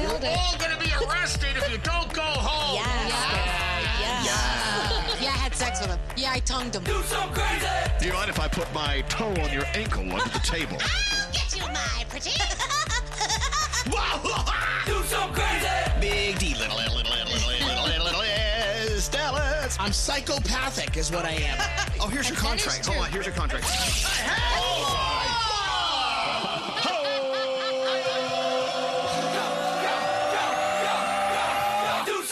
You're all going to be arrested if you don't go home. Yeah, I had sex with him. Yeah, I tongued him. Do you mind if I put my toe on your ankle under the table? Get you, my pretty. Big D, little, little, little, little, little, little, little, Stella. I'm psychopathic, is what I am. Oh, here's your contract. Hold on, here's your contract.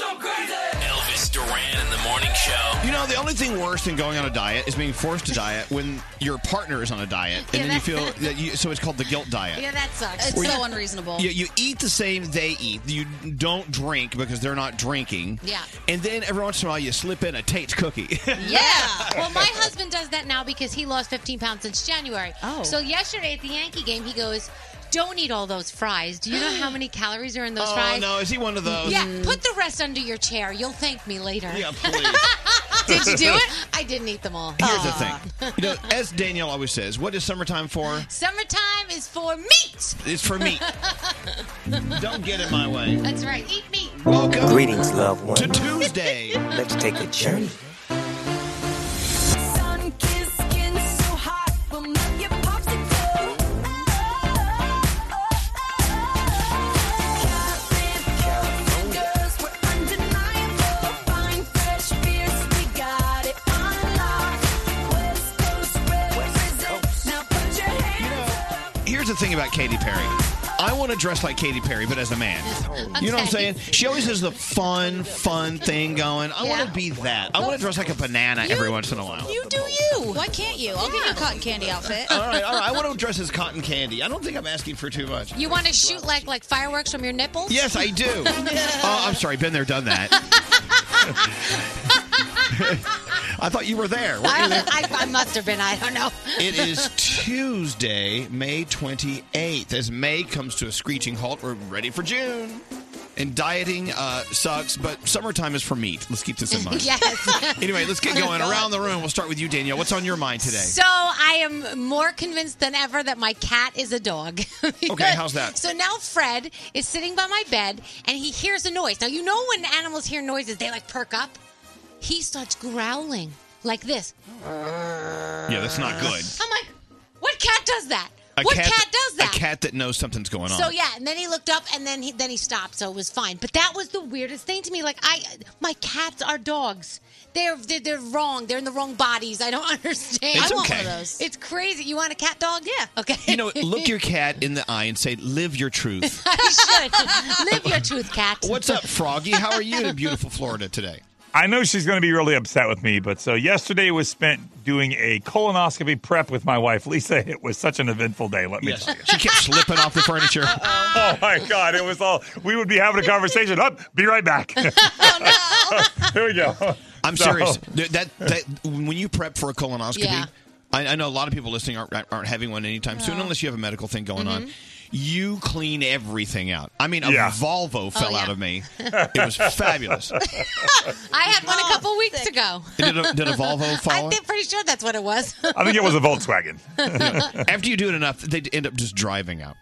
Elvis Duran in the morning show. You know, the only thing worse than going on a diet is being forced to diet when your partner is on a diet, and Yeah, then you that- feel that you. So it's called the guilt diet. Yeah, that sucks. Were you- unreasonable. You, you eat the same they eat. You don't drink because they're not drinking. Yeah. And then every once in a while you slip in a Tate's cookie. Yeah. well, my husband does that now because he lost 15 pounds since January. Oh. So yesterday at the Yankee game, he goes, "Don't eat all those fries. Do you know how many calories are in those oh fries?" no, is he one of those? Yeah, put the rest under your chair. You'll thank me later. Yeah, please. Did you do it? I didn't eat them all. Uh, Here's the thing. You know, as Danielle always says, what is summertime for? Summertime is for meat. It's for meat. Don't get in my way. That's right. Eat meat. Greetings, loved one. To Tuesday. Let's take a journey. Here's the thing about Katy Perry. I want to dress like Katy Perry, but as a man. You know what I'm Okay. saying? She always has the fun, fun thing going. I want to be that. I want to dress like a banana every once in a while. You do you. Why can't you? I'll give you a cotton candy outfit. All right, all right. I want to dress as cotton candy. I don't think I'm asking for too much. You want to shoot like like fireworks from your nipples? Yes, I do. oh, I'm sorry. Been there, done that. I thought you were there. weren't I, you don't, there? I, I must have been. I don't know. It is Tuesday, May 28th. As May comes to a screeching halt, we're ready for June. And dieting uh, sucks, but summertime is for meat. Let's keep this in mind. yes. Anyway, let's get going. Around the room, we'll start with you, Danielle. What's on your mind today? Oh So I am more convinced than ever that my cat is a dog. Okay, how's that? So now Fred is sitting by my bed and he hears a noise. Now you know when animals hear noises, they like perk up. He starts growling like this. yeah, that's not good. I'm like, what cat does that? what cat, does that? A cat that knows something's going on. So yeah, and then he looked up, and then he then he stopped, so it was fine. But that was the weirdest thing to me. Like I, my cats are dogs. They're they're, they're wrong. They're in the wrong bodies. I don't understand. It's I want okay. one of those. It's crazy. You want a cat dog? Yeah. Okay. You know, look your cat in the eye and say, live your truth. I should live your truth, cat. What's up, Froggy? How are you in beautiful Florida today? I know she's going to be really upset with me, but so yesterday was spent doing a colonoscopy prep with my wife, Lisa. It was such an eventful day. Let me tell you. She kept slipping off the furniture. Oh my God! It was all we would be having a conversation. Up, be right back. Here we go. I'm So- serious. Th- That, that when you prep for a colonoscopy, Yeah. I, I know a lot of people listening aren't, aren't having one anytime soon, unless you have a medical thing going on. Mm-hmm. You clean everything out. I mean, a Yeah. Volvo fell out Oh, yeah. of me. It was fabulous. I had one a couple weeks ago. did, a, did a Volvo fall? I'm out? pretty sure that's what it was. I think it was a Volkswagen. After you do it enough, they end up just driving out.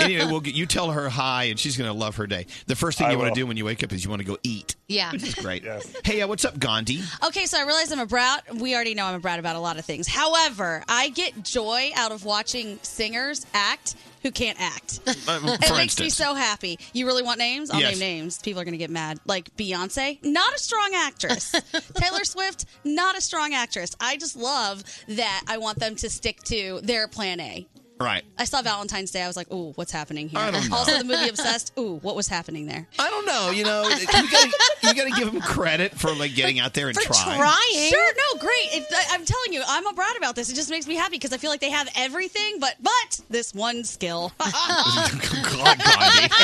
anyway, we'll get, you tell her hi, and she's going to love her day. The first thing I you want will. to do when you wake up is you want to go eat. Yeah. Which is great. Yes. Hey, uh, what's up, Gandhi? Okay, so I realize I'm a brat. We already know I'm a brat about a lot of things. However, I get joy out of watching singers act who can't act. Uh, for It makes me instance. so happy. You really want names? I'll Yes. name names. People are going to get mad. Like Beyonce, not a strong actress. Taylor Swift, not a strong actress. I just love that I want them to stick to their plan A. right. I saw Valentine's Day. I was like, ooh, what's happening here? I don't know. Also, the movie Obsessed. Ooh, what was happening there? I don't know. You know, you gotta, you gotta give them credit for like getting out there and For trying. trying. Sure, no, great. It, I, I'm telling you, I'm a brat about this. It just makes me happy because I feel like they have everything, but but this one skill. I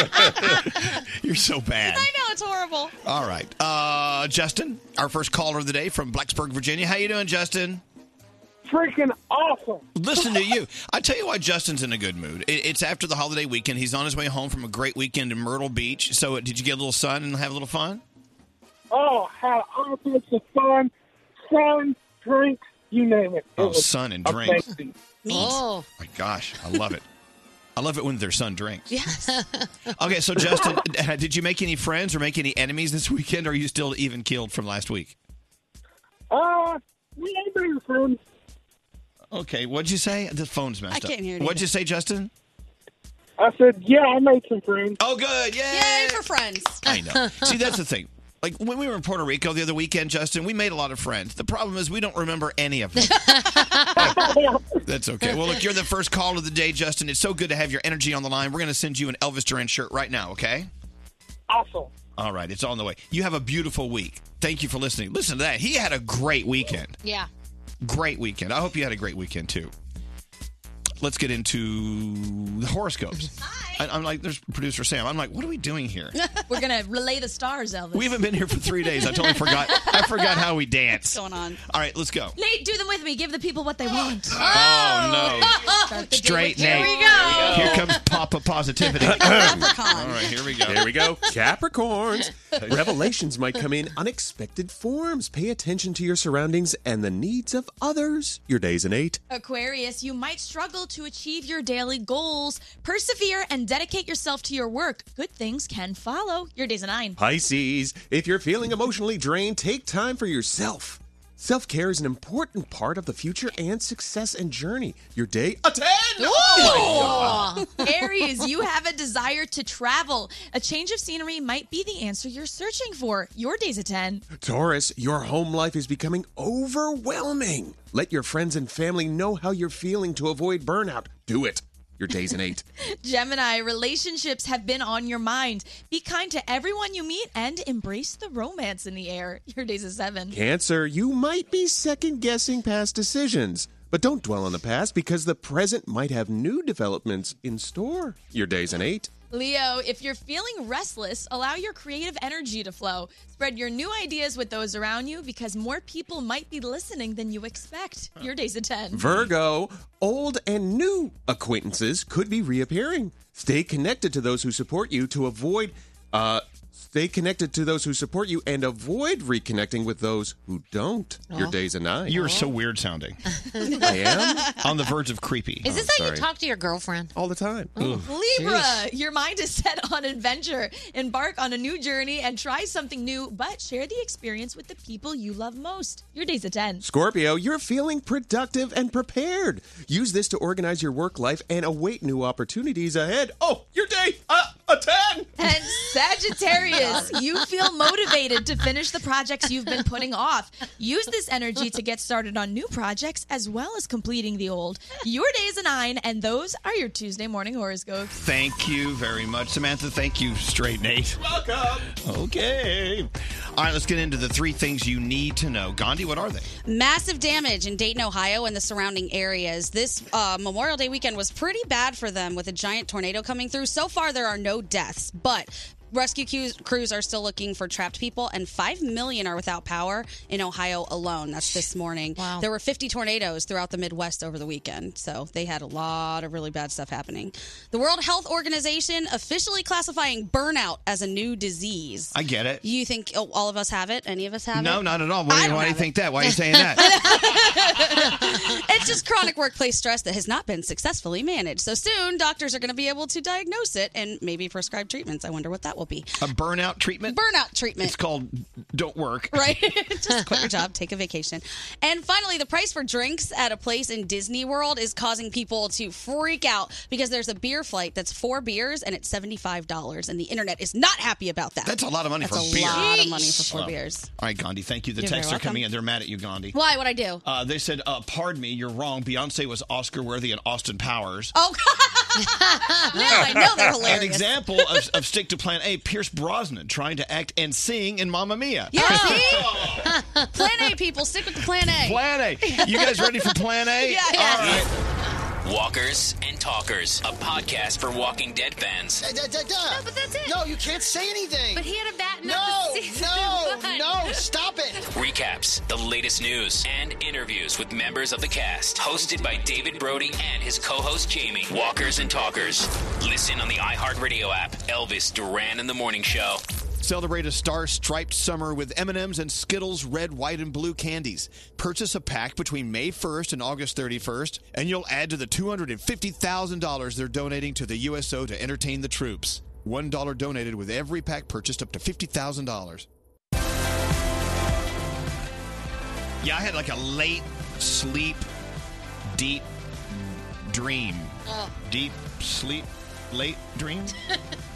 God, Gandhi. You're so bad. know it's horrible. All right, uh, Justin, our first caller of the day from Blacksburg, Virginia. How you doing, Justin? freaking awesome. Listen to you. I tell you why Justin's in a good mood. It, it's after the holiday weekend. He's on his way home from a great weekend in Myrtle Beach. So, uh, did you get a little sun and have a little fun? Oh, had all sorts of fun, fun, drinks, you name it. It Oh, was sun and drinks. amazing. Oh, My gosh, I love it. I love it when their son drinks. Yes. Okay, so Justin, uh, did you make any friends or make any enemies this weekend? Or are you still even killed from last week? Uh, we ain't been friends. Okay, what'd you say? The phone's messed I up. can't hear it What'd you say, Justin? I said, yeah, I made some friends. Oh, good. Yay. Yay for friends. I know. See, that's the thing. Like when we were in Puerto Rico the other weekend, Justin, we made a lot of friends. The problem is we don't remember any of them. That's okay. Well, look, you're the first call of the day, Justin. It's so good to have your energy on the line. We're going to send you an Elvis Duran shirt right now, okay? Awesome. All right, it's on the way. You have a beautiful week. Thank you for listening. Listen to that. He had a great weekend. Yeah. Great weekend. I hope you had a great weekend too. Let's get into the horoscopes. I, I'm like, there's producer Sam. I'm like, what are we doing here? We're gonna relay the stars, Elvis. We haven't been here for three days. I totally forgot. I forgot how we dance. What's going on? All right, let's go. Nate, do them with me. Give the people what they want. Oh, no. Straight Here Nate. we go. Here comes Papa Positivity. All right, here we go. There we go. Capricorns. Revelations might come in unexpected forms. Pay attention to your surroundings and the needs of others. Your day's an eight. Aquarius, you might struggle to achieve your daily goals. Persevere and dedicate yourself to your work. Good things can follow. Your day's a nine. Pisces. If you're feeling emotionally drained, take time for yourself. Self care is an important part of the future and success and journey. Your day, a 10. Oh my God. Aries, you have a desire to travel. A change of scenery might be the answer you're searching for. Your day's a 10. Taurus, your home life is becoming overwhelming. Let your friends and family know how you're feeling to avoid burnout. Do it. Your day's an eight. Gemini, relationships have been on your mind. Be kind to everyone you meet and embrace the romance in the air. Your day's a 7. Cancer, you might be second guessing past decisions, but don't dwell on the past because the present might have new developments in store. Your day's an eight. Leo, if you're feeling restless, allow your creative energy to flow. Spread your new ideas with those around you because more people might be listening than you expect. Your day's a 10. Virgo, old and new acquaintances could be reappearing. Stay connected to those who support you to avoid. Uh, stay connected to those who support you and avoid reconnecting with those who don't. Your Oh. day's a nine. You are so weird sounding. I am on the verge of creepy. Is this how you talk to your girlfriend? Oh, All the time. Libra, your mind is set on adventure. Embark on a new journey and try something new, but share the experience with the people you love most. Your day's a 10. Scorpio, you're feeling productive and prepared. Use this to organize your work life and await new opportunities ahead. Oh, your day, uh, a 10. And Sagittarius, you feel motivated to finish the projects you've been putting off. Use this energy to get started on new projects as well as completing the old. Your day is a nine, and those are your Tuesday morning horoscopes. Thank you very much, Samantha. Thank you, Straight Nate. Welcome. Okay. All right, let's get into the three things you need to know. Gandhi, what are they? Massive damage in Dayton, Ohio, and the surrounding areas. This uh, Memorial Day weekend was pretty bad for them with a giant tornado coming through. So far, there are no deaths, but rescue cu- crews are still looking for trapped people, and 5 million are without power in Ohio alone. That's this morning. There were 50 tornadoes throughout the Midwest over the weekend, so they had a lot of really bad stuff happening. The World Health Organization officially classifying burnout as a new disease. I get it. You think oh, all of us have it? Any of us have it? no, not at all. Why, why do you think that? Why are you saying that? it's just chronic workplace stress that has not been successfully managed. So soon, doctors are going to be able to diagnose it and maybe prescribe treatments. I wonder what that will be. A burnout treatment? Burnout treatment. It's called Don't Work. Right? Just quit your job, take a vacation. And finally, the price for drinks at a place in Disney World is causing people to freak out because there's a beer flight that's four beers and it's $75. And the internet is not happy about that. That's a lot of money That's for a beer. lot of money for four Wow. beers. All right, Gandhi, thank you. The You're very texts are coming welcome. in. They're mad at you, Gandhi. Why? What'd I do? Uh, they said, uh, pardon me, you're wrong. Beyonce was Oscar worthy and Austin Powers. Oh, Oh. now I know they're hilarious. An example of, of stick to plan A, Pierce Brosnan trying to act and sing in Mamma Mia. Yeah, see? plan A, people. Stick with the plan A. Plan A. You guys ready for Plan A? Yeah, yeah. All right. Walkers and Talkers, a podcast for Walking Dead fans. No, but that's it. No, you can't say anything. But he had a bat. in No, the season no, one. no! Stop it. Recaps, the latest news, and interviews with members of the cast. Hosted by David Brody and his co host Jamie. Walkers and Talkers. Listen on the iHeartRadio app. Elvis Duran and the Morning Show. Celebrate a star-striped summer with M&M's and Skittles red, white, and blue candies. Purchase a pack between May 1st and August 31st, and you'll add to the $250,000 they're donating to the USO to entertain the troops. $1 donated with every pack purchased up to $50,000. Yeah, I had like a late sleep, deep dream. Oh. Deep sleep, late dream?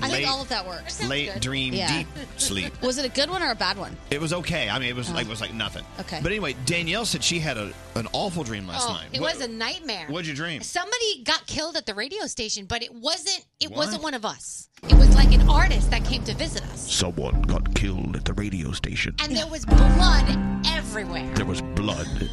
I Late- think all of that works. late dream, deep sleep. Was it a good one or a bad one? It was okay. I mean, it was like it was like nothing. Okay. But anyway, Danielle said she had a, an awful dream last Oh, night. It What- was a nightmare. What'd you dream? Somebody got killed at the radio station, but it wasn't. It What? wasn't one of us. It was like an artist that came to visit us, Someone got killed at the radio station. and there was blood everywhere. There was blood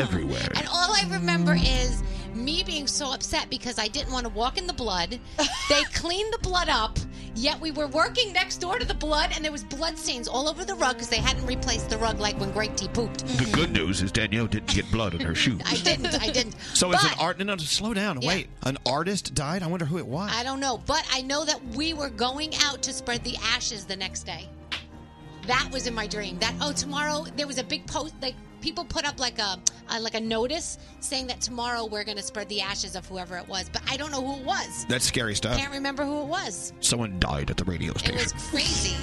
everywhere. And all I remember is me being so upset because I didn't want to walk in the blood. They cleaned the blood up, yet we were working next door to the blood, and there was blood stains all over the rug because they hadn't replaced the rug like when Greg T pooped. The good news is Danielle didn't get blood on her shoes. I didn't. I didn't. So it's an art. No, no, slow down. Yeah. Wait, an artist died. I wonder who it was. I don't know, but I know that we were going out to spread the ashes the next day. That was in my dream. That oh, tomorrow there was a big post. Like people put up like a uh, like a notice saying that tomorrow we're going to spread the ashes of whoever it was, but I don't know who it was. That's scary stuff. Can't remember who it was. Someone died at the radio It station. was crazy.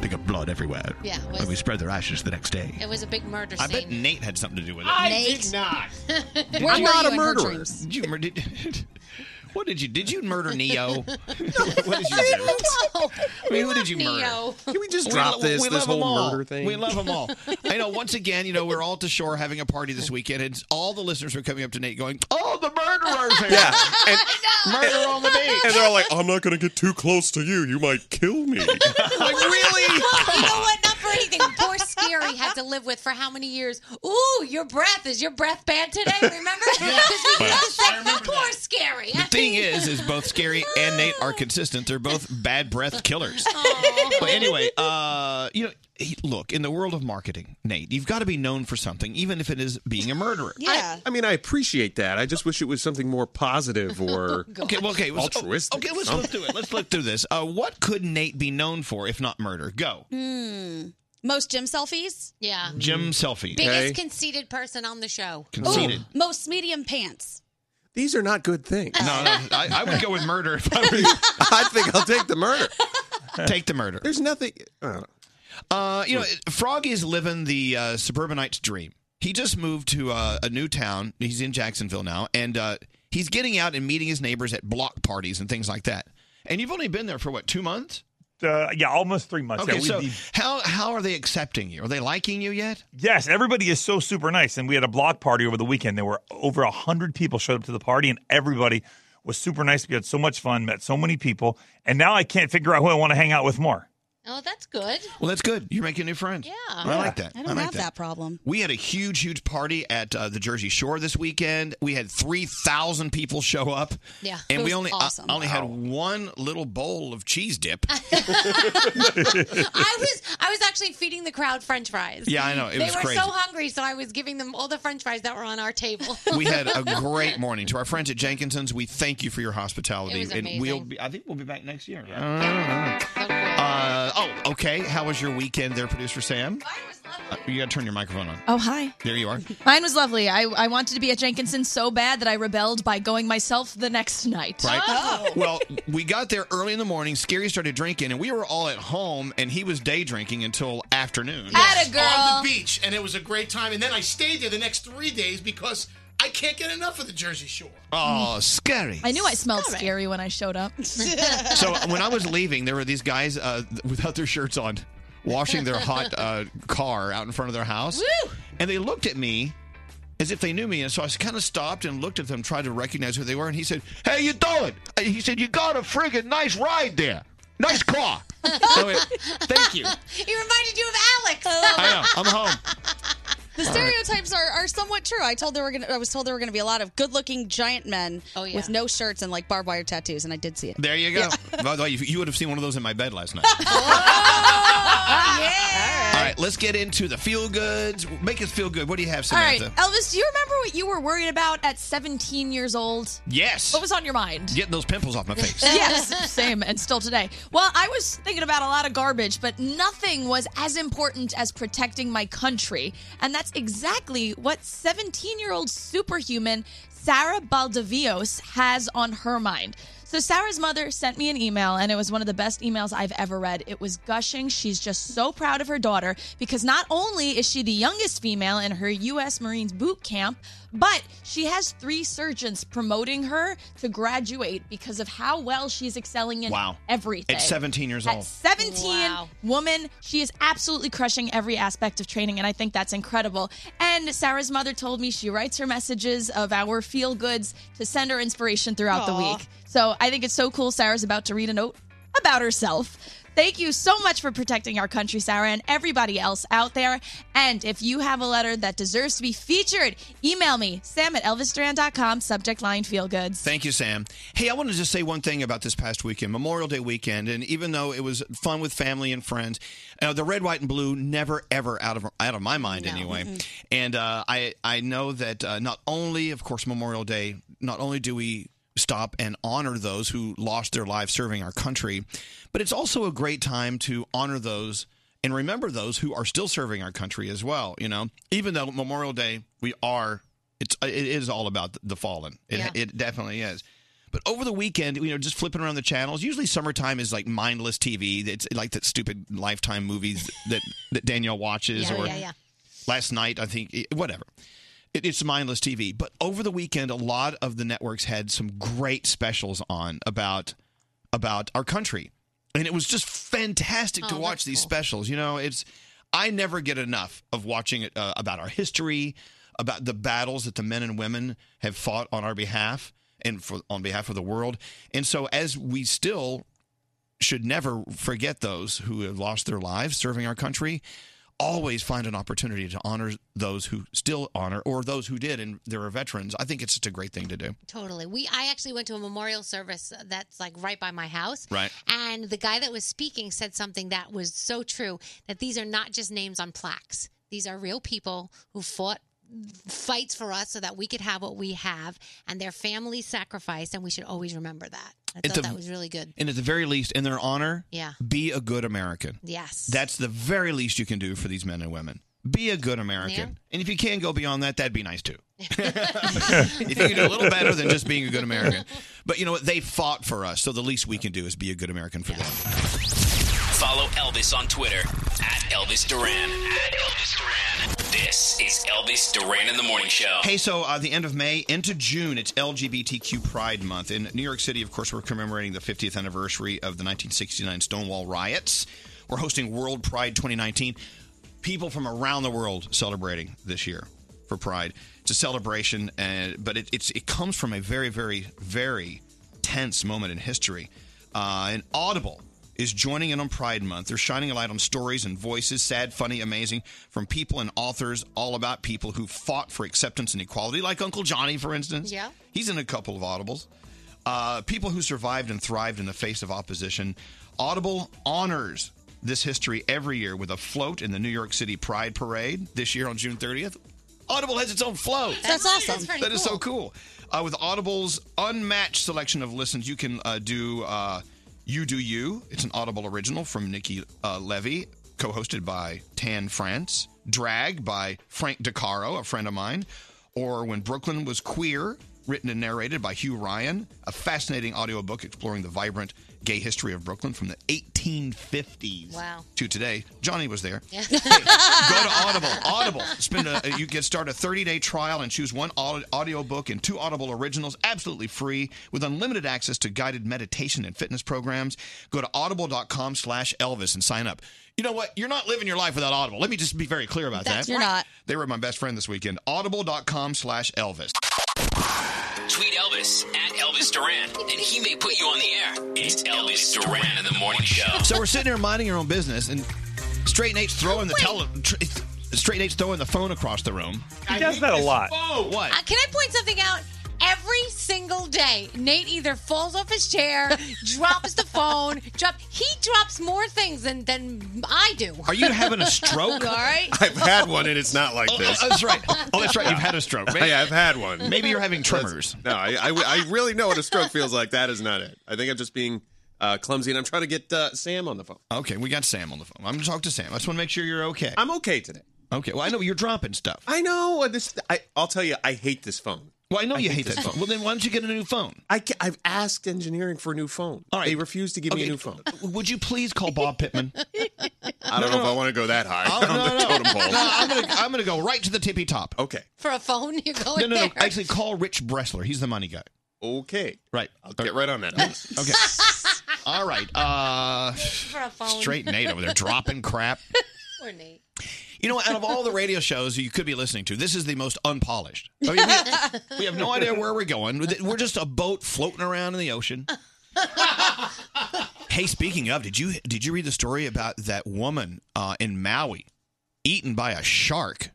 They got blood everywhere. Yeah, it was- and we spread their ashes the next day. it was a big murder I scene. bet Nate had something to do with it. I did not. Did you- Did you, mur- did, what did you? Did you murder Neo? what did you do? I mean, who did you murder? Can we just We drop lo- this, we this love 'em whole all. murder thing? We love them all. I know. Once again, you know, we're all at the shore having a party this weekend, and all the listeners were coming up to Nate going, "Oh, the murderers! Here. Yeah. And- murder on the beach." And they're all like, I'm not going to get too close to you. You might kill me. like, really? you know what? Not for anything. Poor Scary had to live with for how many years? Ooh, your breath is your breath bad today. Remember? Because we did the sex. Poor Scary. The thing is, is both Scary and Nate are consistent. They're both bad breath killers. But anyway, uh, you know, he- look in the world of marketing, Nate, you've got to be known for something, even if it is being a murderer. I, I mean, I appreciate that. I just wish it was something more positive or Oh, Okay, well, okay, let's- altruistic. Okay, let's look through it. Let's look through this. Uh, what could Nate be known for if not murder? Go, Hmm. Most gym selfies? Yeah. Mm. Jim selfie. Biggest conceited person on the show. Conceited. Most medium pants. These are not good things. No, no, I, I would go with murder if I were. I think I'll take the murder. Take the murder. There's nothing. Uh, you know, Froggy is living the uh, suburbanite's dream. He just moved to uh, a new town. He's in Jacksonville now, and uh, he's getting out and meeting his neighbors at block parties and things like that. And you've only been there for what two months? Uh, yeah, almost three months. Okay, yeah, we- so how how are they accepting you? Are they liking you yet? Yes, everybody is so super nice. And we had a block party over the weekend. There were over 100 people showed up to the party, and everybody was super nice. We had so much fun, met so many people. And now I can't figure out who I want to hang out with more. Oh, that's good. Well, that's good. You're making new friends. Yeah, I like that. I don't like have that. problem. We had a huge, huge party at uh, the Jersey Shore this weekend. We had three thousand people show up. Yeah. and It we was only I- awesome. I only had one little bowl of cheese dip. I was I was actually feeding the crowd French fries. Yeah, I know. It they was were crazy. so hungry, so I was giving them all the French fries that were on our table. we had a great morning. To our friends at Jenkinson's, we thank you for your hospitality, It was and we'll amazing. be. I think we'll be back next year. Uh, oh, okay. How was your weekend, there, producer Sam? Uh, you got to turn your microphone on. Oh, hi. There you are. Mine was lovely. I, I wanted to be at Jenkinson so bad that I rebelled by going myself the next night. Right. Oh. Well, we got there early in the morning. Scary started drinking, and we were all at home, and he was day drinking until afternoon. Yes, On the beach, and it was a great time. And then I stayed there the next three days because I can't get enough of the Jersey Shore. Oh, scary. I knew I smelled scary when I showed up. So uh, when I was leaving, there were these guys uh, without their shirts on, washing their hot uh, car out in front of their house, Woo! and they looked at me as if they knew me, and so I kind of stopped and looked at them, tried to recognize who they were, and he said, "Hey, you doing?" And He said, "You got a friggin' nice ride there, nice car." So I went, Thank you. he reminded you of Alex. I know. I'm home. The stereotypes are, are somewhat true. I told there were gonna, I was told there were going to be a lot of good-looking giant men Oh, with no shirts and like barbed wire tattoos, and I did see it. There you go. By the way, you, you would have seen one of those in my bed last night. Ah! All right, let's get into the feel goods. Make us feel good. What do you have, All right, Samantha? Elvis, do you remember what you were worried about at 17 years old? Yes. What was on your mind? Getting those pimples off my face. yes, same, and still today. Well, I was thinking about a lot of garbage, but nothing was as important as protecting my country. And that's exactly what 17 year old superhuman Sarah Baldavios has on her mind. So, Sarah's mother sent me an email, and it was one of the best emails I've ever read. It was gushing. She's just so proud of her daughter because not only is she the youngest female in her U.S. Marines boot camp, but she has three surgeons promoting her to graduate because of how well she's excelling in Wow. everything. At 17 years At old. 17, woman, she is absolutely crushing every aspect of training, and I think that's incredible. And Sarah's mother told me she writes her messages of our feel goods to send her inspiration throughout the Aw. week. So I think it's so cool. Sarah's about to read a note about herself. Thank you so much for protecting our country, Sarah, and everybody else out there. And if you have a letter that deserves to be featured, email me, sam at elvisduran.com, subject line feel goods. Thank you, Sam. Hey, I want to just say one thing about this past weekend, Memorial Day weekend, and even though it was fun with family and friends, uh, the red, white, and blue never ever out of out of my mind anyway. Mhm. And uh, I I know that uh, not only, of course, Memorial Day, not only do we stop and honor those who lost their lives serving our country, but it's also a great time to honor those and remember those who are still serving our country as well. You know, even though Memorial Day, we are it's uh, it is all about the fallen. It, Yeah. it definitely is. But over the weekend, you know, just flipping around the channels. Usually, summertime is like mindless TV. It's like that stupid Lifetime movies that that Danielle watches, Yeah, or yeah, yeah. last night, I think, eh, whatever. It, it's mindless TV. But over the weekend, a lot of the networks had some great specials on about about our country, and it was just fantastic Oh, to watch these specials. You know, it's I never get enough of watching it uh, about our history, about the battles that the men and women have fought on our behalf and for on behalf of the world. And so, as we still should never forget those who have lost their lives serving our country. Always find an opportunity to honor those who still honor or those who did and there are veterans. I think it's just a great thing to do. Totally. We I actually went to a memorial service that's like right by my house. Right. And the guy that was speaking said something that was so true that these are not just names on plaques. These are real people who fought fights for us so that we could have what we have and their families sacrificed and we should always remember that. I At thought the- that was really good. And at the very least, in their honor, Yeah. be a good American. Yes. That's the very least you can do for these men and women. Be a good American. Yeah. And if you can go beyond that, that'd be nice too. if you can do a little better than just being a good American. But you know what? They fought for us. So the least we can do is be a good American for them. Follow Elvis on Twitter at Elvis Duran. At Elvis Duran. This is Elvis Duran in the Morning Show. Hey, so uh, the end of May into June, it's LGBTQ Pride Month. In New York City, of course, we're commemorating the 50th anniversary of the 1969 Stonewall riots. We're hosting World Pride 2019. People from around the world celebrating this year for Pride. It's a celebration, and, but it, it's, it comes from a very, very, very tense moment in history. Uh, and Audible is joining in on Pride Month. They're shining a light on stories and voices, sad, funny, amazing, from people and authors all about people who fought for acceptance and equality, like Uncle Johnny, for instance. Yeah. He's in a couple of Audibles. Uh, people who survived and thrived in the face of opposition. Audible honors this history every year with a float in the New York City Pride Parade this year on June 30th. Audible has its own float. That's awesome. That's pretty That is so cool. Uh, with Audible's unmatched selection of listens, you can uh, do uh, You Do You. It's an Audible original from Nikki uh, Levy, co hosted by Tan France, Drag by Frank DeCaro, a friend of mine, or When Brooklyn Was Queer, written and narrated by Hugh Ryan, a fascinating audiobook exploring the vibrant gay history of Brooklyn from the 1850s Wow. to today. Johnny was there. Yeah. Go to Audible. Audible. Spend a, you can start a 30-day trial and choose one au- audiobook and two Audible originals absolutely free with unlimited access to guided meditation and fitness programs. Go to audible.com slash Elvis and sign up. You know what? You're not living your life without Audible. Let me just be very clear about That's that. You're right. not. They were my best friend this weekend. Audible.com slash Elvis. Tweet Elvis at Elvis Duran, and he may put you on the air. It's Elvis Duran in the Morning Show. So we're sitting here minding our own business and straight Nate's throwing the tele... Tr- straight A's throwing the phone across the room. He does that a lot. Oh, what? Uh, can I point something out? Every single day, Nate either falls off his chair, drops the phone, drop. He drops more things than than I do. Are you having a stroke? Oh, All right. I've had one, and it's not like this. That's right. Oh, that's right. You've had a stroke. Maybe- Yeah, I've had one. Maybe you're having tremors. no, I, I, I really know what a stroke feels like. That is not it. I think I'm just being uh, clumsy, and I'm trying to get uh, Sam on the phone. Okay, we got Sam on the phone. I'm going to talk to Sam. I just want to make sure you're okay. I'm okay today. Okay. Well, I know you're dropping stuff. I know uh, this. I, I'll tell you, I hate this phone. Well, I know Oh, you hate that phone. Well, then why don't you get a new phone? I ca- I've asked engineering for a new phone. All right. They refuse to give me a Okay. Uh, new phone. Would you please call Bob Pittman? I don't know if I want to go that high Oh, on the totem pole. No, I'm going to I'm gonna go right to the tippy top. Okay. For a phone, you go No, in no, no. there. Actually, call Rich Bressler. He's the money guy. Okay. Right. I'll get right on that. Okay. All right. Uh, for a phone. straight Nate over there dropping crap. Poor Nate. You know, out of all the radio shows you could be listening to, this is the most unpolished. I mean, we, we have no idea where we're going. We're just a boat floating around in the ocean. hey, speaking of, did you did you read the story about that woman uh, in Maui eaten by a shark?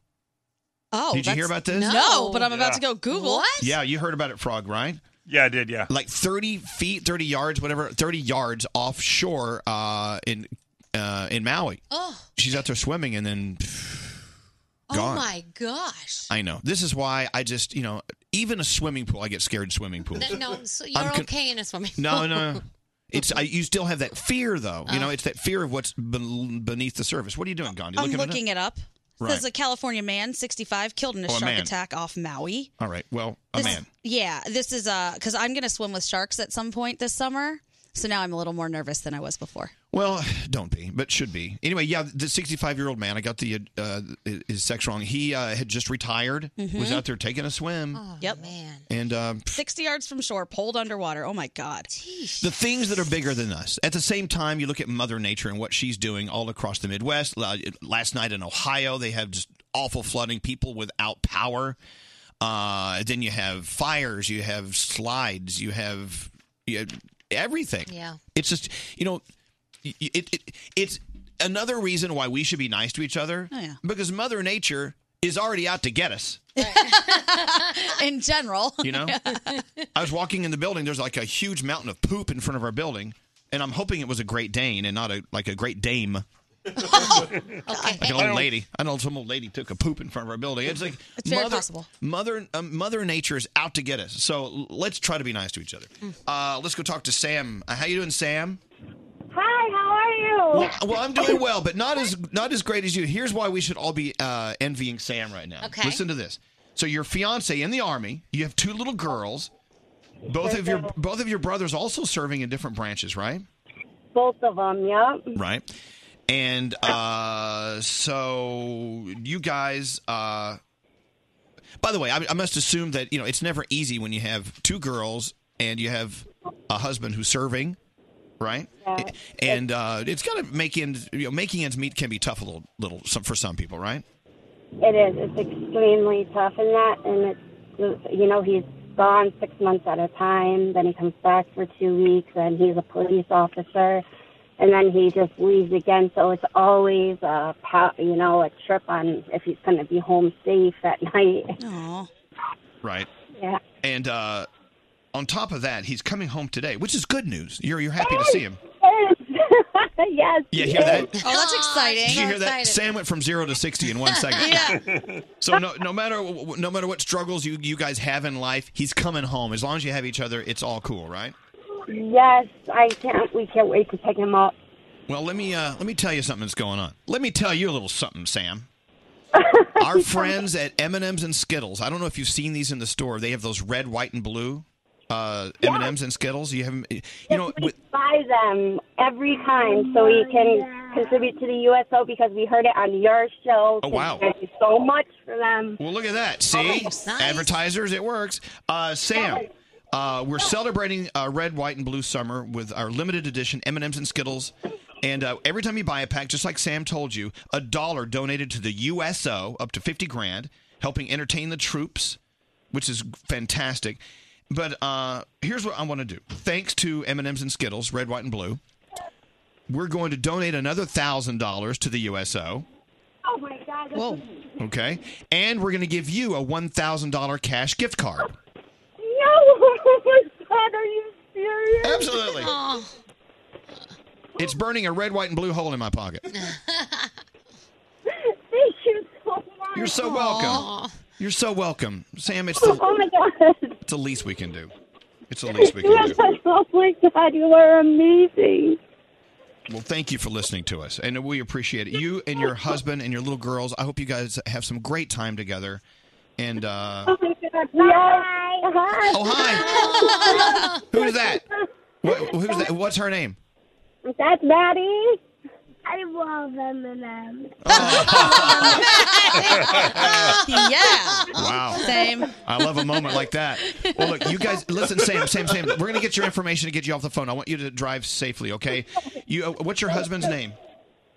Oh, Did you hear that's- about this? No, but I'm about Yeah. to go Google. What? Yeah, you heard about it, Frog, right? Yeah, I did. Yeah, like thirty feet, thirty yards, whatever, thirty yards offshore uh, in uh, in Maui. Oh. She's out there swimming and then Oh gone. my gosh. I know. This is why I just, you know, even a swimming pool, I get scared in swimming pools. No, No, so you're I'm con- okay in a swimming. No, pool. no. It's I, you still have that fear though. You know, it's that fear of what's ben- beneath the surface. What are you doing, Gandhi? Uh. I'm looking at. it up. Right. Says a California man, 65, killed in a Oh, a shark man. attack off Maui. All right. Well, a man. Yeah, this is uh because I'm gonna swim with sharks at some point this summer. So now I'm a little more nervous than I was before. Well, don't be, but should be. Anyway, yeah, the 65 year old man, I got the uh, his sex wrong. He uh, had just retired, was Mhm. out there taking a Oh, swim, Mm. yep. Man. and um, 60 yards from shore, pulled underwater. Oh my God. the things that are bigger than us. At the same time, you look at Mother Nature and what she's doing all across the Midwest. La- Last night in Ohio, they have just awful flooding, people without power. Uh, then you have fires, you have slides, you have, you have everything. Yeah. It's just, you know, y- y- it, it it's another reason why we should be nice to each other. Oh, yeah. Because Mother Nature is already out to get us. in general. You know? I was walking in the building. There's like a huge mountain of poop in front of our building, and I'm hoping it was a Great Dane and not a like a Great Dame, Okay. like an old lady. I know some old lady took a poop in front of our building. It's like It's very mother, possible. Mother, um, mother nature is out to get us. So l- let's try to be nice to each other. Hmm. Uh, let's go talk to Sam. Uh, how you doing, Sam? Hi, how are you? Well, well, I'm doing well, but not as not as great as you. Here's why we should all be uh, envying Sam right now. Okay. Listen to this. So your fiance in the army, you have two little girls. Both of your both of your brothers also serving in different branches, right? Both of them, yeah. Right. And uh, so you guys. Uh, by the way, I, I must assume that you know it's never easy when you have two girls and you have a husband who's serving, right? And uh, it's got to make ends you know making ends meet can be tough a little little some, for some people, right? It is. It's extremely tough in that, and it's you know he's gone six months at a time. Then he comes back for two weeks, and he's a police officer, and then he just leaves again. So it's always a pa- you know a trip on if he's going to be home safe at night. Right. Yeah. And uh, on top of that, he's coming home today, which is good news. You're you're happy to see him. yes. Yeah, hear that? Oh, that's exciting. Did you hear that? Sam went from zero to sixty in one second. Yeah. So no, no matter no matter what struggles you you guys have in life, he's coming home. As long as you have each other, it's all cool, right? Yes, I can't. We can't wait to pick him up. Well, let me uh, let me tell you something that's going on. Let me tell you a little something, Sam. Our friends at M and M's and Skittles. I don't know if you've seen these in the store. They have those red, white, and blue uh, M and M's and Skittles. You have 'em- You know, with, buy them every time so we can contribute to the USO because we heard it on your show. Oh, wow. Thank you so much for them. Well, look at that. See, advertisers, it works. Uh, Sam, uh, we're celebrating uh, red, white, and blue summer with our limited edition M and M's and Skittles. And uh, every time you buy a pack, just like Sam told you, a dollar donated to the USO, up to fifty grand, helping entertain the troops, which is fantastic. But uh, here's what I want to do. Thanks to M and M's and Skittles, red, white, and blue, we're going to donate another thousand dollars to the USO. Oh my God, Whoa. Okay. And we're going to give you a $1,000 cash gift card. Oh my god, are you serious? Absolutely. It's burning a red, white, and blue hole in my pocket. Thank you so much. You're so welcome. You're so welcome. Sam, it's Oh, the, my god. it's the least we can do. It's the least we can do. oh my god, you are amazing. Well, thank you for listening to us, and we appreciate it. You and your husband and your little girls. I hope you guys have some great time together. And Oh, uh, my god. Hi. Hi. Oh hi. who's that? Wh- who's that? What's her name? That's Maddie. I love M&M. yeah. Wow. Same. I love a moment like that. Well, look, you guys, listen, Sam, Sam, Sam. We're gonna get your information to get you off the phone. I want you to drive safely, okay? You, uh, what's your husband's name?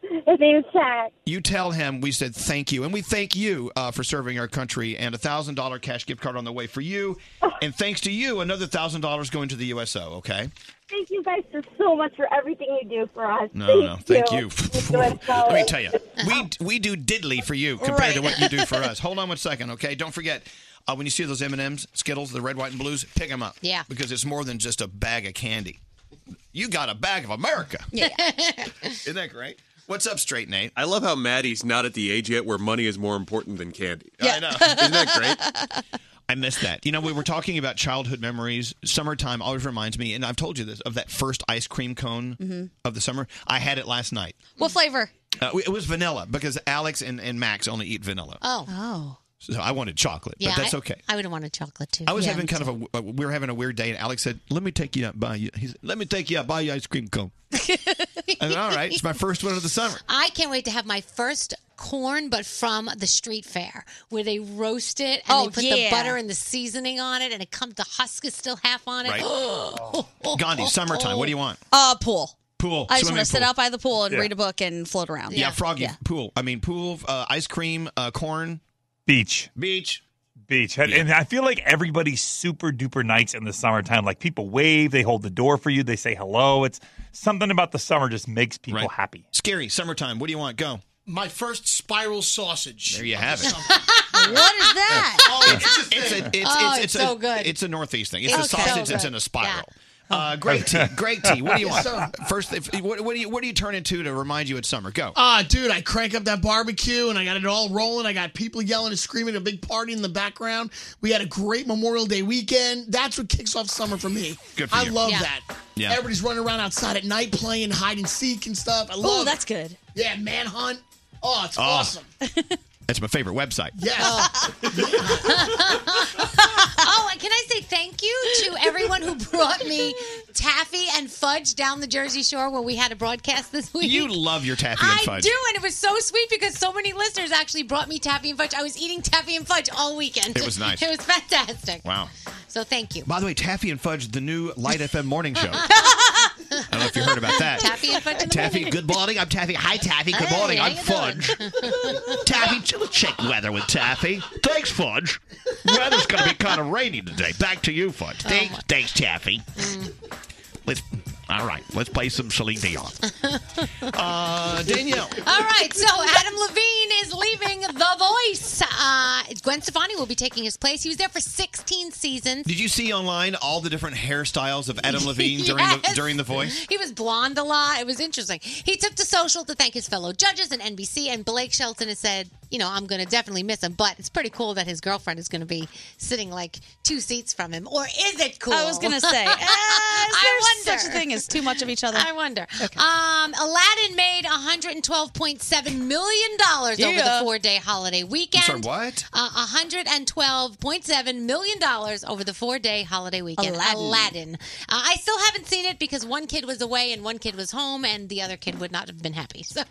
His name's Jack. You tell him we said thank you, and we thank you uh, for serving our country, and a thousand dollar cash gift card on the way for you, and thanks to you, another thousand dollars going to the USO. Okay. Thank you guys for so much for everything you do for us. No, no, thank you. doing so- Let me tell you, we we do diddly for you compared to what you do for us. Hold on one second, okay? Don't forget. Uh, when you see those M&Ms, Skittles, the red, white, and blues, pick them up. Yeah. Because it's more than just a bag of candy. You got a bag of America. Yeah. Isn't that great? What's up, Straight Nate? I love how Maddie's not at the age yet where money is more important than candy. I know. Isn't that great? I missed that. You know, we were talking about childhood memories. Summertime always reminds me, and I've told you this, of that first ice cream cone Mm-hmm. Mhm. of the summer. I had it last night. What flavor? Uh, it was vanilla because Alex and, and Max only eat vanilla. Oh. Oh. So I wanted chocolate, Yeah. but that's I- okay. I would have wanted chocolate too. I was having kind of a, we were having a weird day, and Alex said, "Let me take you out, buy you." He said, "Let me take you out, buy you ice cream cone." I said, "All right, it's my first one of the summer." I can't wait to have my first corn, but from the street fair, where they roast it and Oh, they put yeah. the butter and the seasoning on it, and it comes the husk is still half on it. Oh, Right. Oh. Gandhi, summertime. What do you want? Uh, pool. Pool. I just Oh, swimming want to sit pool. out by the pool and Yeah. read a book and float around. Yeah, froggy pool. I mean, pool, uh, ice cream, uh, corn, beach, beach, beach. And- And I feel like everybody's super duper nice in the summertime. Like people wave, they hold the door for you, they say hello. It's something about the summer just makes people happy. Scary summertime. What do you want? Go. My first spiral sausage. There you have it. what is that? Oh, it's, just It's a, it's, Oh, it's, it's a, so good. It's a northeast thing. It's a It's so sausage that's good. in a spiral. Uh, great tea. Great tea. What do you want? First, if, what, what do you what do you turn into to remind you it's summer? Go. Ah, dude, I crank up that barbecue and I got it all rolling. I got people yelling and screaming, a big party in the background. We had a great Memorial Day weekend. That's what kicks off summer for me. Good for I you. love Yeah. that. Yeah. Everybody's running around outside at night playing hide and seek and stuff. I love that's good. Yeah, manhunt. Oh, it's Oh. awesome. That's my favorite website. Yes. oh, and can I say thank you to everyone who brought me taffy and fudge down the Jersey Shore where we had a broadcast this week? You love your taffy and I fudge. do, and it was so sweet because so many listeners actually brought me taffy and fudge. I was eating taffy and fudge all weekend. It was nice. It was fantastic. Wow. So thank you. By the way, Taffy and Fudge, the new Light FM morning show. I don't know if you heard about that. Taffy and fudge. in the Taffy, morning. good morning. I'm Taffy. Hi, Taffy. Good Hey, morning. how I'm you Fudge. Taffy, ch- let's check weather with Taffy. Thanks, Fudge. Weather's going to be kind of rainy today. Back to you, Fudge. Oh, Thanks, thanks, Taffy. Let's. All right, let's play some Celine Dion. Uh, Danielle. All right, so uh, Adam Levine is leaving The Voice. Uh, Gwen Stefani will be taking his place. He was there for 16 seasons. Did you see online all the different hairstyles of Adam Levine during the Yes. during the voice? He was blonde a lot. It was interesting. He took to social to thank his fellow judges and NBC, and Blake Shelton has said, you know, I'm going to definitely miss him, but it's pretty cool that his girlfriend is going to be sitting like two seats from him. Or is it cool? I was gonna say, uh, is there such a thing as too much of each other? I wonder. Um, Aladdin made $112.7 million over Yeah. the four day holiday weekend. sorry, what? Uh, $112.7 million over the four day holiday weekend. Aladdin. Uh, I still haven't seen it because one kid was away and one kid was home, and the other kid would not have been happy. So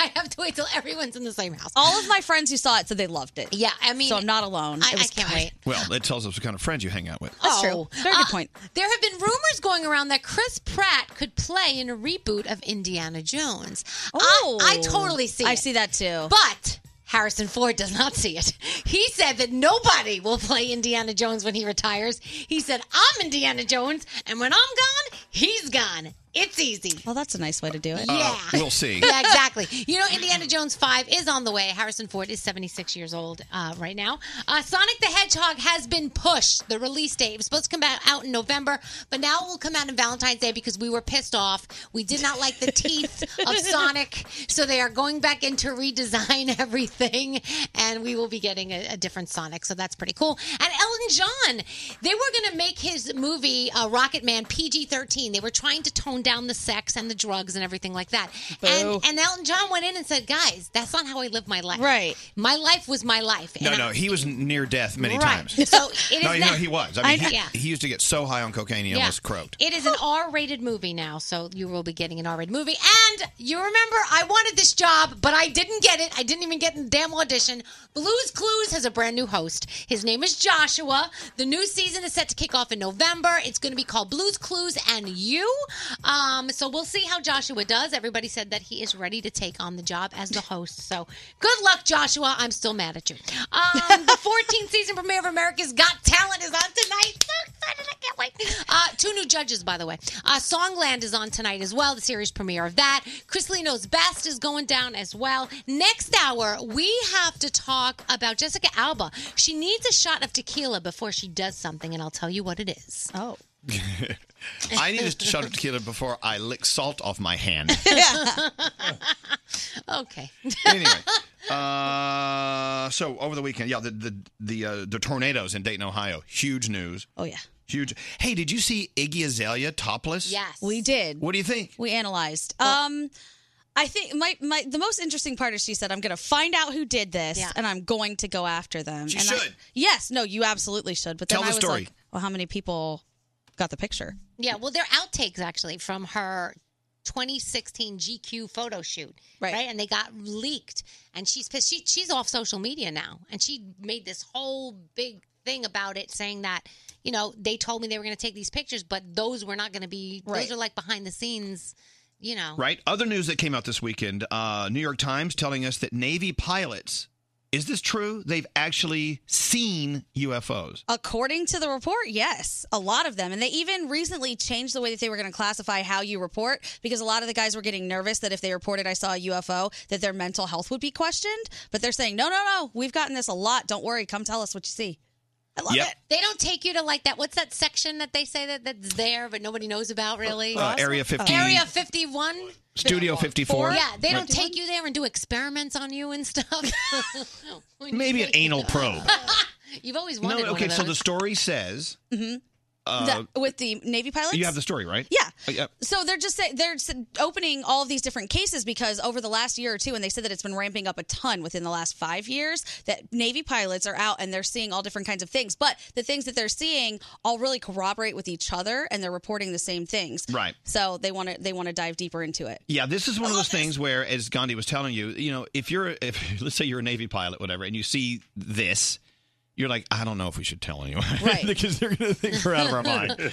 I have to wait till everyone's in the same house. All of my friends who saw it said they loved it. Yeah, I mean, so I'm not alone. I- It was I can't good. wait. Well, that tells us what kind of friends you hang out with. Oh, That's true. Oh, Very good point. Uh, There have been rumors going around that Chris Pratt could play in a reboot of Indiana Jones. Oh, I, I totally see I it. see that too. But Harrison Ford does not see it. He said that nobody will play Indiana Jones when he retires. He said, I'm Indiana Jones, and when I'm gone, he's gone. It's easy. Well, that's a nice way to do it. Yeah. Uh, We'll see. yeah, exactly. You know, Indiana Jones 5 is on the way. Harrison Ford is 76 years old uh, right now. Uh, Sonic the Hedgehog has been pushed. The release date it was supposed to come out, out in November, but now it will come out on Valentine's Day because we were pissed off. We did not like the teeth of Sonic, so they are going back in to redesign everything, and we will be getting a, a different Sonic, so that's pretty cool. And Elton John, they were going to make his movie uh, Rocket Man PG 13. They were trying to tone down the sex and the drugs and everything like that. Boo. And, and Elton John went in and said, "Guys, that's not how I live my life. Right? My life was my life." No, And no, I- he was near death many Right. times. So it is no, you know not- he was. I mean, I- he, yeah. he used to get so high on cocaine he almost croaked. It is an R-rated movie now, so you will be getting an R-rated movie. And you remember, I wanted this job, but I didn't get it. I didn't even get in the damn audition. Blues Clues has a brand new host. His name is Joshua. The new season is set to kick off in November. It's going to be called Blues Clues and You. Um, so we'll see how Joshua does. Everybody said that he is ready to take on the job as the host. So good luck, Joshua. I'm still mad at you. Um, the 14th season premiere of America's Got Talent is on tonight. So excited! I can't wait. Uh, two new judges, by the way. Uh, Songland is on tonight as well. The series premiere of that. Chris Lee Knows Best is going down as well. Next hour, we have to talk about Jessica Alba. She needs a shot of tequila before she does something, and I'll tell you what it is. Oh. I need a shot of tequila before I lick salt off my hand. okay. anyway, uh, so over the weekend, yeah, the the the, uh, the tornadoes in Dayton, Ohio, huge news. Oh yeah, huge. Hey, did you see Iggy Azalea topless? Yes. We did. What do you think? We analyzed. um, I think my, my the most interesting part is she said, "I'm going to find out who did this, Yeah. and I'm going to go after them." She And I- should. yes. No, you absolutely should. But then Tell I the was story. like, "Well, how many people got the picture?" Yeah, well, they're outtakes actually from her 2016 GQ photo shoot, right? And they got leaked, and she's pissed. She, she's off social media now, and she made this whole big thing about it, saying that you know they told me they were going to take these pictures, but those were not going to be. Right. Those are like behind the scenes, you know. Right. Other news that came out this weekend: uh, New York Times telling us that Navy pilots. Is this true? They've actually seen UFOs. According to the report, yes, a lot of them. And they even recently changed the way that they were going to classify how you report because a lot of the guys were getting nervous that if they reported I saw a UFO, that their mental health would be questioned. But they're saying, no, no, no, we've gotten this a lot. Don't worry. Come tell us what you see. I love Yep. it. They don't take you to like that. What's that section that they say that that's there but nobody knows about really? Uh, Area 50. Area fifty one. Studio 54. Yeah, they Right. don't take you there and do experiments on you and stuff. Maybe an anal probe. You've always no, wanted okay. one of So the those. story says Mhm. uh, The- with the Navy pilots? you have the story, right? Yeah. Uh, yeah. So they're just say, they're s- opening all of these different cases because over the last year or two, and they said that it's been ramping up a ton within the last five years. That Navy pilots are out and they're seeing all different kinds of things, but the things that they're seeing all really corroborate with each other, and they're reporting the same things. Right. So they want to they want to dive deeper into it. Yeah, this is one of those things where, as Gandhi was telling you, you know, if you're, if let's say you're a Navy pilot, whatever, and you see this, you're like, I don't know if we should tell anyone, right? because they're going to think we're out of our mind.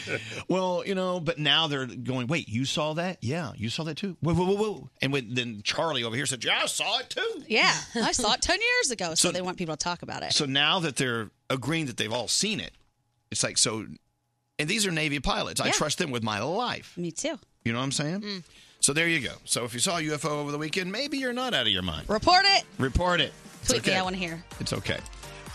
well, you know, but now they're going, wait, you saw that? Yeah, you saw that too. Whoa, whoa, whoa, whoa! And when, then Charlie over here said, yeah, I saw it too. Yeah, I saw it ten years ago, so, they want people to talk about it. So now that they're agreeing that they've all seen it, it's like so. And these are Navy pilots. I Yeah. trust them with my life. Me too. Mm. You know what I'm saying? So there you go. So if you saw a UFO over the weekend, maybe you're not out of your mind. Report it. Report it. It's Tweet me. okay. I want to hear. It's okay.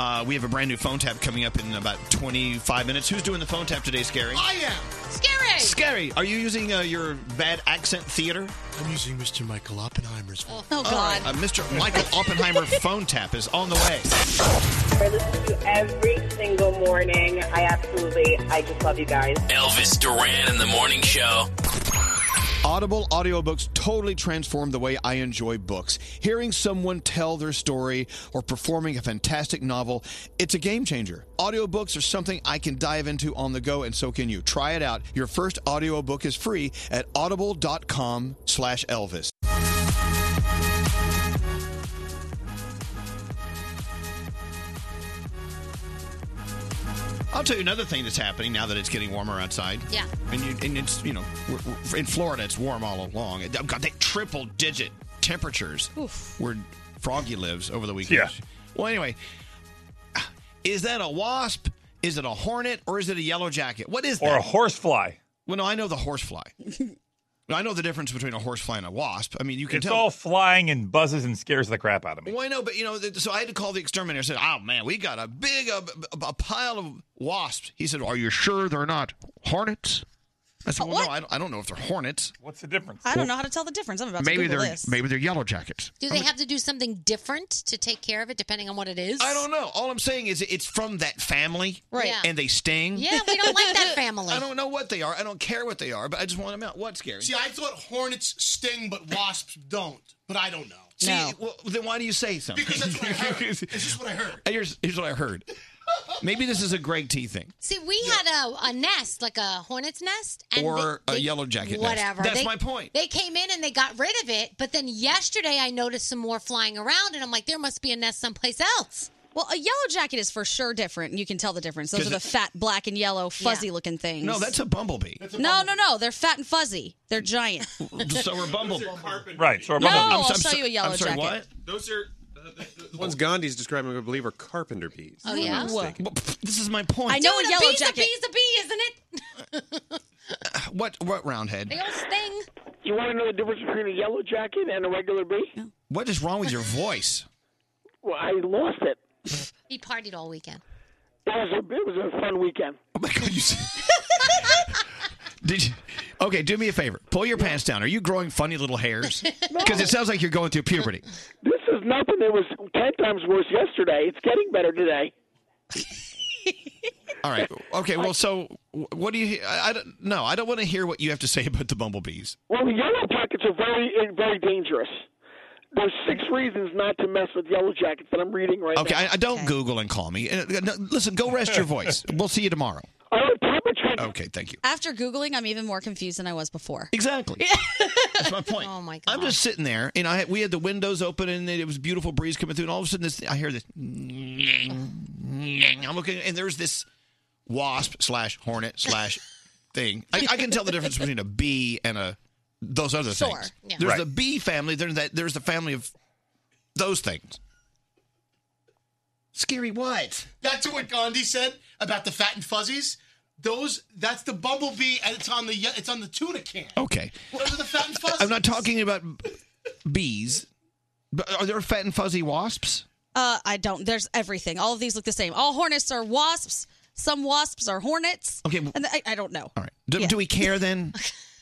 Uh, we have a brand new phone tap coming up in about 25 minutes. Who's doing the phone tap today, Scary? I am. Scary. Scary, are you using uh, your bad accent theater? I'm using Mr. Michael Oppenheimer's voice. Oh, God. Uh, Mr. Michael Oppenheimer phone tap is on the way. I listen to you every single morning. I absolutely, I just love you guys. Elvis Duran in the morning show. Audible audiobooks totally transformed the way I enjoy books. Hearing someone tell their story or performing a fantastic novel, it's a game changer. Audiobooks are something I can dive into on the go and so can you. Try it out. Your first audiobook is free at audible.com slash Elvis. I'll tell you another thing that's happening now that it's getting warmer outside. Yeah. And, you, and it's, you know, we're, we're- in Florida, it's warm all along. I've got that triple digit temperatures where Froggy lives over the weekend. Yeah. Well, anyway, is that a wasp? Is it a hornet? Or is it a yellow jacket? What is that? Or a horsefly. Well, no, I know the horsefly. I know the difference between a horsefly and a wasp. I mean, you can It's tell. all flying and buzzes and scares the crap out of me. Well, I know, but you know, th- so I had to call the exterminator. I said, "Oh man, we got a big a, a pile of wasps." He said, "Are you sure they're not hornets?" I said, "Well, no, I don't, I don't know if they're hornets." Uh, What's the difference? I don't know how to tell the difference. I'm about maybe to Google they're this. maybe they're yellow jackets. Do they have to do something different to take care of it, depending on what it is? I don't know. All I'm saying is it's from that family, Right. Yeah. And they sting. Yeah, we don't like that family. I don't know what they are. I don't care what they are, but I just want them out. What's scary? See, I thought hornets sting, but wasps don't. But I don't know. See, well, then why do you say something? Because that's what I heard. It's just what I heard. Here's here's what I heard. Maybe this is a Greg T thing. See, we had a, a nest, like a hornet's nest, and or they- a yellow jacket. nest. whatever. That's They- my point. They came in and they got rid of it, but then yesterday I noticed some more flying around, and I'm like, there must be a nest someplace else. Well, a yellow jacket is for sure different, and you can tell the difference. Those 'Cause are the it- fat, black, and yellow, fuzzy-looking things. No, that's a bumblebee. no, no, no. They're fat and fuzzy. They're giant. So we're bumble. Right. So we're No, bumble- I'll show you a yellow jacket. Those are. The ones Gandhi's describing, I believe, are carpenter bees. Oh, yeah? This is my point. Dude, a bee's A bee's a bee, isn't it? What what roundhead? They all sting. You want to know the difference between a yellow jacket and a regular bee? What is wrong with your voice? Well, I lost it. He partied all weekend. It was a, it was a fun weekend. Oh Did you, okay, do me a favor. Pull your pants down. Are you growing funny little hairs? Because it sounds like you're going through puberty. This is nothing. It was ten times worse yesterday. It's getting better today. All right. Okay. Well, so wh- what do you? I, I don't. No, I don't want to hear what you have to say about the bumblebees. Well, the yellow jackets are very, eh, very dangerous. There's six reasons not to mess with yellow jackets that I'm reading right Okay. now. I, I don't Google and call me. Uh, no, listen. Go rest your voice. We'll see you tomorrow. Okay. Thank you. After Googling, I'm even more confused than I was before. Exactly. That's my point. Oh my god. I'm just sitting there, and I we had the windows open, and it was beautiful breeze coming through, and all of a sudden, this I hear this. I'm looking, and there's this wasp slash hornet slash thing. I, I can tell the difference between a bee and a those other Sure. things. Yeah. There's Right. the bee family. There's that. There's the family of those things. Scary what? That's what Gandhi said about the fat and fuzzies. Those, that's the bumblebee, and it's on the ye- it's on the tuna can. Okay. Those are the fat and fuzzies. I'm not talking about bees. But are there fat and fuzzy wasps? Uh, I don't. There's everything. All of these look the same. All hornets are wasps. Some wasps are hornets. Okay. And I, I don't know. All right. Do, do we care then?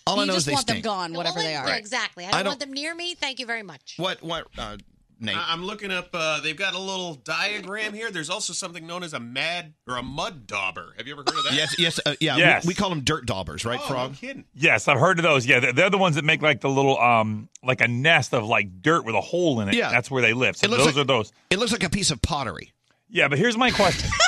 All you I know just is they want stink. them gone, whatever they are. Yeah, exactly. I don't, I don't- want them near me. Thank you very much. What? What? Uh, Nate. I- I'm looking up. Uh, they've got a little diagram here. There's also something known as a mad or a mud dauber. Have you ever heard of that? Yes, yes, uh, yeah. Yes. Oh, We, we call them dirt daubers, right, Frog? Yes, I've heard of those. Yeah, they're, they're the ones that make like the little um like a nest of like dirt with a hole in it. Yeah. that's where they live. So It looks those like- are those. It looks like a piece of pottery. Yeah, but here's my question.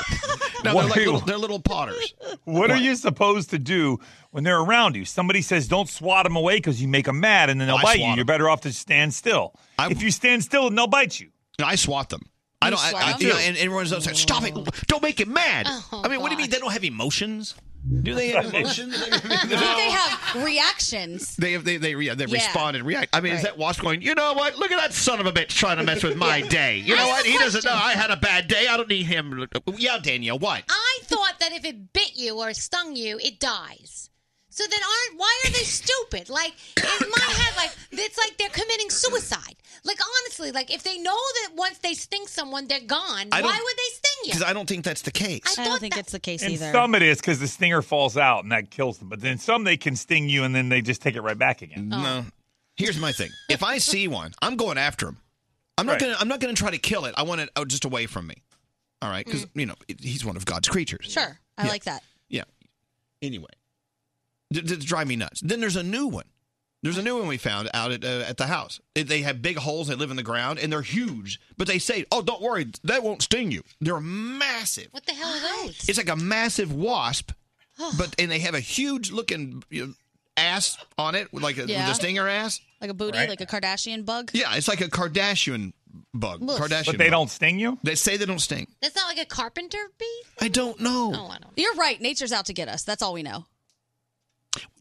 No, What they're, like are you- little, they're little potters. What are you supposed to do when they're around you? Somebody says, "Don't swat them away because you make them mad, and then they'll I bite you." swat 'em. You're better off to stand still. if you stand still, they'll bite you. I swat them. Oh, I don't. I, I, you know, and everyone's like, "Stop it! Don't make him mad." I mean, what do you mean they don't have emotions? Do they have emotions? I think they have reactions. They have. They. They. Yeah, they Yeah. respond and react. I mean, is Right. that wasp going? You know what? Look at that son of a bitch trying to mess with my day. You know I have what? a He doesn't know. question. I had a bad day. I don't need him. Yeah, Danielle. What? I thought that if it bit you or stung you, it dies. So then, aren't why are they stupid? Like in my head, like it's like they're committing suicide. Like honestly, like if they know that once they sting someone, they're gone. I don't- Why would they sting you? I don't think that's the case. I don't think it's the case In either. some it is because the stinger falls out and that kills them. But then some they can sting you and then they just take it right back again. No. Here's my thing. If I see one, I'm going after him. I'm not Right. gonna. I'm not gonna try to kill it. I want it out just away from me. All right, because you know it- he's one of God's creatures. Sure. I like that. Yeah. Anyway, D- d- drive me nuts. Then there's a new one. There's a new one we found out at uh, at the house. They- They have big holes. They live in the ground and they're huge. But they say, "Oh, don't worry, that won't sting you." They're massive. What the hell are those? It's like a massive wasp, but and they have a huge looking you know, ass on it, with like a, Yeah. with a stinger ass. Like a booty, Right. like a Kardashian bug. Yeah, it's like a Kardashian bug. Oof. Kardashian, But they don't sting you. They say they don't sting. That's not like a carpenter bee. Oh, I don't know. You're right. Nature's out to get us. That's all we know.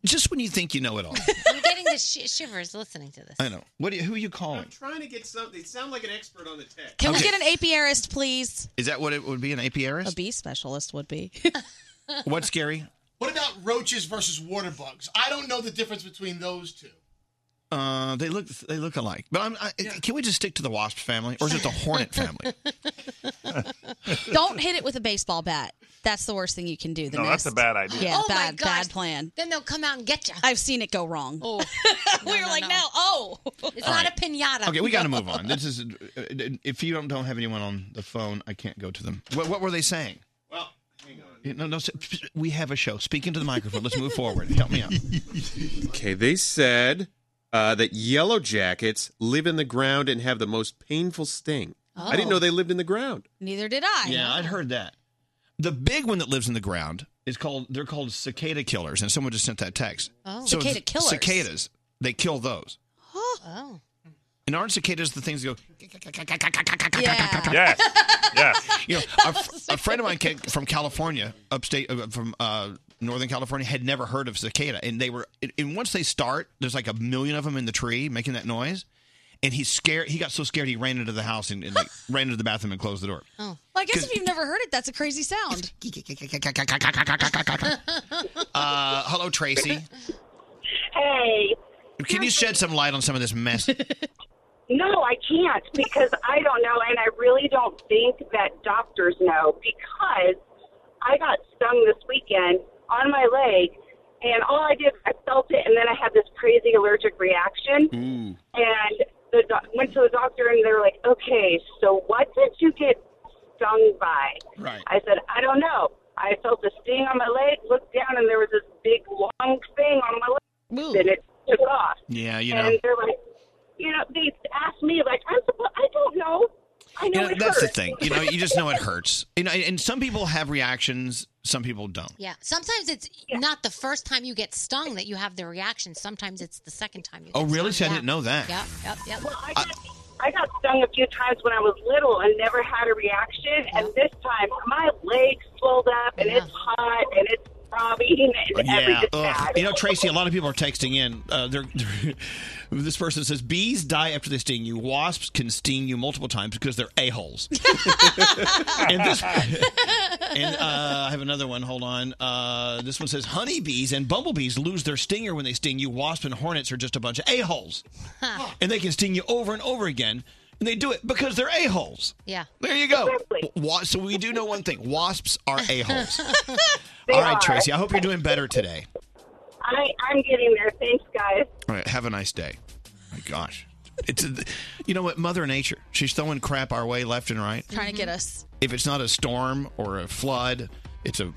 Just when you think you know it all, I'm getting the sh- shivers listening to this. I know. What? Do you, who are you calling? trying to get some. They sound like an expert on the tech. Can Okay. we get an apiarist, please? Is that what it would be? An apiarist? A bee specialist would be. What's scary? What about roaches versus water bugs? I don't know the difference between those two. Uh, they look they look alike. But I'm, I, can we just stick to the wasp family, or is it the hornet family? Don't hit it with a baseball bat. That's the worst thing you can do. The No, that's mist. a bad idea. Yeah, Oh my bad, gosh. bad plan. Then they'll come out and get you. I've seen it go wrong. Oh, we were like, now, oh, it's All not right. a pinata. Okay, we got to move on. This is uh, if you don't, don't have anyone on the phone, I can't go to them. What, what were they saying? Well, hang on. No, no. We have a show. Speak into the microphone. Let's move forward. Help me out. Okay, they said uh, that yellow jackets live in the ground and have the most painful sting. I didn't Oh. know they lived in the ground. Neither did I. Yeah, I'd heard that. The big one that lives in the ground is called. They're called cicada killers, and someone just sent that text. Oh. So Cicada it's killers. Cicadas. They kill those. Oh. And aren't cicadas the things that go? Yeah. Yes. yes. You know, a, fr- a friend of mine came from California, upstate, uh, from uh, Northern California, had never heard of cicada, and they were, and- and once they start, there's like a million of them in the tree making that noise, and he's scared. He got so scared he ran into the house and, and like, ran into the bathroom and closed the door. Oh. Well, I guess if you've never heard it, that's a crazy sound. Uh, hello, Tracy. Hey, Can you shed some light on some of this mess? no, I can't because I don't know, and I really don't think that doctors know because I got stung this weekend on my leg, and all I did, I felt it, and then I had this crazy allergic reaction, and the doc- went to the doctor, and they were like, "Okay, so what did you get stung by?" Right. I said, "I don't know." I felt a sting on my leg, looked down, and there was this big long thing on my leg, and it took off. Yeah, you know. and they're like, you know, they asked me like, I'm supposed, I don't know. I know You know, it that's the hurts. thing. You know, you just know it hurts. You know, and some people have reactions, some people don't. Yeah. Sometimes it's not the first time you get stung that you have the reaction. Sometimes it's the second time you. Oh, really? See, I didn't know that. Yep. Yep. Yep. Well, I got, I got stung a few times when I was little and never had a reaction, and this time my legs swelled up and it's hot and it's throbbing and Yeah. everything ugh. bad. You know, Tracy, a lot of people are texting in. Uh, they're, this person says bees die after they sting you. Wasps can sting you multiple times because they're a-holes. and this, and uh, I have another one. Hold on. Uh, this one says honeybees and bumblebees lose their stinger when they sting you. Wasps and hornets are just a bunch of a-holes. and they can sting you over and over again. And they do it because they're a-holes. Yeah. There you go. Wa- so we do know one thing. Wasps are a-holes. They All right, are. Tracy. I hope you're doing better today. I, I'm getting there. Thanks, guys. All right, have a nice day. My gosh. It's you know what mother nature. She's throwing crap our way left and right. Trying to get us If it's not a storm or a flood, it's a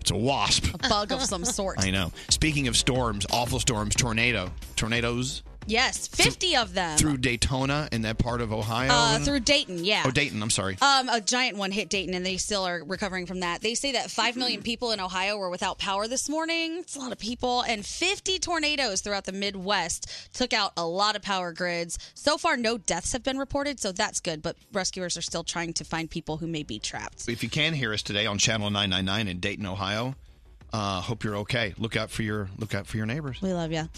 it's a wasp. a bug of some sort. I know. Speaking of storms, awful storms, tornado, tornadoes Yes, 50 of them. through Daytona and that part of Ohio. Uh-huh. Uh, through Dayton, yeah. Oh, Dayton, I'm sorry. Um, a giant one hit Dayton, and they still are recovering from that. They say that five million people in Ohio were without power this morning. It's a lot of people, and fifty tornadoes throughout the Midwest took out a lot of power grids. So far, no deaths have been reported, so that's good. But rescuers are still trying to find people who may be trapped. if you can hear us today on channel 999 in Dayton, Ohio, uh, hope you're okay. Look out for your look out for your neighbors. We love you.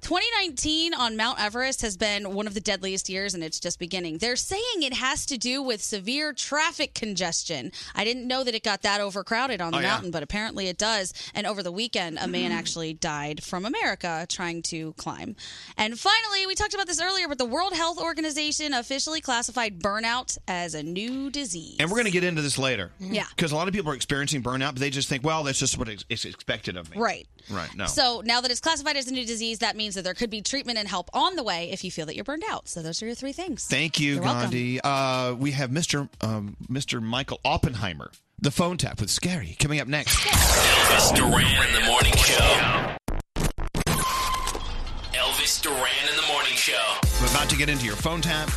2019 on Mount Everest has been one of the deadliest years, and it's just beginning. They're saying it has to do with severe traffic congestion. I didn't know that it got that overcrowded on the Oh, yeah. mountain, but apparently it does. And over the weekend, a Mm-hmm. man actually died from America trying to climb. And finally, we talked about this earlier, but the World Health Organization officially classified burnout as a new disease. And we're going to get into this later. Mm-hmm. Yeah. Because a lot of people are experiencing burnout, but they just think, well, that's just what is is expected of me. Right. Right. No. So now that it's classified as a new disease, that means that there could be treatment and help on the way if you feel that you're burned out. So those are your three things. Thank you, You're welcome. Gandhi. Uh, we have Mr. Um, Mr. Michael Oppenheimer, the phone tap with Scary, coming up next. Elvis Duran in the morning show. Elvis Duran in the morning show. I'm about to get into your phone tap.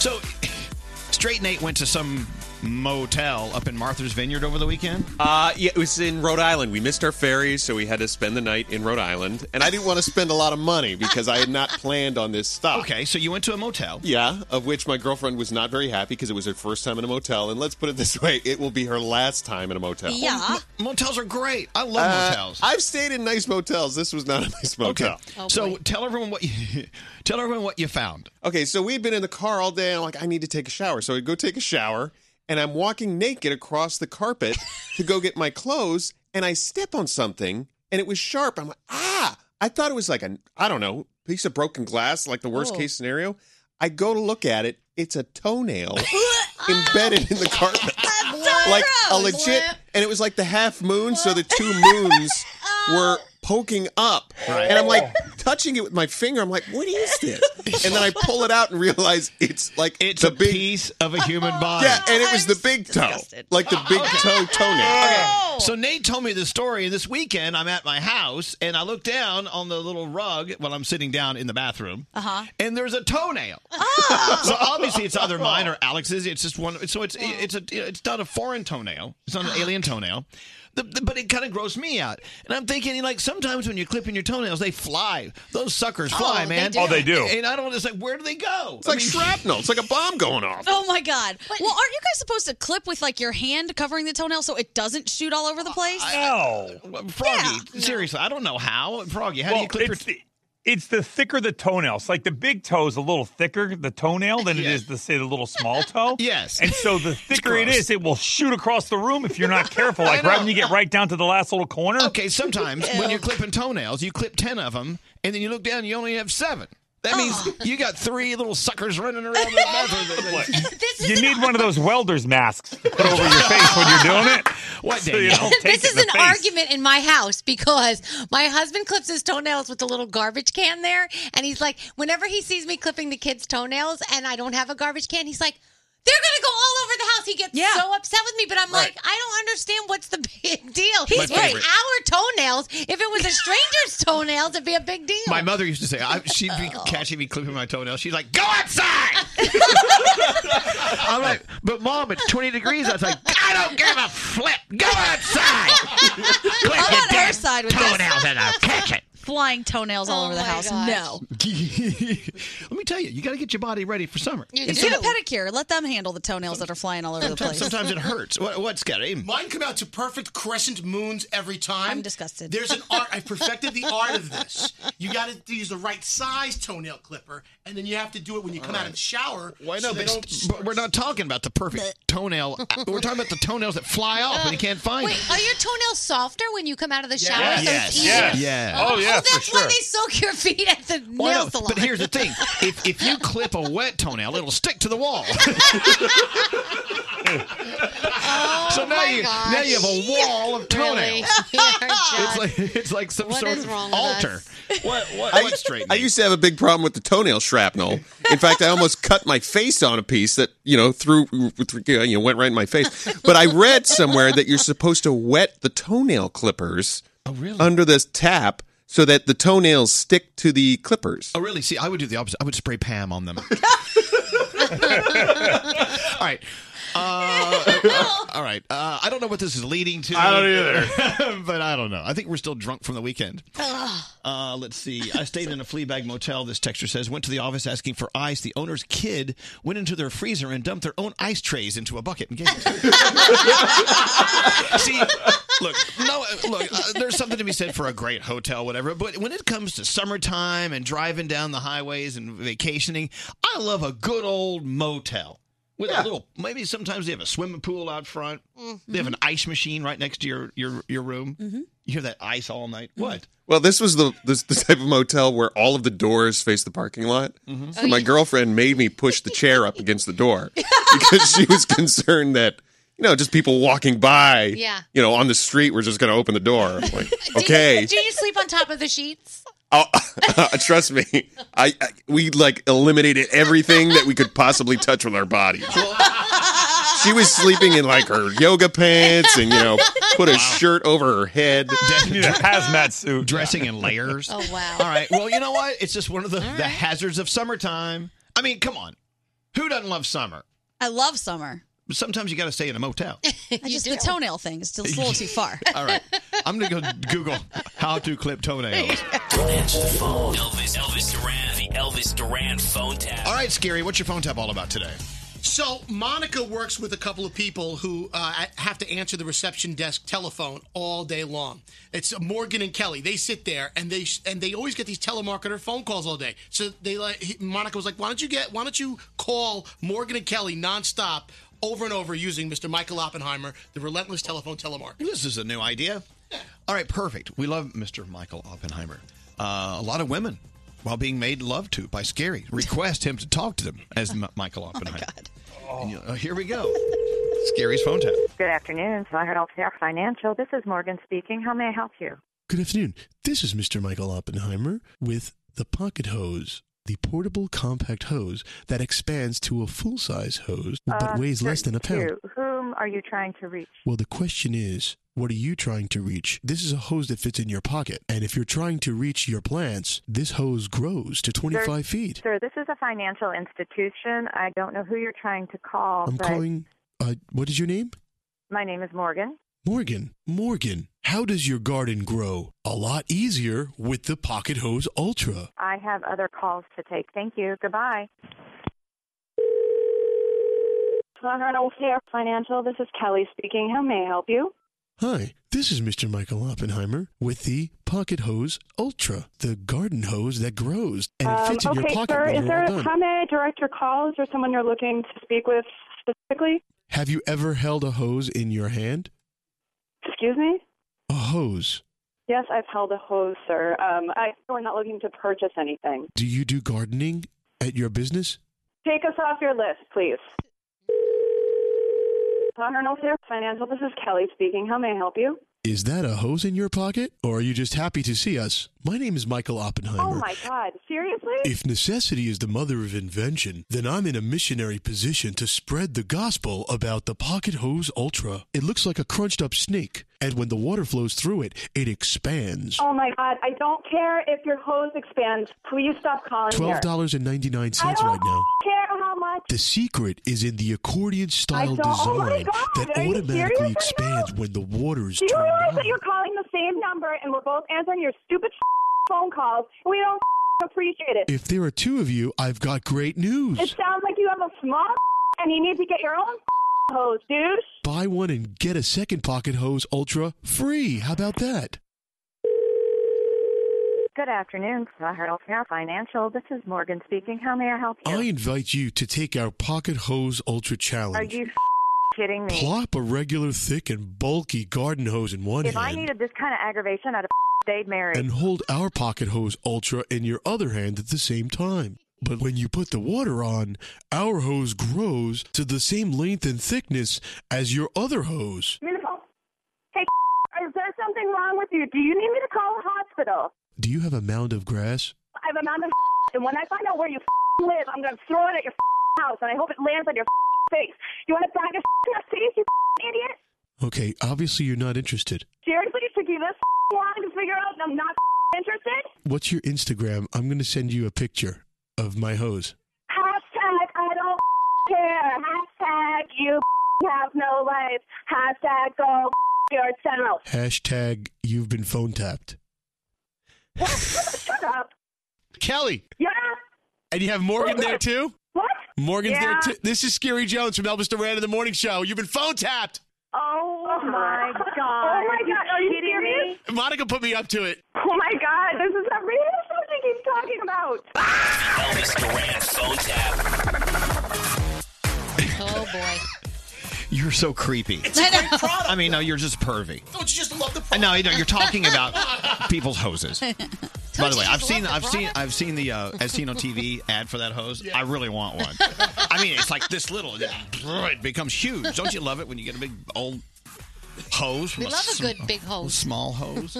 So, Straight Nate went to some motel up in Martha's Vineyard over the weekend. Uh, yeah, it was in Rhode Island. We missed our ferry, so we had to spend the night in Rhode Island. And I didn't want to spend a lot of money because I had not planned on this stop. Okay, so you went to a motel. Yeah, of which my girlfriend was not very happy because it was her first time in a motel. And let's put it this way it will be her last time in a motel. Oh, m- motels are great. I love Uh, motels. I've stayed in nice motels. This was not a nice motel. Okay. so tell everyone what you tell everyone what you found. Okay, so we'd been in the car all day, and I'm like, I need to take a shower. So I go take a shower, and I'm walking naked across the carpet to go get my clothes, and I step on something and it was sharp. I'm like, ah, I thought it was like a, I don't know, piece of broken glass, like the worst Oh. case scenario. I go to look at it. It's a toenail embedded in the carpet. like a gross. legit, and it was like the half moon, so the two moons were poking up. And I'm like Oh. touching it with my finger. I'm like, what is this? And then I pull it out and realize it's like it's a piece of a human body. Yeah, and it was the big toe, like the big toe Oh. toenail. Okay. So Nate told me the story this weekend. I'm at my house and I look down on the little rug while I'm sitting down in the bathroom. Uh Uh-huh. huh. And there's a toenail. Oh. so obviously it's either mine or Alex's. It's just one. So it's it's a it's not a foreign toenail. It's not an alien toenail. The, the- but it kind of grossed me out, and I'm thinking like sometimes when you're clipping your toenails, they fly. Those suckers fly, Oh, they man. do. Oh, they do. And I don't. It's like where do they go? It's like shrapnel. It's like a bomb going off. Oh my god! well, aren't you guys supposed to clip with like your hand covering the toenail so it doesn't shoot all over the place? Well, Froggy, seriously, I don't know how. Froggy, how do you clip your? it's, the, it's the thicker the toenails. Like the big toe is a little thicker, the toenail, than it is the say the little small toe. yes. And so the thicker it gross. is, it will shoot across the room if you're not careful. Like right when you get right down to the last little corner. Okay, sometimes when you're clipping toenails, you clip 10 of them, and then you look down and you only have seven. That means Oh. you got three little suckers running around in the bathroom. that- that- you need one of those welder's masks to put over your face when you're doing it. What, so you don't take this it is in the an face. argument in my house because my husband clips his toenails with a little garbage can there, and he's like, whenever he sees me clipping the kids' toenails and I don't have a garbage can, he's like. They're gonna go all over the house. He gets so upset with me, but I'm Right. like, I don't understand what's the big deal. My He's right. favorite. Our toenails. If it was a stranger's toenails, it'd be a big deal. My mother used to say, I, she'd be Oh. catching me clipping my toenails. She's like, go outside! I'm like, but mom, it's 20 degrees. I was like, I don't give a flip. Go outside! Clip I'm your on damn her side with this. toenails and I'll catch it. Flying toenails all over the house. No. Let me tell you, you got to get your body ready for summer. You And get a some- pedicure. Let them handle the toenails that are flying all over the sometimes, place. sometimes it hurts. What, what's got him? Mine come out to perfect crescent moons every time. I'm disgusted. There's an art. I've perfected the art of this. You got to use the right size toenail clipper, and then you have to do it when you come out of the shower. Why I know, but, st- but we're not talking about the perfect toenail. We're talking about the toenails that fly off and Oh, you can't find Wait, them. are your toenails softer when you come out of the shower? Yes. So it's Yes. easier? Yes. Yeah. Oh, yeah, Oh, that's for why sure. they soak your feet at the Why nail not? salon. But here's the thing: if if you clip a wet toenail, it'll stick to the wall. so now Oh my you gosh. now you have a wall of Really? toenails. it's like it's like some What sort is of wrong with altar. What what, I, what straight? I used to have a big problem with the toenail shrapnel. In fact, I almost cut my face on a piece that you know through you know went right in my face. But I read somewhere that you're supposed to wet the toenail clippers Oh, under this tap so that the toenails stick to the clippers. Oh really? See, I would do the opposite. I would spray Pam on them. all right. Uh, uh, all right. Uh, I don't know what this is leading to. I don't either. but I don't know. I think we're still drunk from the weekend. Ugh. Uh, let's see. I stayed in a flea bag motel. This texture says went to the office asking for ice. The owner's kid went into their freezer and dumped their own ice trays into a bucket and gave it. see, look, no, uh, look. Uh, there's something to be said for a great hotel, whatever. But when it comes to summertime and driving down the highways and vacationing, I love a good old motel. With a little, maybe sometimes they have a swimming pool out front. They Mm-hmm. have an ice machine right next to your your your room. You hear that ice all night. What? Well, this was the this the type of motel where all of the doors face the parking lot. Mm-hmm. Mhm. So my girlfriend made me push the chair up against the door because she was concerned that you know just people walking by, Yeah. you know, on the street were just going to open the door. I'm like, okay, Do you sleep on top of the sheets? I'll- trust me, I, I we like eliminated everything that we could possibly touch with our body. She was sleeping in like her yoga pants and you know put a shirt over her head. Definitely a hazmat suit, dressing in layers. Oh wow. All right. Well, you know what? It's just one of the, the hazards of summertime. I mean, come on. Who doesn't love summer? I love summer. But sometimes you got to stay in a motel. I just the toenail thing is still it's a little too far. All right. I'm going to go Google how to clip toenails. Don't answer the phone. Elvis, Elvis Duran, the Elvis Duran phone tap. All right, Scary, what's your phone tap all about today? So Monica works with a couple of people who uh, have to answer the reception desk telephone all day long. It's Morgan and Kelly. They sit there and they and they always get these telemarketer phone calls all day. So they like he- Monica was like, "Why don't you get? Why don't you call Morgan and Kelly nonstop?" Over and over using Mr. Michael Oppenheimer, the relentless telephone telemarketer. This is a new idea. All right, perfect. We love Mr. Michael Oppenheimer. Uh, a lot of women, while being made love to by Scary, request him to talk to them as M- Michael Oppenheimer. And you- uh, here we go. Scary's phone tap. Good afternoon, Healthcare Financial. This is Morgan speaking. How may I help you? Good afternoon. This is Mr. Michael Oppenheimer with the Pocket Hose, the portable compact hose that expands to a full size hose but Uh, weighs less than a pound. To whom are you trying to reach? Well, the question is, what are you trying to reach? This is a hose that fits in your pocket. And if you're trying to reach your plants, this hose grows to 25 Sir- feet. Sir, this is a financial institution. I don't know who you're trying to call, I'm but calling. Uh, what is your name? my name is Morgan. Morgan. Morgan. How does your garden grow? A lot easier with the Pocket Hose Ultra. I have other calls to take. Thank you. Goodbye. Healthcare Financial. This is Kelly speaking. How may I help you? Hi, this is Mr. Michael Oppenheimer with the Pocket Hose Ultra, the garden hose that grows and it Um, fits in your okay, pocket sir. when Is you're there? all done. How may I direct your call? Is there someone you're looking to speak with specifically? Have you ever held a hose in your hand? Excuse me. A hose. Yes, I've held a hose, sir. Um, I, we're not looking to purchase anything. Do you do gardening at your business? Take us off your list, please. Honor Healthcare Financial. This is Kelly speaking. How may I help you? Is that a hose in your pocket, or are you just happy to see us? My name is Michael Oh Oppenheimer. my God! Seriously? If necessity is the mother of invention, then I'm in a missionary position to spread the gospel about the Pocket Hose Ultra. It looks like a crunched up snake, and when the water flows through it, it expands. Oh my God! I don't care if your hose expands. Please stop calling Twelve here. dollars and ninety nine I cents don't right now. care how much. The secret is in the accordion style don't- oh my design God, that are you serious automatically right expands when the water is Do you turned realize on. that you're calling the same number and we're both answering your stupid phone calls? We don't appreciate it. If there are two of you, I've got great news. It sounds like you have a small and you need to get your own hose, dude. Buy one and get a second pocket hose ultra free. How about that? Good afternoon, Healthcare Financial. This is Morgan speaking. How may I help you? I invite you to take our Pocket Hose Ultra Are Challenge. you kidding me? Plop a regular, thick, and bulky garden hose in one if I hand needed this kind of aggravation, I'd have stayed married. and hold our Pocket Hose Ultra in your other hand at the same time. But when you put the water on, our hose grows to the same length and thickness as your other hose. Beautiful. Hey, is there something wrong with you? Do you need me to call a hospital? Do you have a mound of grass? I have a mountain of and when I find out where you live, I'm going to throw it at your house, and I hope it lands on your face. You want to bag a in the face, you idiot? Okay, obviously you're not interested. Seriously, it took you this long to figure out that I'm not interested? What's your Instagram? I'm going to send you a picture of my hose. Hashtag I don't care. Hashtag you have no life. Hashtag go yourself. Hashtag you've been phone tapped. Shut up. Kelly. Yeah. And you have Morgan there too? What? Morgan's Yeah. there too. This is Scary Jones from Elvis Duran in the Morning Show. You've been phone tapped. Oh, my God. Oh my God. Are you kidding serious? me? Monica put me up to it. Oh my God. This is not real. Something he's talking about. Elvis Duran phone tap. Oh boy. You're so creepy. It's a great I mean, no, you're just pervy. Don't you just love the No, you know, you're talking about people's hoses. By the way, I've seen, I've seen, I've seen the, uh, I've seen on TV ad for that hose. I really want one. I mean, it's like this little, and then it becomes huge. Don't you love it when you get a big old hose? from We love a sm- good big hose. Small hose.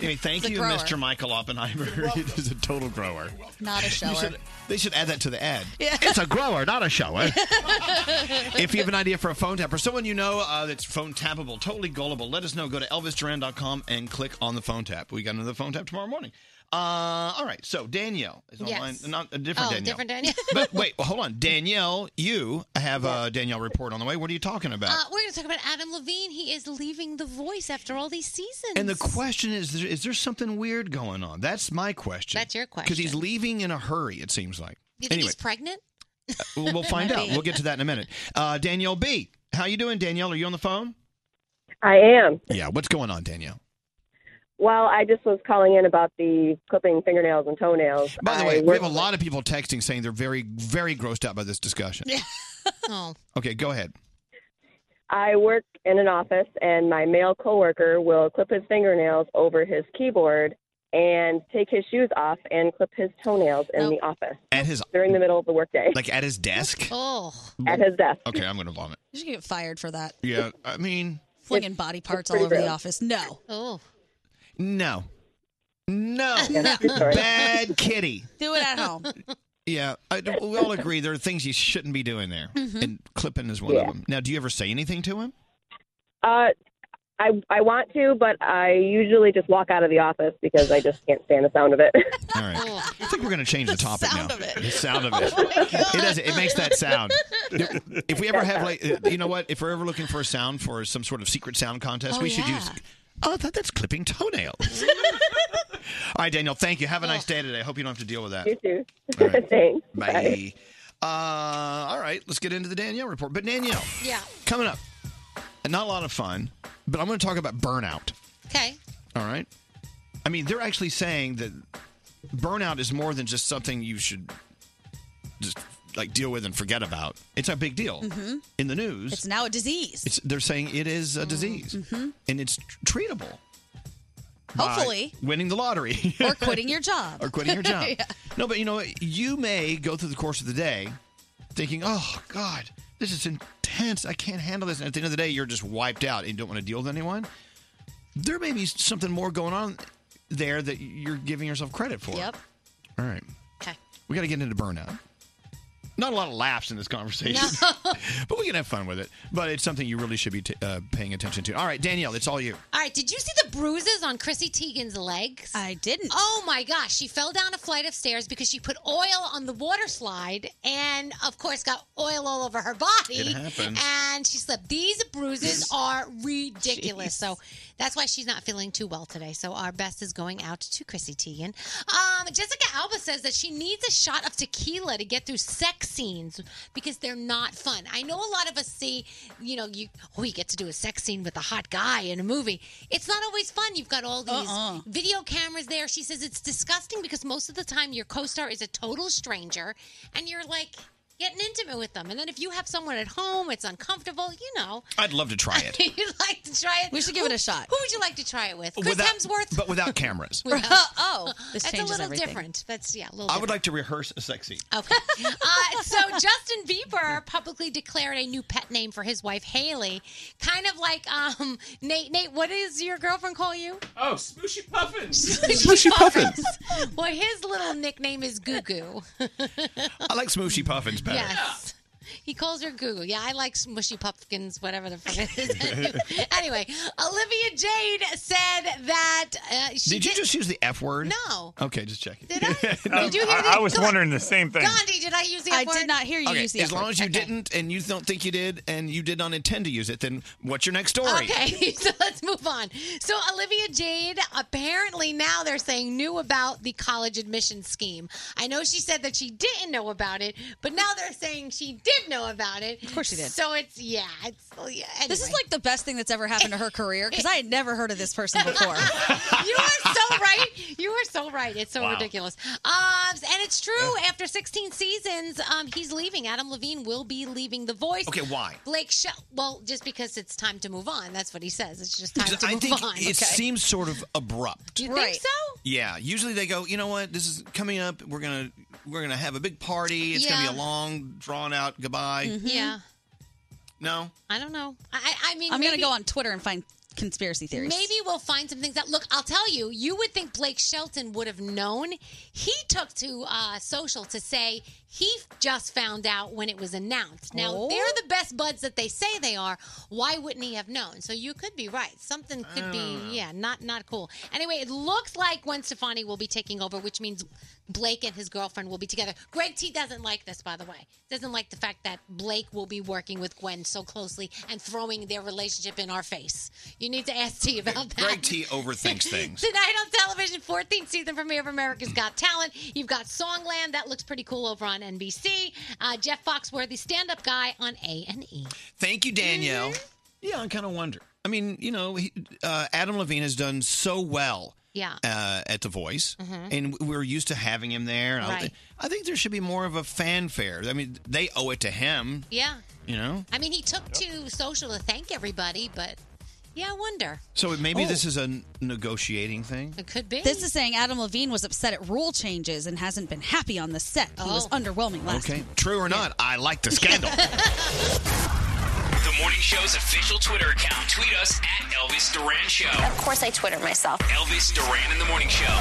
Anyway, thank It's a you, grower. Mr. Michael Oppenheimer. It is a total grower. Not a You shower. should- they should add that to the ad. Yeah. It's a grower, not a shower. if you have an idea for a phone tap or someone you know uh, that's phone tappable, totally gullible, let us know. Go to elvisduran.com and click on the phone tap. We got another phone tap tomorrow morning. Uh, all right, so Danielle is online. Yes. Not a different oh, Danielle. different Danielle. but wait, well, hold on, Danielle. You have a Danielle report on the way. What are you talking about? Uh, we're going to talk about Adam Levine. He is leaving The Voice after all these seasons. and the question is: is there- Is there something weird going on? That's my question. That's your Because he's question. leaving in a hurry. It seems like. Do you think anyway, uh, he's pregnant? Well, we'll find Might out. be. We'll get to that in a minute. Uh, Danielle B, how you doing, Danielle? Are you on the phone? I am. Yeah. What's going on, Danielle? Well, I just was calling in about the clipping fingernails and toenails. By the I way, we work- have a lot of people texting saying they're very, very grossed out by this discussion. oh. Okay, go ahead. I work in an office, and my male coworker will clip his fingernails over his keyboard and take his shoes off and clip his toenails in the office at his during the middle of the workday. Like at his desk? Oh. At his desk. Okay, I'm going to vomit. You should get fired for that. Yeah, I mean, Flinging body parts all pretty over the gross. office. No. Oh. no. No. Yeah, true story. Bad kitty. Do it at home. Yeah, I, we all agree there are things you shouldn't be doing there. Mhm. And clipping is one of Yeah. them. Now, do you ever say anything to him? Uh, I I want to, but I usually just walk out of the office because I just can't stand the sound of it. All right. I think we're going to change the topic now. The sound of it. it does. It makes that sound. If we ever have like, uh, you know what? If we're ever looking for a sound for some sort of secret sound contest, Oh, we should yeah. use. Oh, that, that's clipping toenails. All right, Daniel. Thank you. Have a nice day today. Hope you don't have to deal with that. you too. All right. Thanks. Bye. Uh, all right, let's get into the Danielle report. But Danielle, Yeah. coming up, and not a lot of fun, but I'm going to talk about burnout. Okay. All right. I mean, they're actually saying that burnout is more than just something you should just like deal with and forget about. It's a big deal. Mhm. In the news, It's now a disease. it's- they're saying it is a disease Mhm. and it's tr- treatable. by Hopefully. winning the lottery Or quitting your job. or quitting your job. Yeah. No, but you know, what? you may go through the course of the day thinking, oh, God, this is intense. I can't handle this. And at the end of the day, you're just wiped out and you don't want to deal with anyone. There may be something more going on there that you're giving yourself credit for. Yep. All right. Okay. We got to get into burnout. Not a lot of laughs in this conversation, but we can have fun with it. But it's something you really should be t- uh, paying attention to. All right, Danielle, it's all you. All right, did you see the bruises on Chrissy Teigen's legs? I didn't. Oh my gosh, she fell down a flight of stairs because she put oil on the water slide and, of course, got oil all over her body. It happens. And she slipped. These bruises are ridiculous. So that's why she's not feeling too well today. So our best is going out to Chrissy Teigen. Um, Jessica Alba says that she needs a shot of tequila to get through sex scenes because they're not fun. I know a lot of us see, you know, you oh, you get to do a sex scene with a hot guy in a movie. It's not always fun. You've got all these Uh-uh. video cameras there. She says it's disgusting because most of the time your co-star is a total stranger, and you're like getting intimate with them. And then if you have someone at home, it's uncomfortable. You know. I'd love to try it. You'd like to try it? We should give it a shot. Who would you like to try it with? Chris Without- Hemsworth. But without cameras. oh, this that's a changes little everything. different. That's yeah, a little. I different. would like to rehearse a sex scene. Okay. Uh, so Justin Bieber publicly declared a new pet name for his wife Haley, kind of like um, Nate. Nate, what does your girlfriend call you? Oh, smooshy puffins. Smooshy Puffins. well, his little nickname is Goo Goo. I like smooshy puffins better. Yes. He calls her Goo Goo. Yeah, I like smushy pumpkins, whatever the fuck it is. anyway, Olivia Jade said that uh, she Did you just use the F word? No. Okay, just checking. Did I? Um, Did you hear I, I was wondering the same thing. Gandhi, did I use the F I word? did not hear you Okay, use the as F long word. as you didn't and you don't think you did and you did not intend to use it, then what's your next story? Okay, so let's move on. So Olivia Jade, apparently now they're saying knew about the college admission scheme. I know she said that she didn't know about it, but now they're saying she did know about it. Of course she did. So it's yeah, it's yeah. This is like the best thing that's ever happened to her career because I had never heard of this person before. you are so right. You are so right. It's so Wow. ridiculous. Um, and it's true. After 16 seasons, um, he's leaving. Adam Levine will be leaving The Voice. Okay, why? Blake Shell. Well, just because it's time to move on. That's what he says. It's just time Because to I move think on. it seems sort of abrupt. Do you think so? Yeah, usually they go, you know what? This is coming up. We're gonna we're gonna have a big party. It's gonna Yeah. Mm-hmm. be a long, drawn out goodbye. Yeah. No. I don't know. I, I mean, I'm maybe- gonna go on Twitter and find conspiracy theories. Maybe we'll find some things that look. I'll tell you. You would think Blake Shelton would have known. He took to uh, social to say he just found out when it was announced. Now Oh. they're the best buds that they say they are. Why wouldn't he have known? So you could be right. Something could be don't know. yeah, not not cool. Anyway, it looks like Gwen Stefani will be taking over, which means Blake and his girlfriend will be together. Greg T doesn't like this, by the way. Doesn't like the fact that Blake will be working with Gwen so closely and throwing their relationship in our face. You need to ask T about that. Greg T overthinks things. Tonight on television, 14th season premiere of America's Got Talent. You've got Songland that looks pretty cool over on NBC. Uh, Jeff Foxworthy, stand-up guy on A and E. Thank you, Danielle. Yeah, I kind of wonder. I mean, you know, he, uh, Adam Levine has done so well Yeah. uh, at The Voice, Mhm. and we were used to having him there. and I, Right. I think there should be more of a fanfare. I mean, they owe it to him, Yeah. you know. I mean, he took to social to thank everybody, but yeah, I wonder. So maybe Oh. this is a negotiating thing. It could be. This is saying Adam Levine was upset at rule changes and hasn't been happy on the set. He Oh. was underwhelming last Okay, true or not, I like the scandal. The morning show's official Twitter account. Tweet us at Elvis Duran Show. Of course, I Twitter myself. Elvis Duran in the morning show.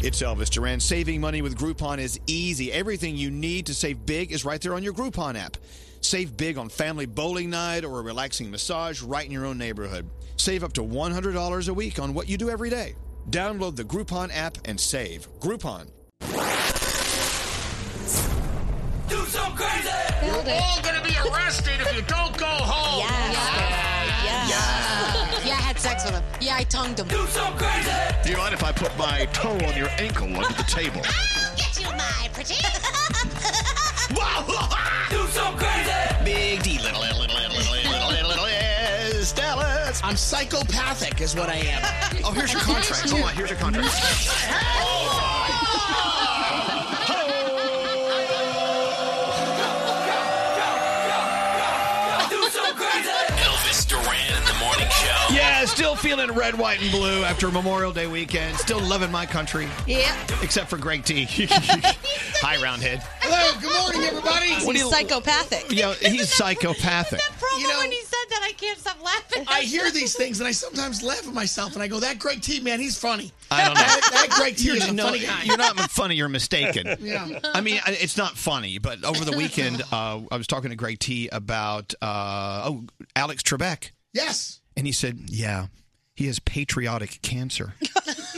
It's Elvis Duran. Saving money with Groupon is easy. Everything you need to save big is right there on your Groupon app. Save big on family bowling night or a relaxing massage right in your own neighborhood. Save up to $100 a week on what you do every day. Download the Groupon app and save. Groupon. Do some crazy. You're all gonna be arrested if you don't go home. Yeah. yeah, I had sex with him. Yeah, I tongued him. Do some crazy. Do you mind if I put my toe on your ankle under the table? Get you my pretty. Do some crazy. Big D, little, little, little, little, little, little, little, is Dallas. I'm psychopathic, is what I am. oh, here's your contract. Hold on, here's your contract. Elvis Duran in the morning show. Yeah, still feeling red, white, and blue after Memorial Day weekend. Still loving my country. Yeah. Except for Greg T. Hi, Roundhead. Hello, good morning, everybody. What He's do you- psychopathic. Yeah, he's psychopathic. You know, when he said that, I can't stop laughing. I hear these things, and I sometimes laugh at myself, and I go, "That Greg T, man, he's funny." I don't know. That, that Greg T You're- is a no, funny guy. You're not funny. You're mistaken. Yeah. I mean, I- it's not funny. But over the weekend, uh, I was talking to Greg T about uh, oh Alex Trebek. Yes. And he said, "Yeah, he has patriotic cancer."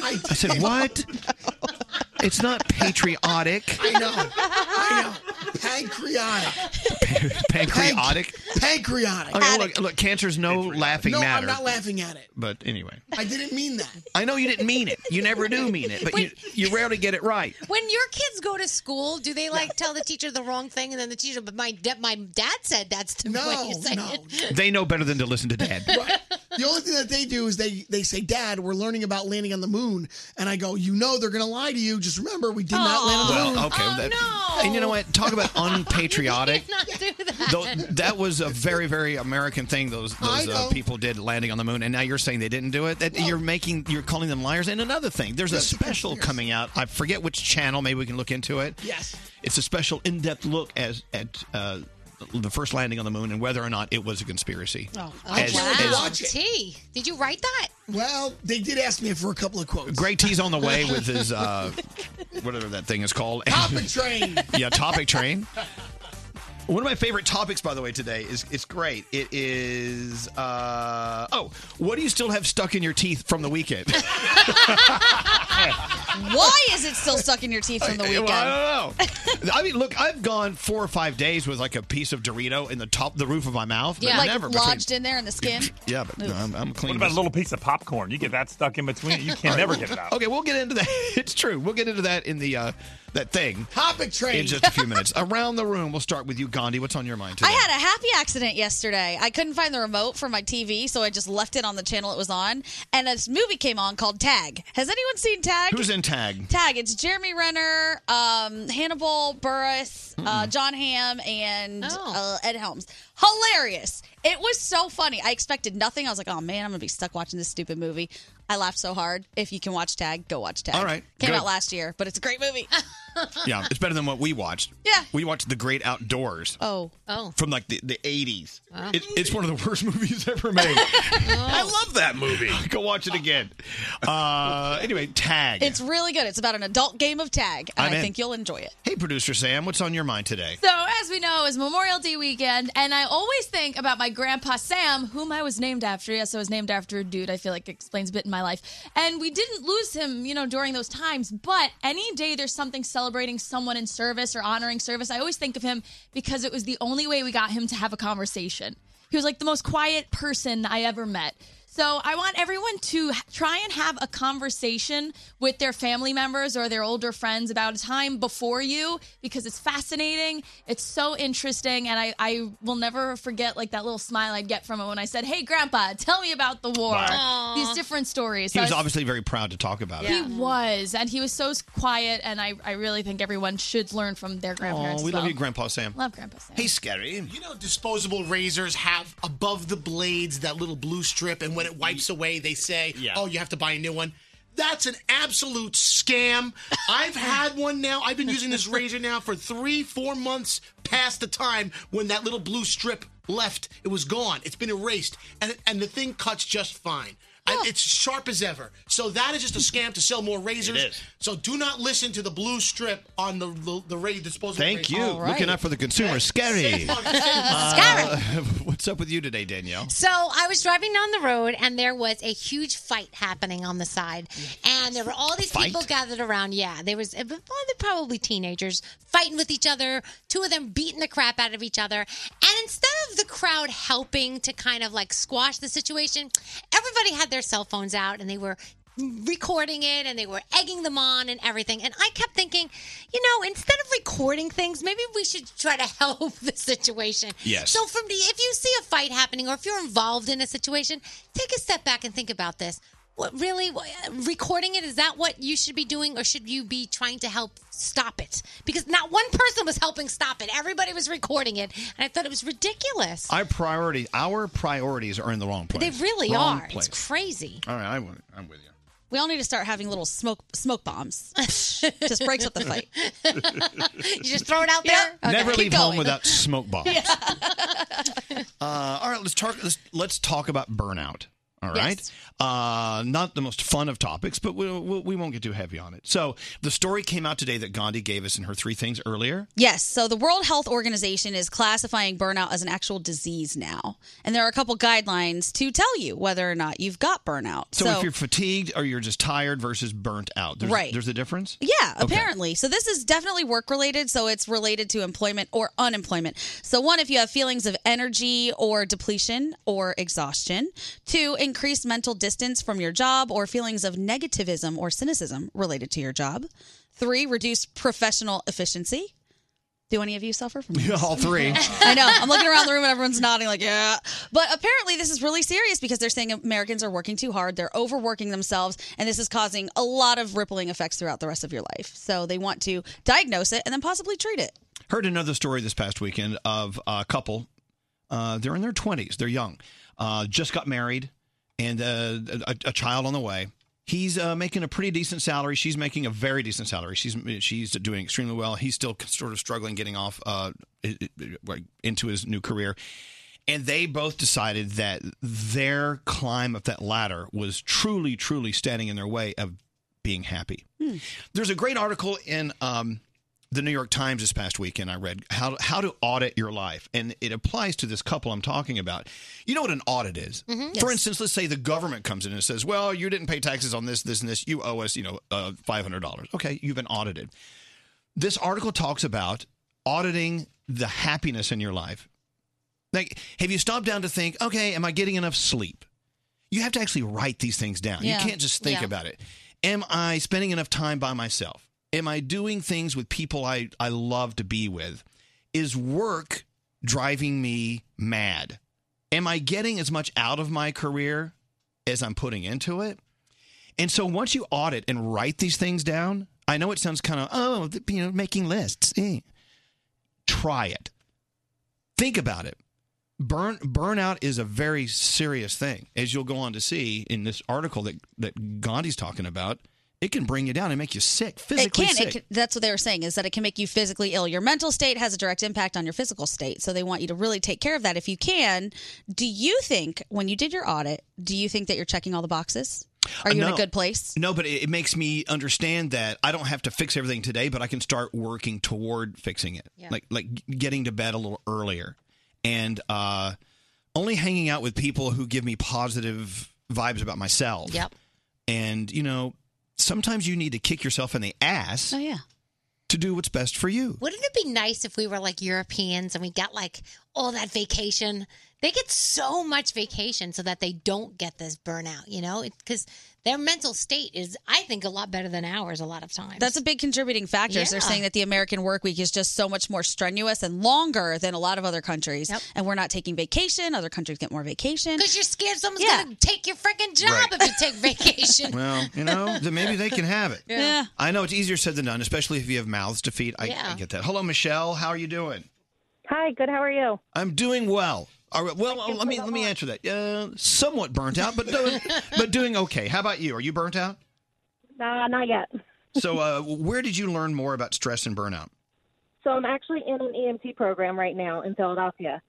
I said, "What? It's not patriotic. I know. I know. Pancreatic. Pancreatic. Pancreatic. I mean, Oh, look, look, cancer's no laughing no, matter. I'm not laughing at it. But anyway, I didn't mean that. I know you didn't mean it. You never do mean it, but you, you rarely get it right. When your kids go to school, do they like tell the teacher the wrong thing and then the teacher? But my da- my dad said that's the Oh, way you say it. They know better than to listen to dad. The only thing that they do is they they say, "Dad, we're learning about landing on the moon," and I go, "You know they're gonna lie to you. Just remember, we did not land on the moon." Well, okay. Oh, that- And you know what? Talk about unpatriotic. Not do that. Though, that was a very, very American thing. Those I those uh, know. people did landing on the moon, and now you're saying they didn't do it. That you're making, you're calling them liars. And another thing, there's a special coming out. I forget which channel. Maybe we can look into it. Yes. It's a special in-depth look as at uh, the first landing on the moon and whether or not it was a conspiracy. Oh, As- as- wow. T, did you write that? Well, they did ask me for a couple of quotes. Greg T's on the way with his uh, whatever that thing is called. Topic train. yeah, topic train. One of my favorite topics, by the way, today is it's great. It is uh, oh, what do you still have stuck in your teeth from the weekend? Why is it still stuck in your teeth from the Well, weekend? I don't know. I mean, look, I've gone four or five days with like a piece of Dorito in the top, the roof of my mouth. but Yeah, like never between- lodged in there in the skin. yeah, but no, I'm, I'm clean. What about a little piece of popcorn? You get that stuck in between it, you All can right, never we'll- get it out. Okay, we'll get into that. It's true. We'll get into that in the uh, that thing. Topic train. in just a few minutes. Around the room, we'll start with you, Gandhi. What's on your mind I today? had a happy accident yesterday. I couldn't find the remote for my TV, so I just left it on the channel it was on. And this movie came on called Tag. Has anyone seen Tag? Who's in tag? Tag. It's Jeremy Renner, um, Hannibal Burris, uh, John Hamm, and Oh. uh, Ed Helms. Hilarious! It was so funny. I expected nothing. I was like, "Oh man, I'm gonna be stuck watching this stupid movie." I laughed so hard. If you can watch Tag, go watch Tag. All right, came good. out last year, but it's a great movie. Yeah, it's better than what we watched. Yeah. We watched The Great Outdoors. Oh. Oh. From like the, the 80s. Wow. Oh. It, it's one of the worst movies ever made. I love that movie. Go watch it again. Uh, anyway, tag. It's really good. It's about an adult game of tag, and I'm I in. think you'll enjoy it. hey, producer Sam, what's on your mind today? So, as we know, it's Memorial Day weekend, and I always think about my grandpa Sam, whom I was named after. Yes, I was named after a dude. I feel like explains a bit in my life. And we didn't lose him, you know, during those times. But any day there's something celebrating someone in service or honoring service, I always think of him because it was the only way we got him to have a conversation. He was like the most quiet person I ever met. So I want everyone to h- try and have a conversation with their family members or their older friends about a time before you because it's fascinating. It's so interesting. And I, I will never forget like that little smile I'd get from it when I said, Hey, Grandpa, tell me about the war. Wow. These different stories. He So was I- obviously very proud to talk about it. He was, and he was so quiet, and I, I really think everyone should learn from their grandparents. Oh, we as love well. you, Grandpa Sam. Love Grandpa Sam. Hey, Scary. You know, disposable razors have above the blades that little blue strip, and when it wipes away, they say, "Oh, you have to buy a new one." That's an absolute scam. I've had one now. I've been using this razor now for three, four months past the time when that little blue strip left. It was gone. It's been erased, and and the thing cuts just fine. And It's sharp as ever. So that is just a scam to sell more razors. It is. So do not listen to the blue strip on the the, the ra- disposable. Thank razor. you. Looking out for the consumer. Scary. Uh, what's up with you today, Danielle? So I was driving down the road and there was a huge fight happening on the side. And there were all these people gathered around. Yeah, there was well, they're probably teenagers fighting with each other, two of them beating the crap out of each other. And instead of the crowd helping to kind of like squash the situation, everybody had their cell phones out and they were recording it and they were egging them on and everything. And I kept thinking, you know, instead of recording things, maybe we should try to help the situation. Yes. So from the if you see a fight happening or if you're involved in a situation, take a step back and think about this. What really what- recording it is that what you should be doing or should you be trying to help stop it? Because not one person was helping stop it. Everybody was recording it and I thought it was ridiculous. Our priority, our priorities are in the wrong place. They really Wrong are. place. It's crazy. All right, I'm, I'm with you. We all need to start having little smoke smoke bombs. Just breaks up the fight. you just throw it out there. Never Keep leave home going. without smoke bombs. Uh, all right, let's talk. Let's, let's talk about burnout. All right, uh, not the most fun of topics, but we, we, we won't get too heavy on it. So the story came out today that Gandhi gave us in her three things earlier. Yes, so the World Health Organization is classifying burnout as an actual disease now. And there are a couple guidelines to tell you whether or not you've got burnout. So, if you're fatigued or you're just tired versus burnt out, there's, Right. There's a difference. Yeah, apparently. So this is definitely work related. So it's related to employment or unemployment. So one, if you have feelings of energy or depletion or exhaustion. Two, increased mental distance from your job or feelings of negativism or cynicism related to your job. Three, reduced professional efficiency. Do any of you suffer from this? All three. I know. I'm looking around the room and everyone's nodding, like, yeah. But apparently, this is really serious because they're saying Americans are working too hard. They're overworking themselves. And this is causing a lot of rippling effects throughout the rest of your life. So they want to diagnose it and then possibly treat it. Heard another story this past weekend of a couple. Uh, they're in their 20s. They're young. Uh, just got married and uh, a, a child on the way. He's uh, making a pretty decent salary. She's making a very decent salary. She's she's doing extremely well. He's still sort of struggling getting off uh, into his new career. And they both decided that their climb up that ladder was truly, truly standing in their way of being happy. There's a great article in um, the New York Times this past weekend. I read how how to audit your life, and it applies to this couple I'm talking about. You know what an audit is? Mhm. For Yes. instance, let's say the government comes in and says, "Well, you didn't pay taxes on this, this, and this. You owe us, you know, uh, five hundred dollars." Okay, you've been audited. This article talks about auditing the happiness in your life. Like, have you stopped down to think, okay, am I getting enough sleep? You have to actually write these things down. Yeah. You can't just think Yeah. about it. Am I spending enough time by myself? Am I doing things with people I, I love to be with? Is work driving me mad? Am I getting as much out of my career as I'm putting into it? And so once you audit and write these things down, I know it sounds kind of, oh, th- you know, making lists. eh. Try it. Think about it. Burn burnout is a very serious thing, as you'll go on to see in this article that that Gandhi's talking about. It can bring you down and make you sick, physically it can, sick. it can. That's what they were saying is that it can make you physically ill. Your mental state has a direct impact on your physical state. So they want you to really take care of that if you can. Do you think, when you did your audit, do you think that you're checking all the boxes? Are you in Uh, No. a good place? No, but it, it makes me understand that I don't have to fix everything today, but I can start working toward fixing it. Yeah. Like like getting to bed a little earlier and uh only hanging out with people who give me positive vibes about myself. Yep. And you know, sometimes you need to kick yourself in the ass. Oh yeah. To do what's best for you. Wouldn't it be nice if we were like Europeans and we got like all that vacation. They get so much vacation so that they don't get this burnout, you know? Because their mental state is, I think, a lot better than ours a lot of times. That's a big contributing factor. is They're Yeah. saying that the American work week is just so much more strenuous and longer than a lot of other countries. And we're not taking vacation. Other countries get more vacation. Because you're scared someone's going to take your freaking job Right. if you take vacation. Well, you know, then maybe they can have it. Yeah. I know it's easier said than done, especially if you have mouths to feed. I, I Yeah. get that. Hello, Michelle. How are you doing? Hi, good. How are you? I'm doing well. All right, well, let me let me answer that. Uh, somewhat burnt out, but doing, but doing okay. How about you? Are you burnt out? Nah, not yet. So, uh, where did you learn more about stress and burnout? So I'm actually in an EMT program right now in Philadelphia,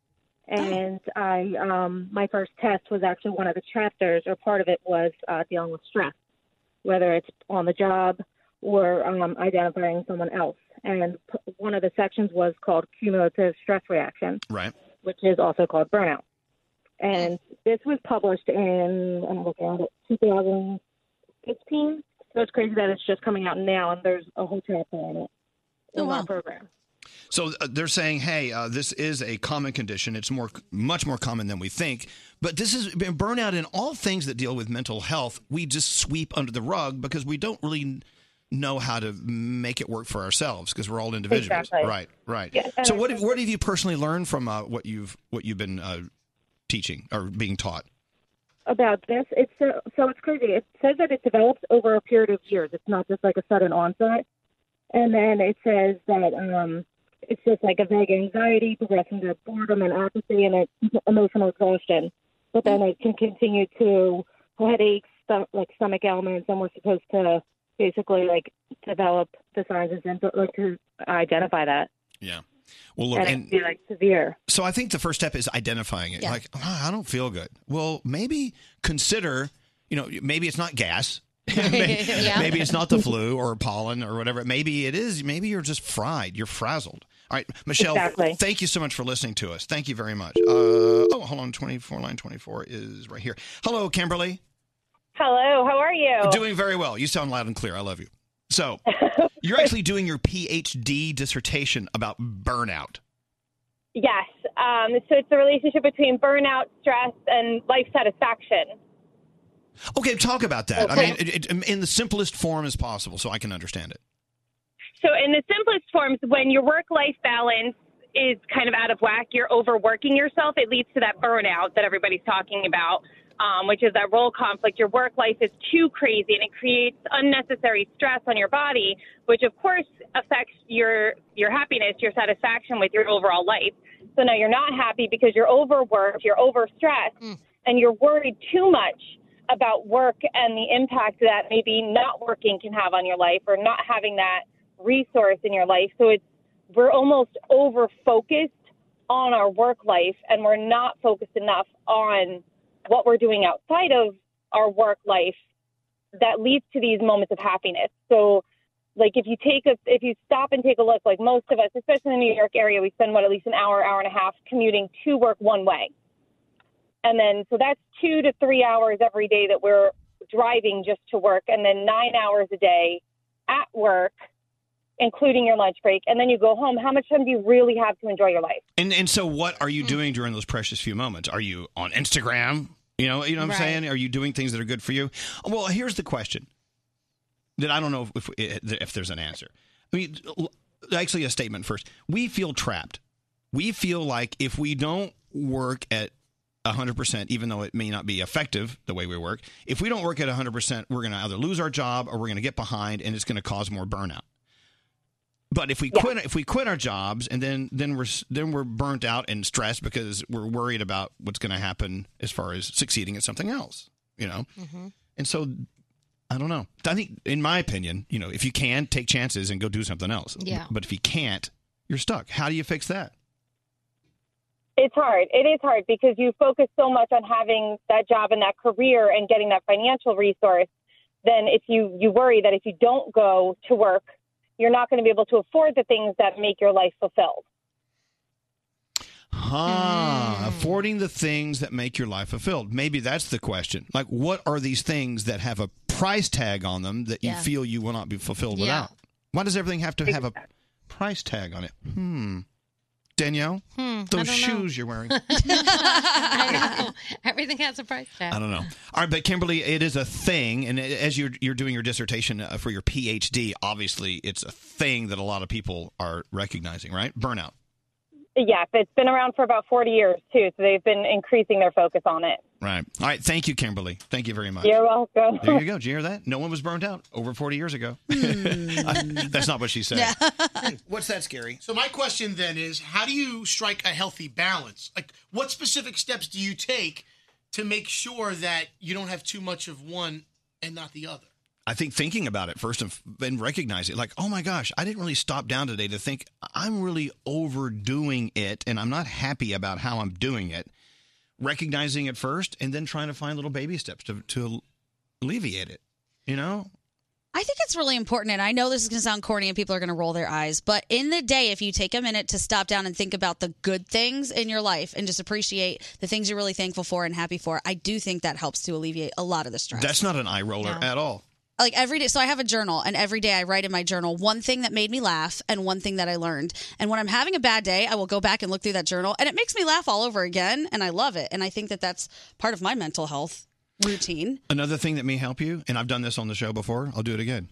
and I um, my first test was actually one of the chapters or part of it was uh, dealing with stress, whether it's on the job or um, identifying someone else. And p- one of the sections was called cumulative stress reaction, Right. which is also called burnout. And this was published in I'm looking at it 2015. So it's crazy that it's just coming out now, and there's a whole chapter on it in our program. So uh, they're saying, hey, uh, this is a common condition. It's more, much more common than we think. But this is burnout in all things that deal with mental health. We just sweep under the rug because we don't really know how to make it work for ourselves because we're all individuals, Exactly. right? Right. Yeah, and so I what have, what have you personally learned from uh, what you've what you've been uh, teaching or being taught? about this. It's so, so it's crazy. It says that it develops over a period of years. It's not just like a sudden onset. And then it says that um, it's just like a vague anxiety progressing to boredom and apathy and it's emotional exhaustion. But then it can continue to headaches, stom- like stomach ailments, and we're supposed to basically like develop the signs and symptoms, like to identify that. Yeah. Well, look, and, and it can be like severe. So I think the first step is identifying it. Yeah. Like, "Oh, I don't feel good. Well, maybe consider, you know, maybe it's not gas. maybe, Yeah. maybe it's not the flu or pollen or whatever. Maybe it is. Maybe you're just fried. You're frazzled. All right, Michelle, Exactly. thank you so much for listening to us. Thank you very much. Uh, oh, hold on. 24, line 24 is right here. Hello, Kimberly. Hello, how are you? Doing very well. You sound loud and clear. I love you. So, you're actually doing your PhD dissertation about burnout. Yes. Um, so it's the relationship between burnout, stress, and life satisfaction. Okay, talk about that. I Okay. mean, it, it, in the simplest form as possible, so I can understand it. So, in the simplest forms, when your work life balance is kind of out of whack, you're overworking yourself, it leads to that burnout that everybody's talking about, um, which is that role conflict. Your work life is too crazy and it creates unnecessary stress on your body, which of course affects your, your happiness, your satisfaction with your overall life. So now you're not happy because you're overworked, you're overstressed, and you're worried too much about work and the impact that maybe not working can have on your life or not having that resource in your life. So it's we're almost over focused on our work life and we're not focused enough on what we're doing outside of our work life that leads to these moments of happiness. So like if you take a if you stop and take a look, like most of us, especially in the New York area, we spend what at least an hour, hour and a half commuting to work one way. And then, so that's two to three hours every day that we're driving just to work, and then nine hours a day at work, including your lunch break. And then you go home. How much time do you really have to enjoy your life? And and so, what are you Mm. doing during those precious few moments? Are you on Instagram? You know, you know what I'm Right. saying. Are you doing things that are good for you? Well, here's the question that I don't know if if, if there's an answer. I mean, l- actually, a statement first. We feel trapped. We feel like if we don't work at 100%, even though it may not be effective the way we work, if we don't work at 100%, we're going to either lose our job or we're going to get behind and it's going to cause more burnout. But if we quit, if we quit our jobs, and then then we're s- then we're burnt out and stressed because we're worried about what's going to happen as far as succeeding at something else, you know. And so, I don't know. I think, in my opinion, you know, if you can take chances and go do something else, Yeah. But if you can't, you're stuck. How do you fix that? It's hard. It is hard because you focus so much on having that job and that career and getting that financial resource. Then, if you you worry that if you don't go to work, you're not going to be able to afford the things that make your life fulfilled. Hmm. Ah, affording the things that make your life fulfilled. Maybe that's the question. Like, what are these things that have a price tag on them that Yeah. you feel you will not be fulfilled Yeah. without? Why does everything have to have a price tag on it? Hmm. Danielle? Hmm, I Those don't know. shoes you're wearing. I know. Everything has a price tag. I don't know. All right, but Kimberly, it is a thing, and as you're you're doing your dissertation uh, for your PhD, obviously it's a thing that a lot of people are recognizing, right? Burnout. Yes, it's been around for about 40 years, too, so they've been increasing their focus on it. Right. All right. Thank you, Kimberly. Thank you very much. You're welcome. There you go. Did you hear that? No one was burned out over 40 years ago. Hmm. That's not what she said. What's that scary? So my question then is, how do you strike a healthy balance? Like, what specific steps do you take to make sure that you don't have too much of one and not the other? I think thinking about it first and, f- and recognizing, it, like, oh my gosh, I didn't really stop down today to think I'm really overdoing it and I'm not happy about how I'm doing it. Recognizing it first and then trying to find little baby steps to, to alleviate it, you know? I think it's really important, and I know this is going to sound corny and people are going to roll their eyes, but in the day, if you take a minute to stop down and think about the good things in your life and just appreciate the things you're really thankful for and happy for, I do think that helps to alleviate a lot of the stress. That's not an eye roller No. at all. like every day so i have a journal and every day i write in my journal one thing that made me laugh and one thing that i learned and when i'm having a bad day i will go back and look through that journal and it makes me laugh all over again and i love it and i think that that's part of my mental health routine Another thing that may help you, and I've done this on the show before, I'll do it again.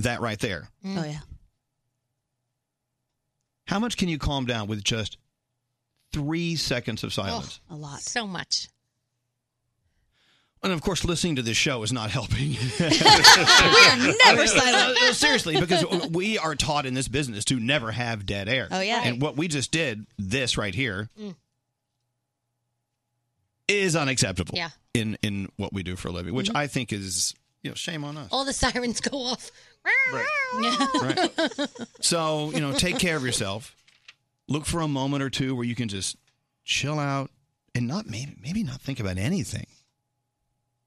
That right there. oh yeah How much can you calm down with just three seconds of silence? a lot. So much. Oh. And of course, listening to this show is not helping. we are never silent. seriously, because we are taught in this business to never have dead air. Oh, yeah. Mm. And what we just did, this right here, is unacceptable. Yeah. Mm-hmm. In in what we do for a living, which I think is you know shame on us. All the sirens go off. Right. So, you know, take care of yourself. Look for a moment or two where you can just chill out and not maybe maybe not think about anything.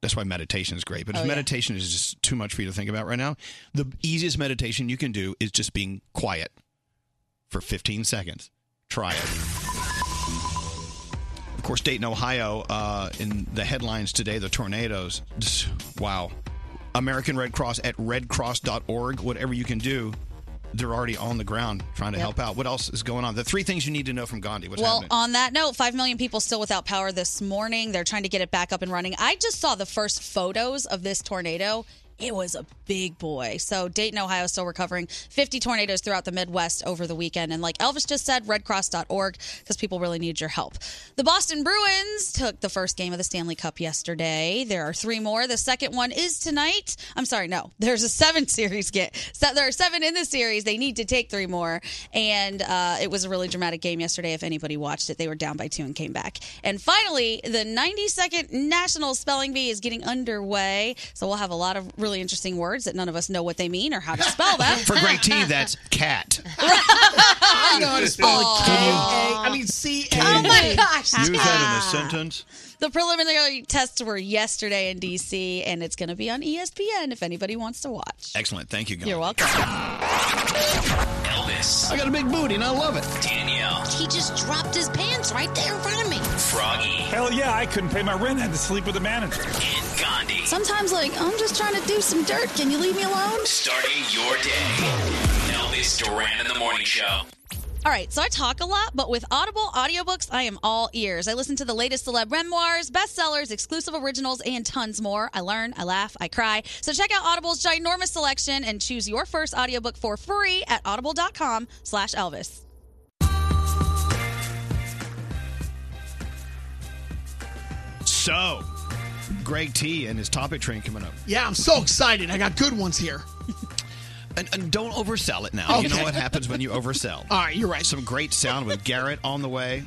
That's why meditation is great. But Oh, if yeah. meditation is just too much for you to think about right now, the easiest meditation you can do is just being quiet for 15 seconds. Try it. Of course, Dayton, Ohio, uh, in the headlines today, the tornadoes. Just, wow. American Red Cross at redcross.org. Whatever you can do, they're already on the ground trying to help out. What else is going on? The three things you need to know from Gandhi. What's well, happening? on that note, 5 million people still without power this morning. They're trying to get it back up and running. I just saw the first photos of this tornado. It was a big boy. So, Dayton, Ohio, still recovering 50 tornadoes throughout the Midwest over the weekend. And, like Elvis just said, redcross.org, because people really need your help. The Boston Bruins took the first game of the Stanley Cup yesterday. There are three more. The second one is tonight. I'm sorry, no. There's a seven series get. So there are seven in the series. They need to take three more. And uh, it was a really dramatic game yesterday. If anybody watched it, they were down by two and came back. And finally, the 92nd National Spelling Bee is getting underway. So we'll have a lot of really interesting words that none of us know what they mean or how to spell them. for Greg T, that's cat. I know how to spell Oh, Aw. K A. I mean C A. Oh my gosh. Use that in a sentence. The preliminary tests were yesterday in D.C., and it's going to be on E ESPN if anybody wants to watch. Excellent. Thank you, Gandhi. You're welcome. Elvis. I got a big booty and I love it. Danielle. He just dropped his pants right there in front of me. Froggy. Hell yeah, I couldn't pay my rent. I had to sleep with the manager. Gandhi. Sometimes, like, I'm just trying to do some dirt. Can you leave me alone? Starting your day. Elvis Duran in the morning show. All right, so I talk a lot, but with Audible audiobooks, I am all ears. I listen to the latest celeb memoirs, bestsellers, exclusive originals, and tons more. I learn, I laugh, I cry. So check out Audible's ginormous selection and choose your first audiobook for free at audible.com slash Elvis. So, Greg T and his topic train coming up. Yeah, I'm so excited. I got good ones here. And, and don't oversell it now. You know Okay. what happens when you oversell. All right, you're right. Some great sound with Garrett on the way,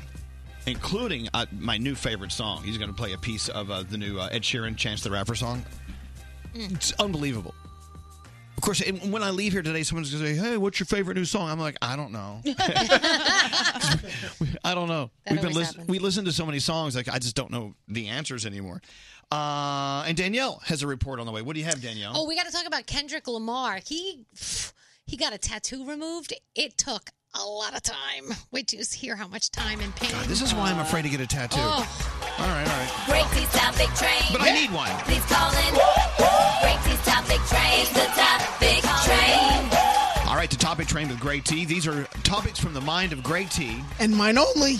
including uh, my new favorite song. He's going to play a piece of uh, the new uh, Ed Sheeran Chance the Rapper song. Mm. It's unbelievable. Of course, and when I leave here today, someone's going to say, "Hey, what's your favorite new song?" I'm like, "I don't know. I don't know. That We've been always listening. We listen to so many songs, like I just don't know the answers anymore." Uh, and Danielle has a report on the way. What do you have, Danielle? Oh, we got to talk about Kendrick Lamar. He he got a tattoo removed. It took a lot of time. Wait till you hear how much time and pain. God, this is why I'm afraid to get a tattoo. Oh. All right, all right. Great topic train. But I need one. Please call in. All right, the topic Train with Gray T. These are topics from the mind of Gray T. And mine only.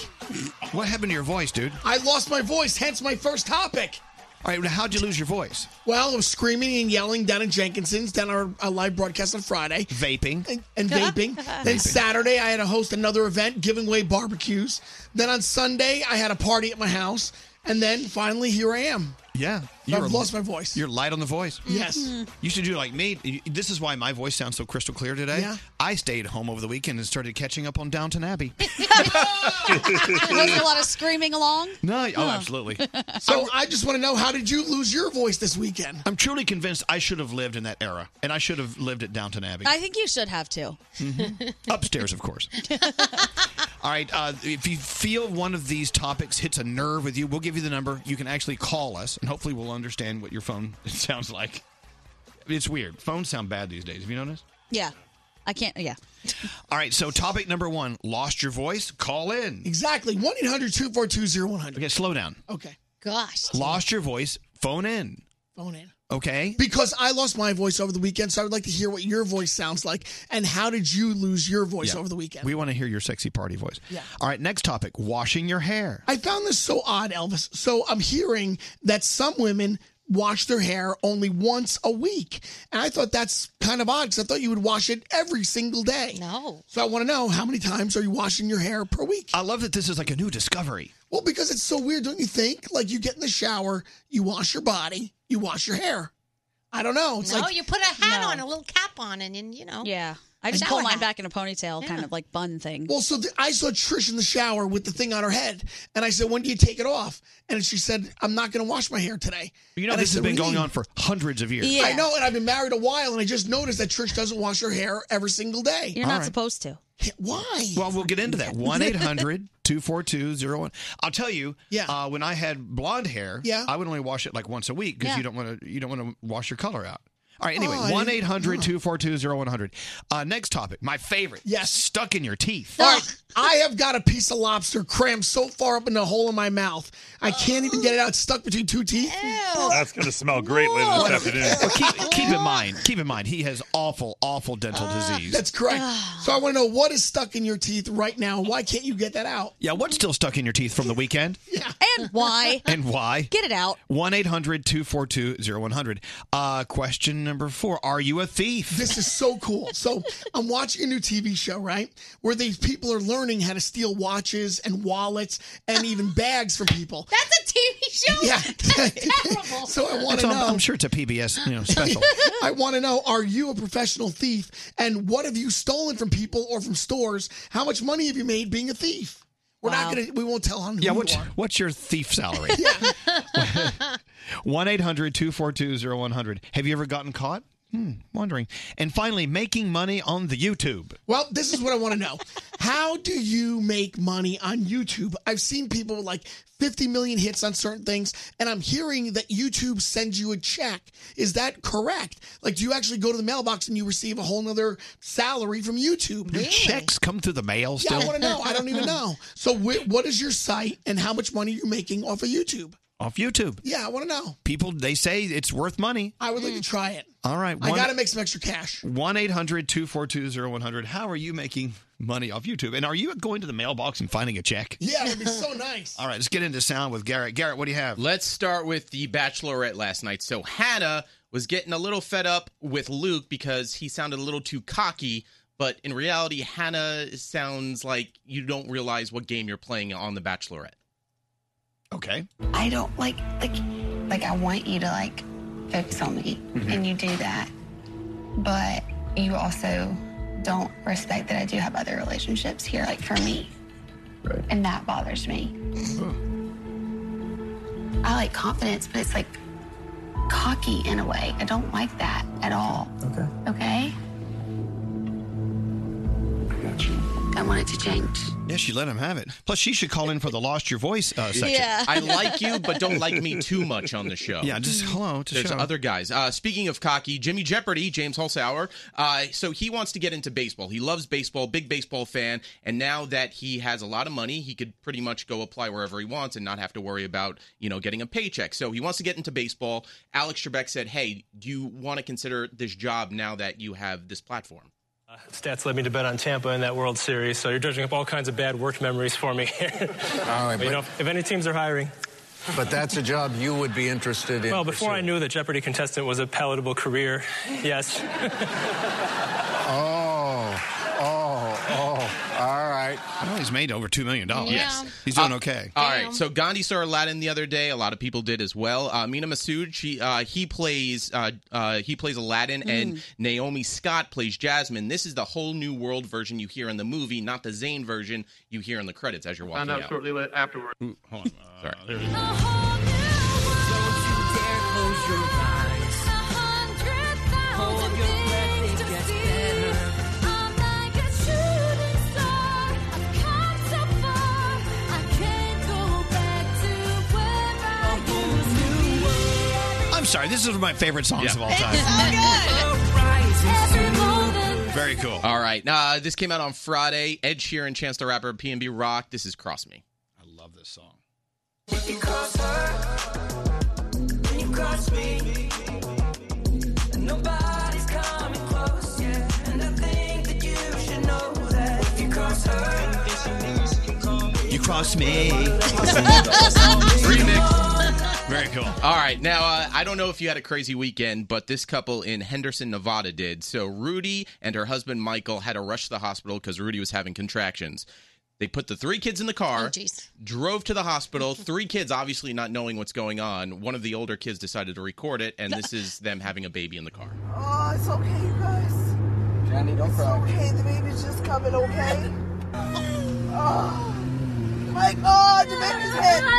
What happened to your voice, dude? I lost my voice, hence my first topic. All right, now how'd you lose your voice? Well, I was screaming and yelling down at Jenkinson's, down our, our live broadcast on Friday. Vaping. And, and vaping. then Vaping. Saturday, I had to host another event, giving away barbecues. Then on Sunday, I had a party at my house. And then finally, here I am. Yeah, I've lost my voice. You're light on the voice. Yes. Mhm. you should do like me. You- This is why my voice sounds so crystal clear today. Yeah. I stayed home over the weekend and started catching up on Downton Abbey. Was there a lot of screaming along? No, oh, absolutely. So Oh, I just want to know how did you lose your voice this weekend? I'm truly convinced I should have lived in that era, and I should have lived at Downton Abbey. I think you should have too. Mhm. Upstairs, of course. All right. Uh, if you feel one of these topics hits a nerve with you, we'll give you the number. You can actually call us, and hopefully, we'll understand what your phone sounds like. It's weird. Phones sound bad these days. Have you noticed? Yeah. I can't. Yeah. All right. So, topic number one lost your voice? Call in. Exactly. 1 800 242 0100. Okay, slow down. Okay. Gosh. Lost your voice? Phone in. Phone in. Okay. Because I lost my voice over the weekend, so I would like to hear what your voice sounds like. And how did you lose your voice Yeah. over the weekend? We want to hear your sexy party voice. Yeah. All right. Next topic washing your hair. I found this so odd, Elvis. So I'm hearing that some women wash their hair only once a week. And I thought that's kind of odd because I thought you would wash it every single day. No. So I want to know how many times are you washing your hair per week? I love that this is like a new discovery. Well, because it's so weird, don't you think? Like you get in the shower, you wash your body, you wash your hair. I don't know. It's no, like you put a hat on, a little cap on, and then you know. Yeah. I just Shower Oh. pull mine hat. back in a ponytail, kind of like bun thing. Well, so th- I saw Trish in the shower with the thing on her head, and I said, "When do you take it off?" And she said, "I'm not going to wash my hair today." You know, And I this said, has been "What do you going mean?" on for hundreds of years. I know, and I've been married a while, and I just noticed that Trish doesn't wash her hair every single day. You're not All right. supposed to. Why? Well, we'll get into that. 1 800 242 01. I'll tell you, Yeah. uh, when I had blonde hair, Yeah. I would only wash it like once a week because Yeah. you don't want to you don't want to wash your color out. All right, anyway, Oh, I 1 didn't- 800 242 0100. Uh, Next topic, my favorite. Yes. Stuck in your teeth. All right, I have got a piece of lobster crammed so far up in the hole in my mouth, I can't even get it out. It's stuck between two teeth. That's going to smell great later this afternoon. Well, keep, keep in mind, keep in mind, he has awful, awful dental disease. Uh, That's correct. so I want to know what is stuck in your teeth right now. Why can't you get that out? Yeah, what's still stuck in your teeth from the weekend? And why? And why? Get it out. 1 800 242 0100. Uh, Question number four Are you a thief? This is so cool. So I'm watching a new TV show, right? Where these people are learning how to steal watches and wallets and even bags from people. That's a TV show. Yeah. terrible. so I want It's to on- know. I'm sure it's a PBS you know, special. I want to know: Are you a professional thief? And what have you stolen from people or from stores? How much money have you made being a thief? We're Wow. not gonna. We won't tell on who yeah, you what's, are. what's your thief salary? 1 800 242 0100. Have you ever gotten caught? Hmm, wondering. And finally, making money on the YouTube. Well, this is what I want to know. How do you make money on YouTube? I've seen people with like 50 million hits on certain things, and I'm hearing that YouTube sends you a check. Is that correct? Like, do you actually go to the mailbox and you receive a whole nother salary from YouTube? Do checks come through the mail Yeah, still? I want to know. I don't even know. So, wh- what is your site and how much money you're making off of YouTube? Off YouTube. Yeah, I want to know. People, they say it's worth money. I would like to try it. All right. I one- got to make some extra cash. 1 800 242 0100. How are you making money off YouTube? And are you going to the mailbox and finding a check? Yeah, it'd be so nice. All right, let's get into sound with Garrett. Garrett, what do you have? Let's start with the Bachelorette last night. So Hannah was getting a little fed up with Luke because he sounded a little too cocky. But in reality, Hannah sounds like you don't realize what game you're playing on the Bachelorette. Okay. I don't like like like I want you to like focus on me and you do that. But you also don't respect that I do have other relationships here like for me. And that bothers me. I like confidence, but it's like cocky in a way. I don't like that at all. Okay. Okay? I want it to change. Yeah, she let him have it. Plus, she should call in for the Lost Your Voice uh, section. Yeah. I like you, but don't like me too much on the show. Yeah, just hello to There's show. other guys. Uh, speaking of cocky, Jimmy Jeopardy, James Holzhauer. Uh, so he wants to get into baseball. He loves baseball, big baseball fan. And now that he has a lot of money, he could pretty much go apply wherever he wants and not have to worry about you know getting a paycheck. So he wants to get into baseball. Alex Trebek said, "Hey, do you want to consider this job now that you have this platform?" Stats led me to bet on Tampa in that World Series, so you're dredging up all kinds of bad work memories for me here. right, But, you but- know, if any teams are hiring. But that's a job you would be interested in. Well, before I pursuing. knew that Jeopardy contestant was a palatable career, yes. Oh, oh, oh. All right. Well, he's made over $2 million. Yes. Uh, He's doing okay. All right. So Gandhi saw Aladdin the other day. A lot of people did as well. Uh, Mina Masood, she uh, he plays uh, uh, he plays Aladdin, and Mm. Naomi Scott plays Jasmine. This is the whole new world version you hear in the movie, not the Zane version you hear in the credits as you're walking Find out out. shortly la- afterward. Hold on. Uh, Sorry. Oh, I'm sorry. This is one of my favorite songs of all time. Very cool. All right. Uh, this came out on Friday. Ed Sheeran, Chance the Rapper, P&B Rock. This is Cross Me. Love this song. You cross me. Very cool. All right. Now, uh, I don't know if you had a crazy weekend, but this couple in Henderson, Nevada did. So, Rudy and her husband, Michael, had to rush to the hospital because Rudy was having contractions. They put the three kids in the car, Oh, drove to the hospital. Three kids, obviously not knowing what's going on. One of the older kids decided to record it, and this is them having a baby in the car. Oh, it's okay, you guys. Johnny, don't it's cry. okay. The baby's just coming, okay? oh, my God, the baby's head is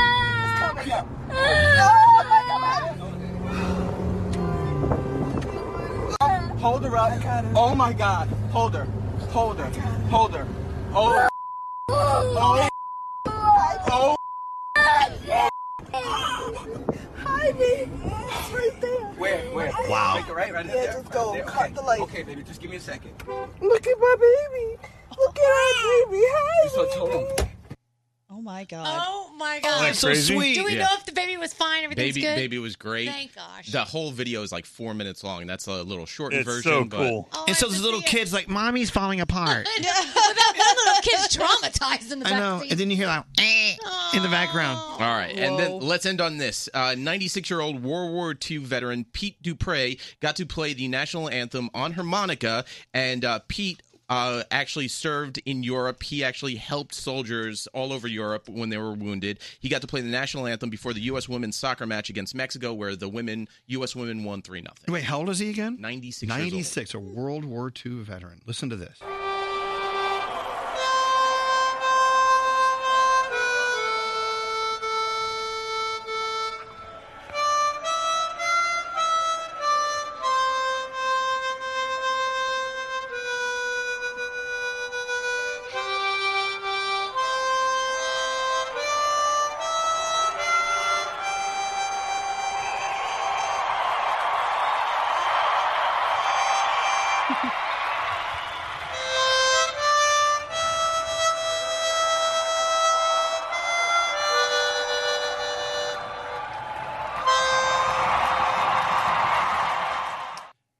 coming up. Oh, my God. Hold her up. Oh my God. Hold her. Hold her. Hold her. Oh. Oh. Oh. Hi, baby. It's right there. Where? Where? Wow. Make it right, right Yeah, there. just go. Right there, Cut okay. the light. Okay, baby, just give me a second. Look at my baby. Look at our baby. Hi, You so told him. Oh my god. Oh my god. that's so crazy? sweet. Do we Yeah. know if the baby was fine? Everything's Baby, good. baby was great. Thank gosh. The whole video is like four minutes long. That's a little shortened It's version. so but- cool. Oh, and so those little kids, like, mommy's falling apart. But that, that little kid's traumatized in the I back know. seat. And then you hear that "Eh," in the background. All right, and Whoa. then let's end on this. Uh, 96-year-old World War II veteran Pete Dupre got to play the national anthem on harmonica, and uh, Pete. Uh, actually served in Europe. He actually helped soldiers all over Europe when they were wounded. He got to play the national anthem before the U.S. women's soccer match against Mexico, where the women U.S. women won three 0 Wait, how old is he again? 96 years old. 96, a World War II veteran. Listen to this.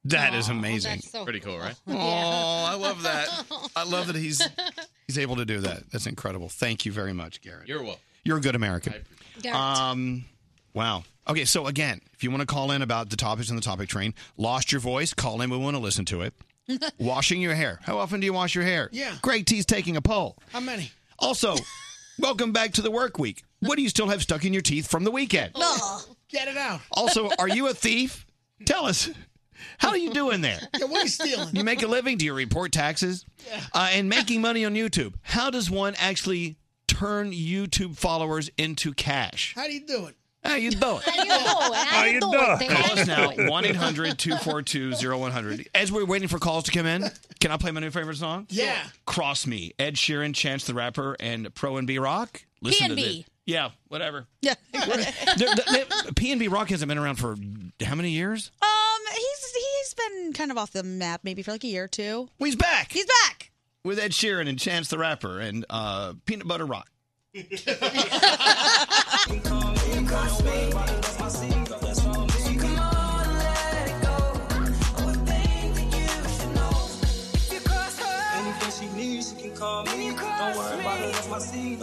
That is amazing. Pretty cool, right? Oh, I love that. I love that he's he's able to do that. That's incredible. Thank you very much, Garrett. You're welcome. You're a good American. Garrett. Um, wow. Okay, so again, if you want to call in about the topics on the topic train, lost your voice, call in. We want to listen to it. Washing your hair. How often do you wash your hair? Yeah. Greg T's taking a poll. How many? Also, welcome back to the work week. What do you still have stuck in your teeth from the weekend? Get it out. Also, are you a thief? Tell us. How are you doing there? Yeah, what are you stealing? You make a living? Do you report taxes? Uh, and making money on YouTube. How does one actually turn YouTube followers into cash? How do you do it? How you do it? How you do it? How you do doing? Call us now, 1 800 242 0100. As we're waiting for calls to come in, can I play my new favorite song? Yeah. Cross Me, Ed Sheeran, Chance the Rapper, and Pro and B Rock. Listen to P&B. this. Yeah, whatever. Yeah. P&B Rock hasn't been around for how many years? Um, he's he's been kind of off the map maybe for like a year or two. Well, he's back. He's back. With Ed Sheeran and Chance the Rapper and uh, Peanut Butter Rock. Come on, let it go. I would think that you should know. If you cross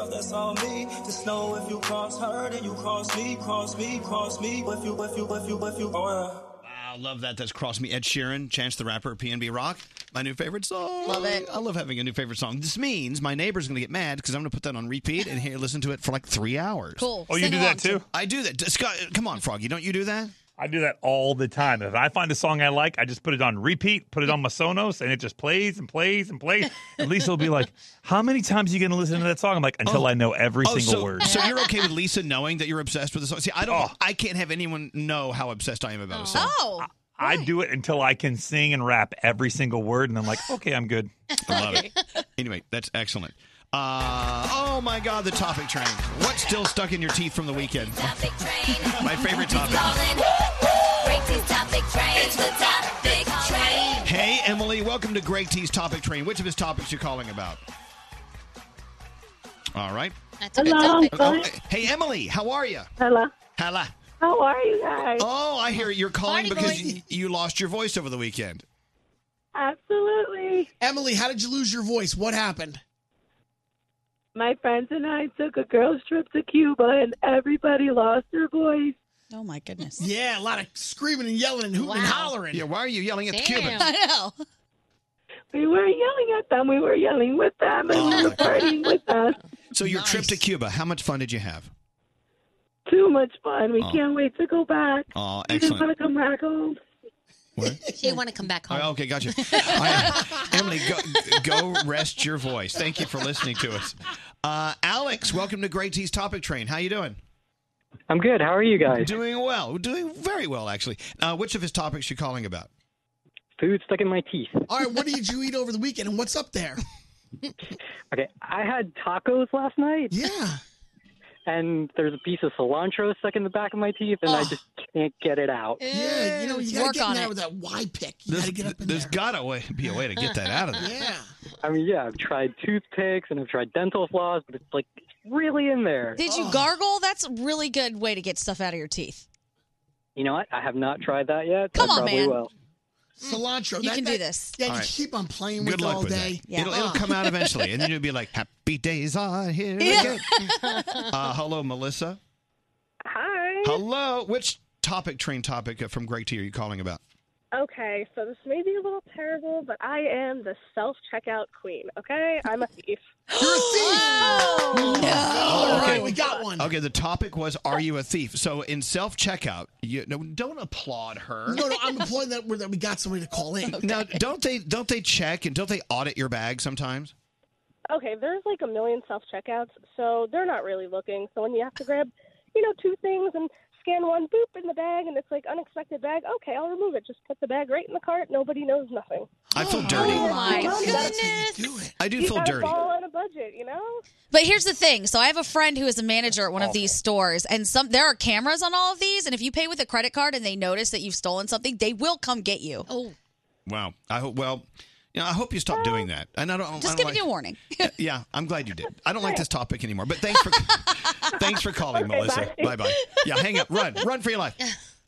up, that's all me. Just know if you cross her, then you cross me, cross me, cross me. If you, if you, if you, if you, oh yeah. Wow, love that. That's Cross Me, Ed Sheeran, Chance the Rapper, PNB Rock. My new favorite song. Love it. I love having a new favorite song. This means my neighbor's going to get mad because I'm going to put that on repeat and here listen to it for like three hours. Cool. Oh, you Sing do that along to. too? I do that. Scott, come on, Froggy. Don't you do that? I do that all the time. If I find a song I like, I just put it on repeat, put it on my Sonos, and it just plays and plays and plays. And Lisa will be like, How many times are you going to listen to that song? I'm like, Until I know every Oh, single so, word. Oh. So you're okay with Lisa knowing that you're obsessed with the song? See, I don't. I can't have anyone know how obsessed I am about a song. Oh. I do it until I can sing and rap every single word, and I'm like, okay, I'm good. I love it. Anyway, that's excellent. Uh, oh my God, the topic train. What's still stuck in your teeth from the weekend? My favorite topic. Hey, Emily, welcome to Greg T's topic train. Which of his topics you calling about? All right. That's a good Hello, topic. I'm sorry. hey, Emily, how are you? Hello. Hello. How are you guys? Oh, I hear you're calling Party because boys. y- you lost your voice over the weekend. Absolutely. Emily, how did you lose your voice? What happened? My friends and I took a girls' trip to Cuba, and everybody lost their voice. Oh my goodness. Yeah, a lot of screaming and yelling and hooting and hollering. Yeah, why are you yelling at the I Cubans? know. We were yelling at them. We were yelling with them, and we were Oh. partying with them. So your trip to Cuba, how much fun did you have? Too much fun. We Oh. can't wait to go back. Oh, We just want excellent. to come back home. She want to come back home. Oh, okay, gotcha. I- Emily, go, go rest your voice. Thank you for listening to us. Uh, Alex, welcome to Great T's Topic Train. How you doing? I'm good. How are you guys? Doing well. Doing very well, actually. Uh, which of his topics you calling about? Food stuck in my teeth. All right, what did you eat over the weekend and what's up there? Okay, I had tacos last night. Yeah. And there's a piece of cilantro stuck in the back of my teeth, and I just can't get it out. Yeah, you know, you gotta Work get in on there it. with that Y pick. There's, there's gotta wa- be a way to get that out of there. Yeah. I mean, yeah, I've tried toothpicks and I've tried dental floss, but it's like really in there. Did Oh. you gargle? That's a really good way to get stuff out of your teeth. You know what? I have not tried that yet. Come I on, probably man. will. Cilantro. You that- can do that- this. Yeah, you All right. keep on playing with Good it luck all with day. Oh. that. It'll, it'll come out eventually, and then you'll be like, "Happy days are here again." Uh, hello, Melissa. Hi. Hello. Which topic train topic uh, from Greg T are you calling about? Okay, so this may be a little terrible, but I am the self checkout queen, okay? I'm a thief. You're a thief! Oh, okay. we got one. Okay, the topic was "Are you a thief?" So in self checkout, you no, don't applaud her. No, no, I'm employing that word that we got somebody to call in. Now, don't they don't they check and don't they audit your bag sometimes? Okay, there's like a million self checkouts, so they're not really looking. So when you have to grab, you know, two things and scan one, boop, in the bag, and it's like unexpected bag, okay, I'll remove it. Just put the bag right in the cart. Nobody knows nothing. I feel dirty. my I do You feel gotta dirty. fall on a budget, you know? But here's the thing. So I have a friend who is a manager at one of these stores, and some there are cameras on all of these. And if you pay with a credit card and they notice that you've stolen something, they will come get you. Oh, Wow. I hope. Well, you know, I hope you stop doing that. And I don't. just I don't giving you a warning. like, Yeah, I'm glad you did. I don't like this topic anymore. But thanks for thanks for calling, Melissa. bye. Bye bye. Yeah, hang up. Run. Run for your life.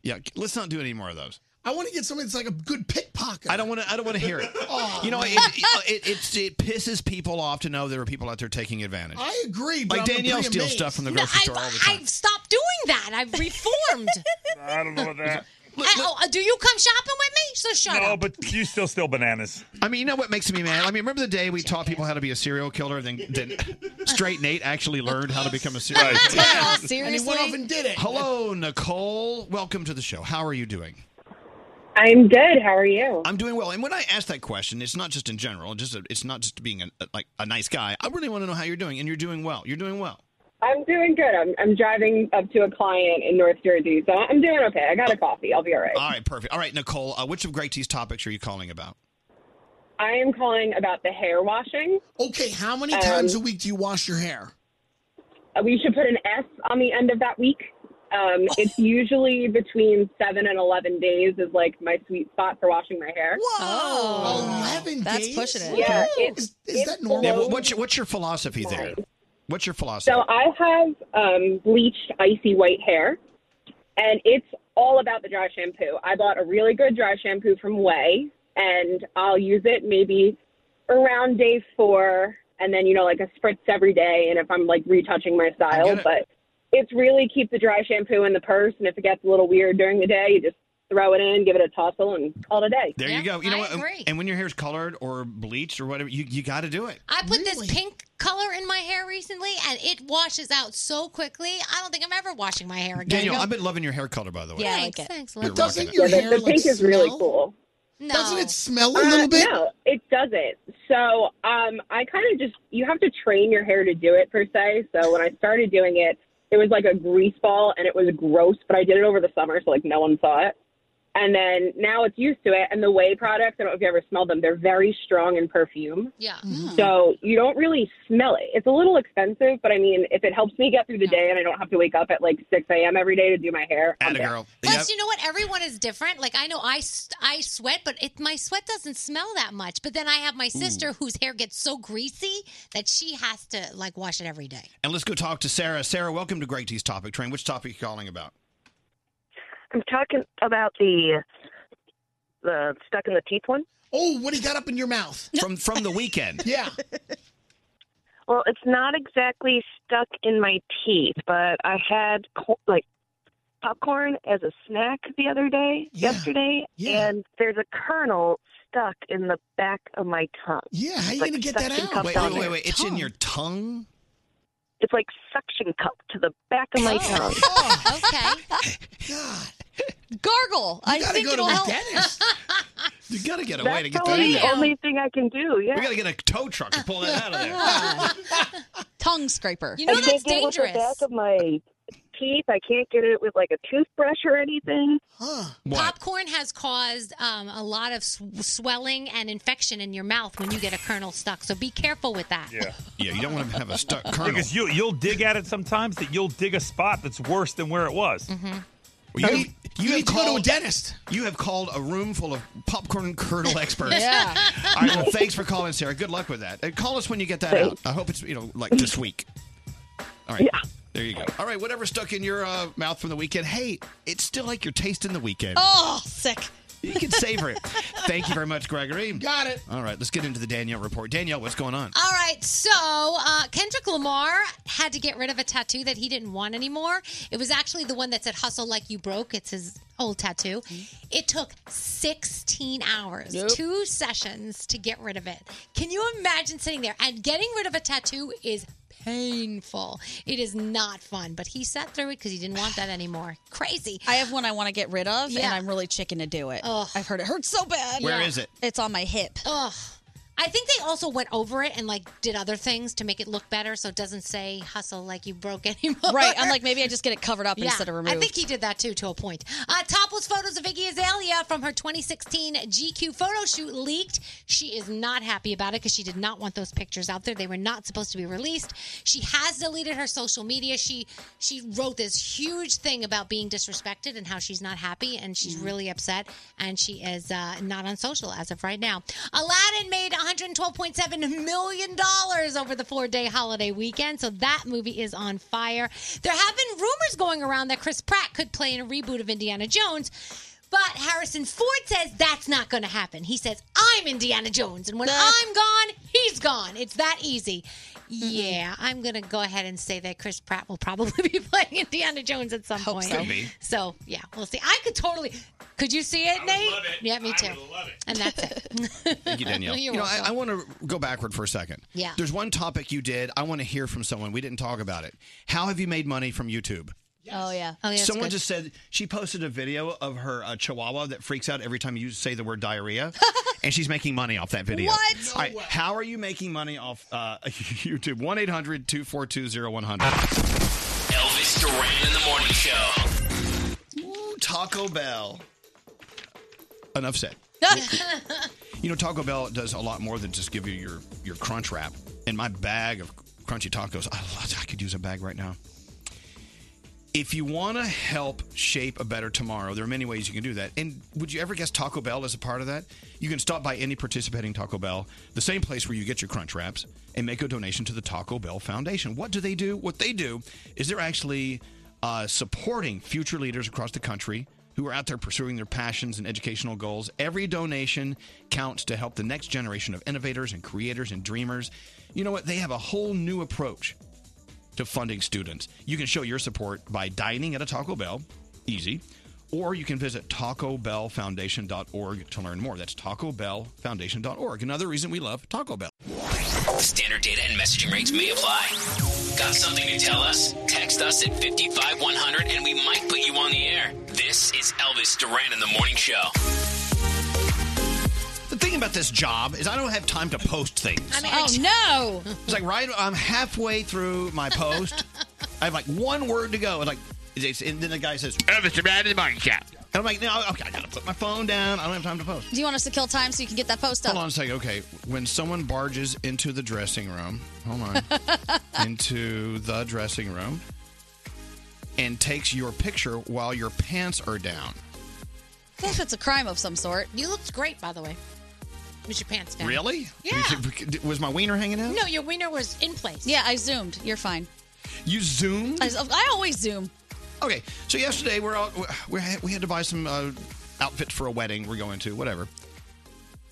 Yeah, let's not do any more of those. I want to get somebody that's like a good pickpocket. I don't want to. I don't want to hear it. Oh, you know, man. it, it, it, it pisses people off to know there are people out there taking advantage. I agree, but Like I'm Danielle pretty steals amazed. stuff from the grocery store all the time. I've stopped doing that. I've reformed. I don't know about that. oh, do you come shopping with me? So shut No, up. Oh, but you still steal bananas. I mean, you know what makes me mad? I mean, remember the day we taught people how to be a serial killer, then, then straight Nate actually learned how to become a serial Right. killer. Yeah. And he went off and did it. Hello, Nicole. Welcome to the show. How are you doing? I'm good. How are you? I'm doing well. And when I ask that question, it's not just in general. Just a, it's not just being a, like a nice guy. I really want to know how you're doing, and you're doing well. You're doing well. I'm doing good. I'm, I'm driving up to a client in North Jersey, so I'm doing okay. I got a coffee. I'll be all right. All right, perfect. All right, Nicole. Uh, which of Greg T's topics are you calling about? I am calling about the hair washing. Um, Okay, how many times a week do you wash your hair? We should put an S on the end of that week. Um, Oh. it's usually between seven and eleven days is like my sweet spot for washing my hair. Oh. Whoa, Oh. eleven That's days? pushing it. Yeah, it- is, is that normal? Yeah, what's your, what's your philosophy there? What's your philosophy? So I have um, bleached, icy white hair, and it's all about the dry shampoo. I bought a really good dry shampoo from Way, and I'll use it maybe around day four, and then you know like a spritz every day, and if I'm like retouching my style, but it's really keep the dry shampoo in the purse, and if it gets a little weird during the day, you just throw it in, give it a tussle, and call it a day. There you go. You know what? um, agree. And when your hair's colored or bleached or whatever, you, you got to do it. I put this pink color in my hair recently, and it washes out so quickly. I don't think I'm ever washing my hair again. Daniel, I've been loving your hair color, by the way. Yeah, I like Thanks, it. thanks, love. You're But doesn't rocking it. your Yeah, the, hair, the like, pink is really smell? cool. No. Doesn't it smell Uh, No, it doesn't. So um, I kind of just you have to train your hair to do it per se. So when I started doing it, it was like a grease ball and it was gross. But I did it over the summer, so like no one saw it. And then now it's used to it. And the whey products, I don't know if you ever smelled them. They're very strong in perfume. Yeah. Hmm. So you don't really smell it. It's a little expensive, but I mean, if it helps me get through the day and I don't have to wake up at like 6 a.m. every day to do my hair, I'm down. Plus, you know what? Everyone is different. Like I know I, s- I sweat, but it, my sweat doesn't smell that much. But then I have my sister whose hair gets so greasy that she has to like wash it every day. And let's go talk to Sarah. Sarah, welcome to Greg T's Topic Train. Which topic are you calling about? I'm talking about the the stuck in the teeth one. Oh, what he got up in your mouth from from the weekend? yeah. Well, it's not exactly stuck in my teeth, but I had co- like popcorn as a snack the other day, yesterday, and there's a kernel stuck in the back of my tongue. Yeah, how you like gonna get suction that out? cup Wait, down wait, wait, there. wait, it's in your tongue. It's like suction cup to the back of Oh. my tongue. okay. Gargle. I gotta think go to it'll the help. dentist. You got to get a way to get that probably in the there. only thing I can do. Yeah. We got to get a tow truck to pull that out of there. tongue scraper. You know I that's can't get It with the dangerous. back of my teeth. I can't get it with like a toothbrush or anything. Popcorn has caused um, a lot of sw- swelling and infection in your mouth when you get a kernel stuck. So be careful with that. Yeah. Yeah, you don't want to have a stuck kernel. Because you, you'll dig at it sometimes that you'll dig a spot that's worse than where it was. Well, Mm-hmm. you, you have to go to called, a dentist. You have called a room full of popcorn kernel experts. Yeah. All right. Well, thanks for calling, Sarah. Good luck with that. Uh, call us when you get that out. I hope it's you know like this week. All right. Yeah. There you go. All right. Whatever stuck in your uh, mouth from the weekend. Hey, it's still like your taste in the weekend. Oh, sick. You can savor it. Thank you very much, Gregory. Got it. All right. Let's get into the Danielle report. Danielle, what's going on? All right, so uh, Kendrick Lamar had to get rid of a tattoo that he didn't want anymore. It was actually the one that said "Hustle like you broke." It's his old tattoo. Mm-hmm. It took 16 hours, Nope. two sessions to get rid of it. Can you imagine sitting there and getting rid of a tattoo is painful. It is not fun, but he sat through it because he didn't want that anymore. Crazy. I have one I want to get rid of, Yeah. and I'm really chicken to do it. I've heard it hurts so bad. Where Where Yeah. is is it? It's on my hip. Ugh. I think they also went over it and like did other things to make it look better, so it doesn't say "hustle like you broke" anymore. Right. I'm like, maybe I just get it covered up Yeah, instead of removed. I think he did that too, to a point. Uh, topless photos of Iggy Azalea from her 2016 GQ photo shoot leaked. She is not happy about it because she did not want those pictures out there. They were not supposed to be released. She has deleted her social media. She she wrote this huge thing about being disrespected and how she's not happy and she's really upset and she is uh, not on social as of right now. Aladdin made 112.7 million dollars over the four-day holiday weekend, so that movie is on fire. There have been rumors going around that Chris Pratt could play in a reboot of Indiana Jones. But Harrison Ford says that's not going to happen. He says, I'm Indiana Jones, and when I'm gone, he's gone. It's that easy. Yeah, I'm going to go ahead and say that Chris Pratt will probably be playing Indiana Jones at some point. so. Could be. So, yeah, we'll see. I could totally. Could you see it, Nate? Yeah, me too. And that's it. Thank you, Danielle. You're you know, I, welcome. I want to go backward for a second. Yeah. There's one topic you did. I want to hear from someone. We didn't talk about it. How have you made money from YouTube? Oh yeah. Someone just said she posted a video of her uh, chihuahua that freaks out every time you say the word diarrhea, and she's making money off that video. What? No All right, how are you making money off uh, YouTube? 1 800 242 0100. Elvis Duran in the morning show. Taco Bell. Enough said. You know, Taco Bell does a lot more than just give you your, your crunch wrap. And my bag of crunchy tacos, I, love- I could use a bag right now. If you want to help shape a better tomorrow, there are many ways you can do that. And would you ever guess Taco Bell is a part of that? You can stop by any participating Taco Bell, the same place where you get your crunch wraps, and make a donation to the Taco Bell Foundation. What do they do? What they do is they're actually uh, supporting future leaders across the country who are out there pursuing their passions and educational goals. Every donation counts to help the next generation of innovators and creators and dreamers. You know what? They have a whole new approach to funding students. You can show your support by dining at a Taco Bell, easy, or you can visit tacobellfoundation.org to learn more. That's tacobellfoundation.org. Another reason we love Taco Bell. Standard data and messaging rates may apply. Got something to tell us? Text us at 55100 and we might put you on the air. This is Elvis Duran in the Morning Show. The thing about this job is I don't have time to post things. oh no! It's like right, I'm halfway through my post. I have like one word to go. It's like, it's- and then the guy says, "Oh, Mr. Brad in the morning chat." And I'm like, no, okay, I gotta put my phone down. I don't have time to post. Do you want us to kill time so you can get that post up? Hold on a second. Okay, when someone barges into the dressing room, hold on, into the dressing room, and takes your picture while your pants are down. I think that's a crime of some sort. You looked great, by the way. Was your pants down? Really? Yeah. Was my wiener hanging out? No, your wiener was in place. Yeah, I zoomed. You're fine. You zoomed. I, I always zoom. Okay, so yesterday we're all we had, we had to buy some uh, outfits for a wedding we're going to, whatever.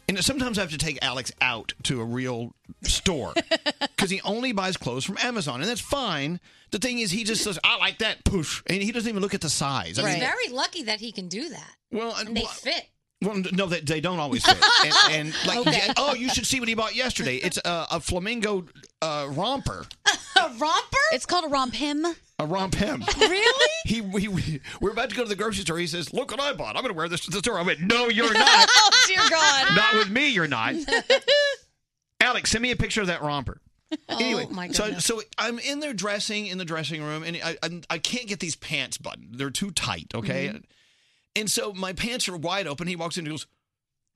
And sometimes I have to take Alex out to a real store because he only buys clothes from Amazon, and that's fine. The thing is, he just says, "I like that," poosh, and he doesn't even look at the size. I He's mean, very lucky that he can do that. Well, and they fit. well, no, they, they don't always fit. And, and like, Okay. yeah, oh, you should see what he bought yesterday. It's a, a flamingo uh, romper, a romper? It's called a romp him. a romp hem. Really? He, we, we, we're about to go to the grocery store. He says, "Look what I bought. I'm going to wear this to the store." I went, "No, you're not." oh dear God. not with me, you're not. Alex, send me a picture of that romper. anyway, my so goodness. so I'm in there dressing in the dressing room, and I I'm, I can't get these pants buttoned. They're too tight. Okay, Mhm. and so my pants are wide open. He walks in and goes.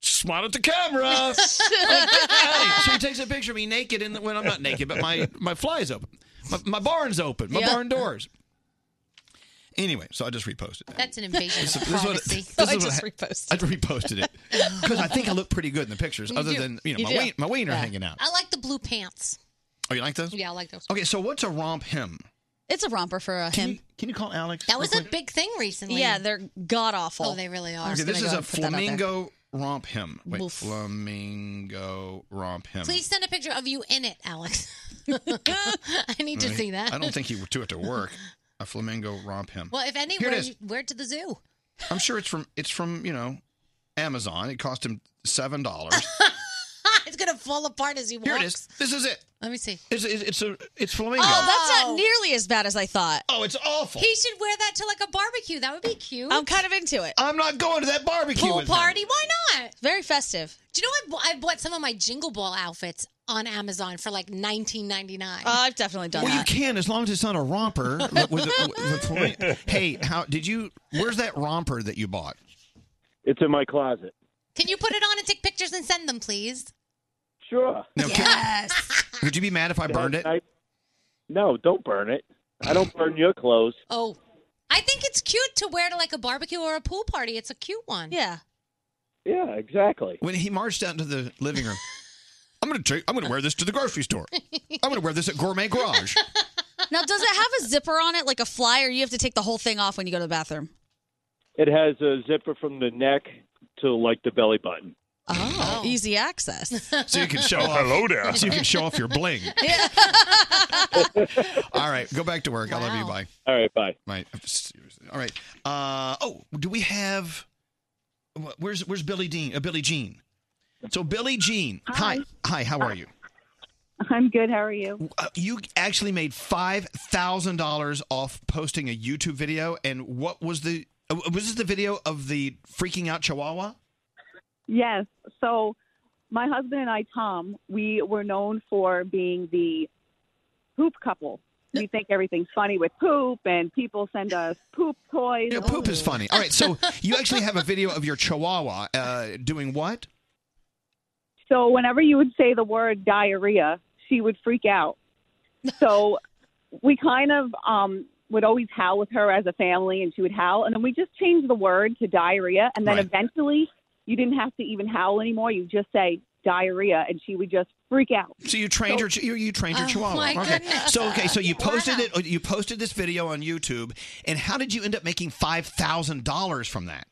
Smile at the camera. I'm like, hey. So he takes a picture of me naked, and when I'm not naked, but my my fly's open, my, my barn's open, my Yeah. barn doors. Anyway, so I just reposted that. That's an invasion So of this is what- privacy. this is what I- I reposted it because I think I look pretty good in the pictures, You other do. than you know You my, do. wien- my wiener Yeah. hanging out. I like the blue pants. Oh, you like those? Yeah, I like those. Okay, so what's a romp hem? It's a romper for a him. Can you call Alex? That was a big thing recently. Yeah, they're god awful. Oh, they really are. Okay, this is a there. flamingo romp hem. Wait, Oof. flamingo romp hem. Please send a picture of you in it, Alex. I need to I- see that. I don't think he would do it to work. A flamingo romp hem. Well, if Here anywhere, it is. you wear it to the zoo. I'm sure it's from it's from you know Amazon. It cost him seven dollars. it's gonna fall apart as you Here walk. it is. This is it. Let me see. It's it's, it's a it's Oh, flamingo. that's not nearly as bad as I thought. Oh, it's awful. He should wear that to like a barbecue. That would be cute. I'm kind of into it. I'm not going to that barbecue Pool with him. party? Why not? Very festive. Do you know what? I bought some of my Jingle Ball outfits on Amazon for like 19.99. Oh, I've definitely done Well, you that. can as long as it's not a romper. with, with, with flamingo. Hey, how did you? Where's that romper that you bought? It's in my closet. Can you put it on and take pictures and send them, please? Sure. No, yes. Would you be mad if I burned it? No, don't burn it. I don't burn your clothes. Oh, I think it's cute to wear to like a barbecue or a pool party. It's a cute one. Yeah. Yeah, exactly. When he marched out into the living room, I'm gonna take, I'm gonna wear this to the grocery store. I'm gonna wear this at Gourmet Garage. Now, does it have a zipper on it, like a fly, or you have to take the whole thing off when you go to the bathroom? It has a zipper from the neck to like the belly button. Oh, easy access. So you can show Oh, off. hello there. So you can show off your bling. Yeah. All right, go back to work. I love you. Bye. All right, bye. Bye. Seriously. All right. Uh, oh, do we have? wh- Where's Where's Billy Dean? Uh, Billy Jean. So Billy Jean. Hi. Hi. how are you? I'm good. How are you? Uh, you actually made five thousand dollars off posting a YouTube video, and what was the uh, was this the video of the freaking out Chihuahua? Yes. So, my husband and I, Tom, we were known for being the poop couple. We think everything's funny with poop, and people send us poop toys. Yeah, poop is funny. All right, so you actually have a video of your Chihuahua uh, doing what? So, whenever you would say the word diarrhea, she would freak out. So, we kind of um, would always howl with her as a family, and she would howl. And then we just changed the word to diarrhea. And then eventually, you didn't have to even howl anymore. You just say diarrhea, and she would just freak out. So you trained your you, you trained your Oh, chihuahua. my okay. goodness. So okay, so you posted it. You posted this video on YouTube, and how did you end up making five thousand dollars from that?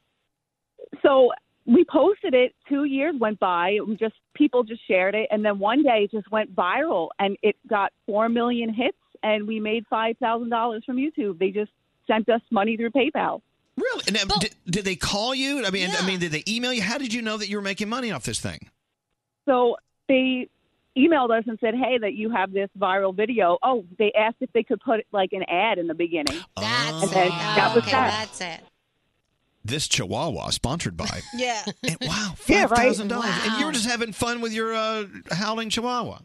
So we posted it. Two years went by. and Just people just shared it, and then one day it just went viral, and it got four million hits, and we made five thousand dollars from YouTube. They just sent us money through PayPal. Really? And uh, did, did they call you? I mean, I mean, did they email you? How did you know that you were making money off this thing? So they emailed us and said, "Hey, that you have this viral video." Oh, they asked if they could put like an ad in the beginning. That's and then that was okay, that. that's it. This Chihuahua, sponsored by Yeah. wow, Yeah, five right. thousand dollars, and you were just having fun with your uh, howling Chihuahua.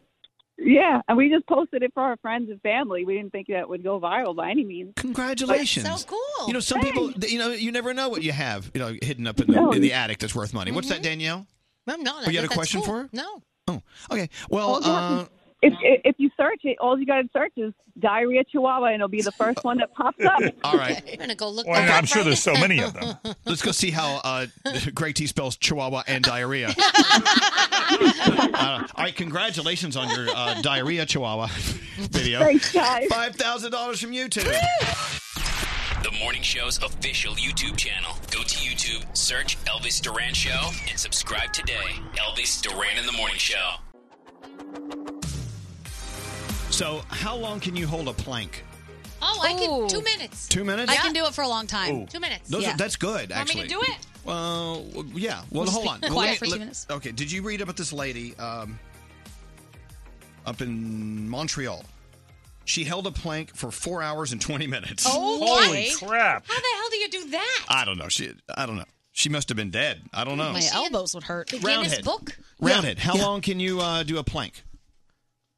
Yeah, and we just posted it for our friends and family. We didn't think that would go viral by any means. Congratulations! You know, some people, th- you know, you never know what you have, you know, hidden up in the, in the attic that's worth money. What's that, Danielle? No, no. Oh, you had a question for her? No. Oh, okay. Well, you have to- uh, if, if if you search it, all you got to search is diarrhea chihuahua, and it'll be the first one that pops up. all right. I'm gonna go look. Well, that yeah, up I'm sure right there's so now. many of them. Let's go see how uh, Greg T spells Chihuahua and diarrhea. Uh, all right, congratulations on your uh, diarrhea Chihuahua video. Thanks, guys. Five thousand dollars from YouTube. The morning show's official YouTube channel. Go to YouTube, search Elvis Duran Show, and subscribe today. Elvis Duran in the Morning Show. So, how long can you hold a plank? Oh, I can two minutes. Two minutes? I can do it for a long time. Ooh. Two minutes. Those are- yeah. that's good, Want actually. me to do it? Well, w- yeah. Well, We'll just hold be on. Well, quiet let me- for a few let- minutes. Okay. Did you read about this lady um, up in Montreal? She held a plank for four hours and twenty minutes. Oh, holy what? crap! How the hell do you do that? I don't know. She, I don't know. She must have been dead. I don't know. My elbows would hurt. The Roundhead. Roundhead. How long can you uh, do a plank?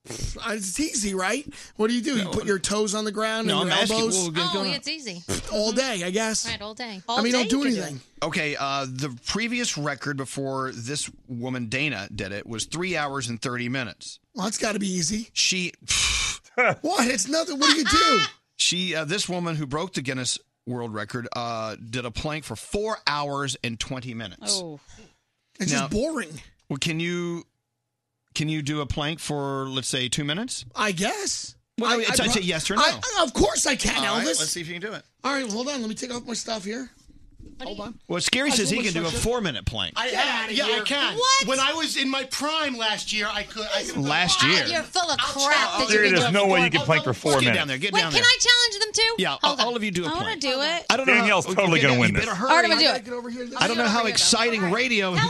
Uh, It's easy, right? What do you do? You put your toes on the ground No, and your I'm asking- elbows well, go- Oh, yeah, it's easy. all day, I guess. Right, all day. I mean, don't do anything. Okay, uh, the previous record before this woman Dana did it was three hours and thirty minutes. Well, that's got to be easy. She. what? Oh, It's nothing. What do you do? She, uh, this woman who broke the Guinness World Record, uh, did a plank for four hours and twenty minutes. Oh. It's Now- just boring. Well, can you can you do a plank for let's say two minutes? I guess. Well, it's- I'd say yes or no. I- of course I can, Elvis. All right, let's see if you can do it. All right, hold on. Let me take off my stuff here. Hold on. Well, Scary I says he think can do a we should- four minute plank. I, Get outta yeah, here. I can. What? When I was in my prime last year, I could. I could Last year. You're full of crap. That you There can is do no it. way you can plank for four Get minutes. down there. Get Wait, down can there. I challenge them too? Yeah, all- all of you do a I plank. want to do it. I don't know. Danielle's how, totally you gonna win better this. hurry. All right, I'm gonna do it. I don't know how exciting radio.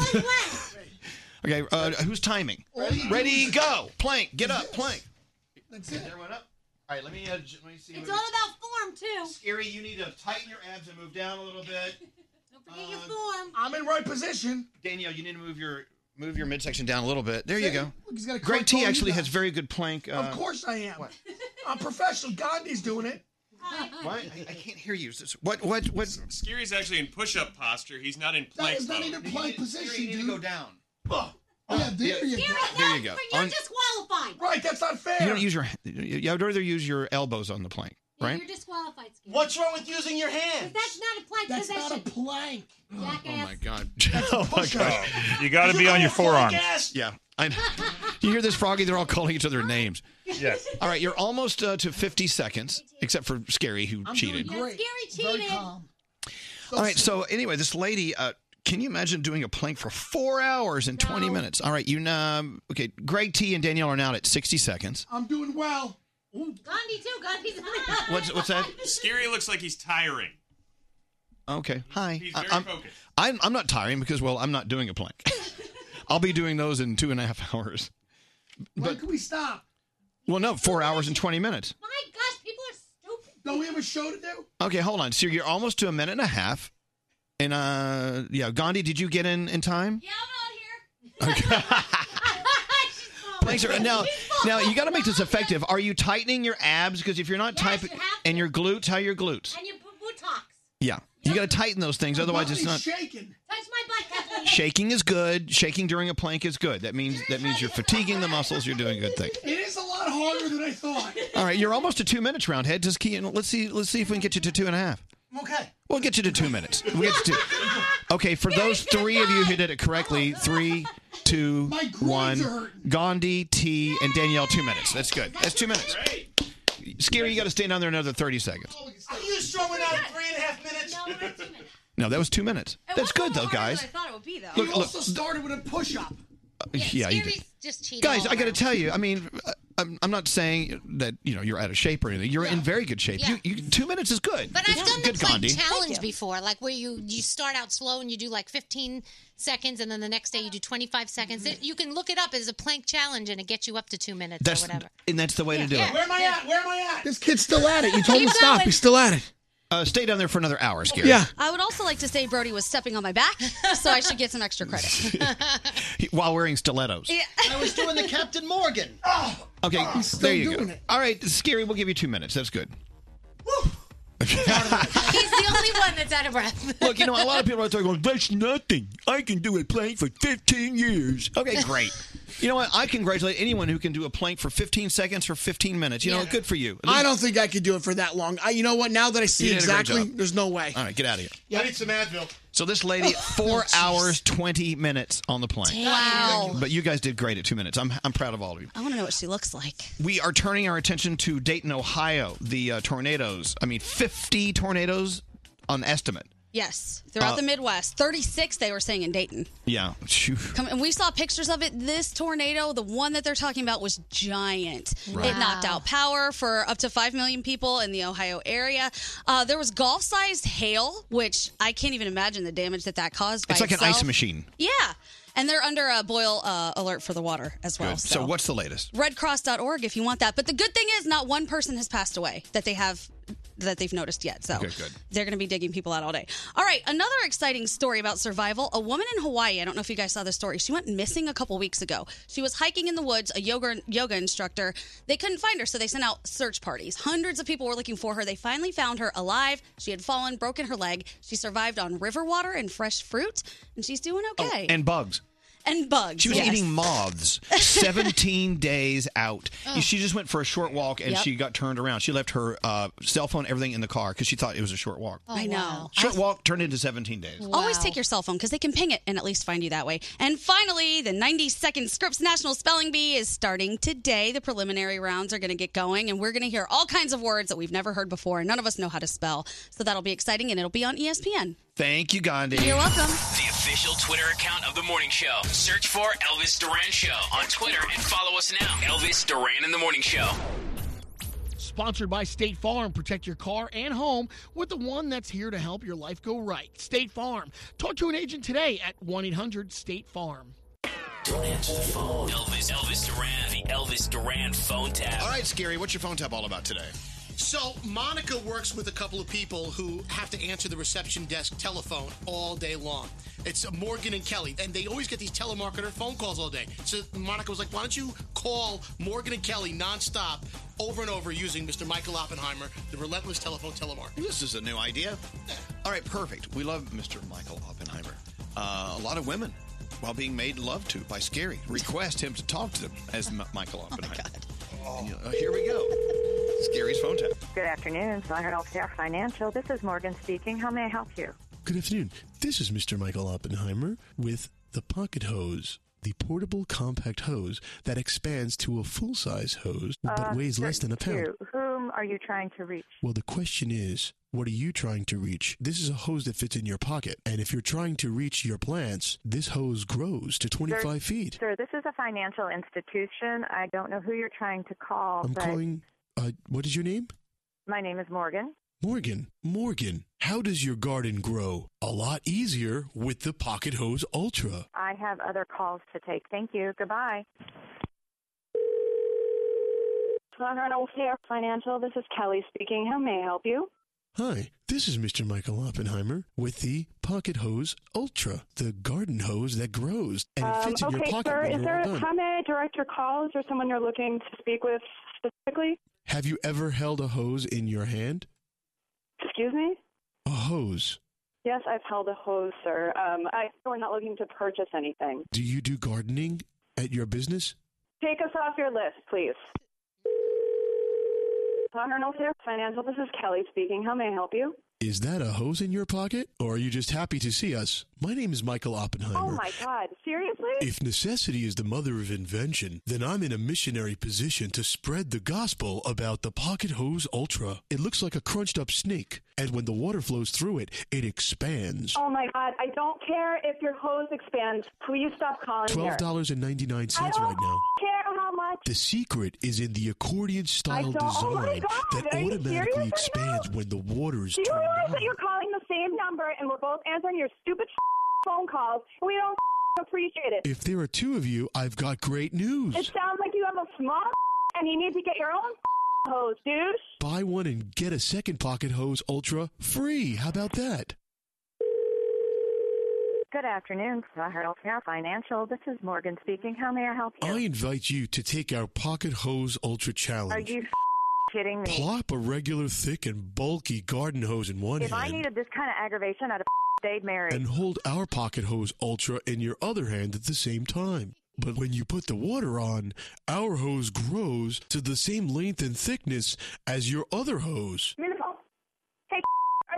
okay, uh, who's timing? Ready? Ready, go. Plank. Get up. Plank. That's it. Everyone up. All right, let me, uh, j- let me see. It's what- all about form too. Scary, you need to tighten your abs and move down a little bit. Um, Don't forget your form. I'm in right position. Danielle, you need to move your move your midsection down a little bit. There you See? go. Look, he's got a Greg cartoon T actually guy. has very good plank. Uh, of course I am. I'm professional. Gandhi's doing it. What? I, I can't hear you. What? What? What? Scary's actually in push-up posture. He's not in plank. That is not mode. even plank position, dude. go down. Oh, yeah, there you go. There you go. On- disqualified. Right, that's not fair. you don't use your. You would rather use your elbows on the plank, right? disqualified. Scary. What's wrong with using your hands? That's not a plank That's possession. not a plank. Jackass. my god. oh my push-up. god. You got to be on your forearm. Yeah. I know. You hear this, Froggy? They're all calling each other names. Yes. All right, you're almost uh, to 50 seconds, except for Scary, who cheated. Scary cheated. All right. So anyway, this lady, uh, can you imagine doing a plank for four hours and twenty minutes? All right, you know. Okay, Greg T and Danielle are now at sixty seconds. I'm doing well. Gandhi too. Gandhi's What's what's that? Scary looks like he's tiring. Okay, hi. He's very I'm, focused. I'm I'm not tiring because well, I'm not doing a plank. I'll be doing those in two and a half hours. When can we stop? Well, no, four hours and twenty minutes. My gosh, people are stupid. Don't we have a show to do? Okay, hold on. So you're almost to a minute and a half. And uh, yeah, Gandhi, did you get in in time? Yeah, I'm out here. Okay. Planks are now. Now you got to make this effective. Are you tightening your abs? Because if you're not tightening and your glutes, how are your glutes? And your Botox. Yeah, you got to tighten those things. Otherwise, it's not. shaking. Touch my butt, Kathleen. Shaking is good. Shaking during a plank is good. That means that means you're fatiguing the muscles. You're doing a good thing. It is a lot harder than I thought. All right, you're almost to two minutes, Roundhead. Just key. Let's see. Let's see if we can get you to two and a half. I'm okay. We'll get you to two minutes. We'll get you to. Okay, for those three of you who did it correctly, three, two, My groins one. are hurting. Gandhi, T, and Danielle, two minutes. That's good. That's two minutes. Scary, you got to stay down there another 30 seconds. Are you throwing out three and a half minutes? No, that was two minutes. That's good, though, guys. thought it would be though. Look, You look. also started with a push-up. Yeah, you did. just cheating. Guys, I got to tell you, I mean, I- I'm, I'm not saying that, you know, you're out of shape or anything. You're in very good shape. You, you, two minutes is good. But I've done the good, plank Gandhi. challenge before, like where you you start out slow and you do like 15 seconds, and then the next day you do 25 seconds. Mm-hmm. It- you can look it up as a plank challenge, and it gets you up to two minutes That's, or whatever. and that's the way to do it. Where am I at? Where am I at? This kid's still at it. You told him Keep to stop. going. He's still at it. Uh, stay down there for another hour, Scary. I would also like to say Brody was stepping on my back, so I should get some extra credit. While wearing stilettos. I was doing the Captain Morgan. Okay, still there you doing go. All right, Scary, we'll give you two minutes. That's good. He's the only one that's out of breath. Look, you know, a lot of people are talking, that's nothing. I can do it plank for 15 years. Okay, great. You know what? I congratulate anyone who can do a plank for 15 seconds or 15 minutes. You know, Yeah. good for you. I don't think I could do it for that long. I, you know what? Now that I see You did a great exactly, job. there's no way. All right, get out of here. I need some Advil. So this lady, four hours, 20 minutes on the plank. Oh, Wow. But you guys did great at two minutes. I'm, I'm proud of all of you. I want to know what she looks like. We are turning our attention to Dayton, Ohio, the uh, tornadoes. I mean, 50 tornadoes on estimate. Yes, throughout Uh, the Midwest, 36 they were saying in Dayton. Yeah. Phew. Come, and we saw pictures of it. This tornado, the one that they're talking about, was giant. Right. It knocked out power for up to 5 million people in the Ohio area. Uh, there was golf sized hail, which I can't even imagine the damage that that caused by It's like an itself. ice machine. Yeah. And they're under a boil uh, alert for the water as well. Good. So what's the latest? redcross.org if you want that. But the good thing is not one person has passed away that they have that they've noticed yet. So Okay, good. they're going to be digging people out all day. All right, another exciting story about survival. A woman in Hawaii, I don't know if you guys saw this story. She went missing a couple weeks ago. She was hiking in the woods, a yoga yoga instructor. They couldn't find her, so they sent out search parties. Hundreds of people were looking for her. They finally found her alive. She had fallen, broken her leg. She survived on river water and fresh fruit, and she's doing okay. Oh, And bugs. And bugs. She was yes. eating moths 17 days out. Oh. She just went for a short walk and Yep. she got turned around. She left her uh, cell phone, everything in the car because she thought it was a short walk. Oh, I know. Short walk turned into 17 days. Always take your cell phone because they can ping it and at least find you that way. And finally, the 90 second Scripps National Spelling Bee is starting today. The preliminary rounds are going to get going, and we're going to hear all kinds of words that we've never heard before. and None of us know how to spell. So that'll be exciting, and it'll be on E ESPN. Thank you, Gandhi. You're welcome. The official Twitter account of the morning show. Search for Elvis Duran Show on Twitter and follow us now. Elvis Duran in the morning show. Sponsored by State Farm. Protect your car and home with the one that's here to help your life go right. State Farm. Talk to an agent today at 1 800 State Farm. Don't answer the phone. Elvis, Elvis Duran, the Elvis Duran phone tap. All right, Scary, what's your phone tap all about today? So Monica works with a couple of people who have to answer the reception desk telephone all day long. It's Morgan and Kelly, and they always get these telemarketer phone calls all day. So Monica was like, "Why don't you call Morgan and Kelly nonstop, over and over, using Mr. Michael Oppenheimer, the relentless telephone telemarketer?" This is a new idea. All right, perfect. We love Mr. Michael Oppenheimer. Uh, a lot of women, while being made love to by Scary, request him to talk to them as M- Michael Oppenheimer. Oh, my God. here we go. Scary's phone Uh, tap. Good afternoon, Southern Healthcare Financial. This is Morgan speaking. How may I help you? Good afternoon. This is Mr. Michael Oppenheimer with the Pocket Hose, the portable compact hose that expands to a full size hose but Uh, weighs less than a pound. To whom are you trying to reach? Well, the question is, what are you trying to reach? This is a hose that fits in your pocket, and if you're trying to reach your plants, this hose grows to 25 Sir- feet. Sir, this is a financial institution. I don't know who you're trying to call, I'm but calling. Uh, what is your name? my name is Morgan. Morgan, Morgan, how does your garden grow? A lot easier with the Pocket Hose Ultra. I have other calls to take. Thank you. Goodbye. Southern Healthcare Financial. This is Kelly speaking. How may I help you? Hi, this is Mr. Michael Oppenheimer with the Pocket Hose Ultra, the garden hose that grows and it Um, fits in your okay, pocket sir. when Is you're there? all done. How may I direct your call? Is there someone you're looking to speak with specifically? Have you ever held a hose in your hand? Excuse me. A hose. Yes, I've held a hose, sir. Um, I, we're not looking to purchase anything. Do you do gardening at your business? Take us off your list, please. Honor and Healthcare Financial, this is Kelly speaking. How may I help you? Is that a hose in your pocket, or are you just happy to see us? My name is Michael Oppenheimer. Oh my God! Seriously? If necessity is the mother of invention, then I'm in a missionary position to spread the gospel about the Pocket Hose Ultra. It looks like a crunched up snake, and when the water flows through it, it expands. Oh my God! I don't care if your hose expands. Please stop calling here. $12.99 right now. Care how much? The secret is in the accordion style don't- oh my design God, that are you serious automatically right expands when the water is Do you turned realize that you're calling the same number and we're both answering your stupid phone calls? We don't appreciate it. If there are two of you, I've got great news. It sounds like you have a small and you need to get your own hose, dude. Buy one and get a second pocket hose ultra free. How about that? Good afternoon, Sahara Care Financial. This is Morgan speaking. How may I help you? I invite you to take our pocket hose ultra Are challenge. you kidding me? Plop a regular thick and bulky garden hose in one if I hand needed this kind of aggravation, I'd have stayed married. and hold our pocket hose ultra in your other hand at the same time. But when you put the water on, our hose grows to the same length and thickness as your other hose. Beautiful. Hey,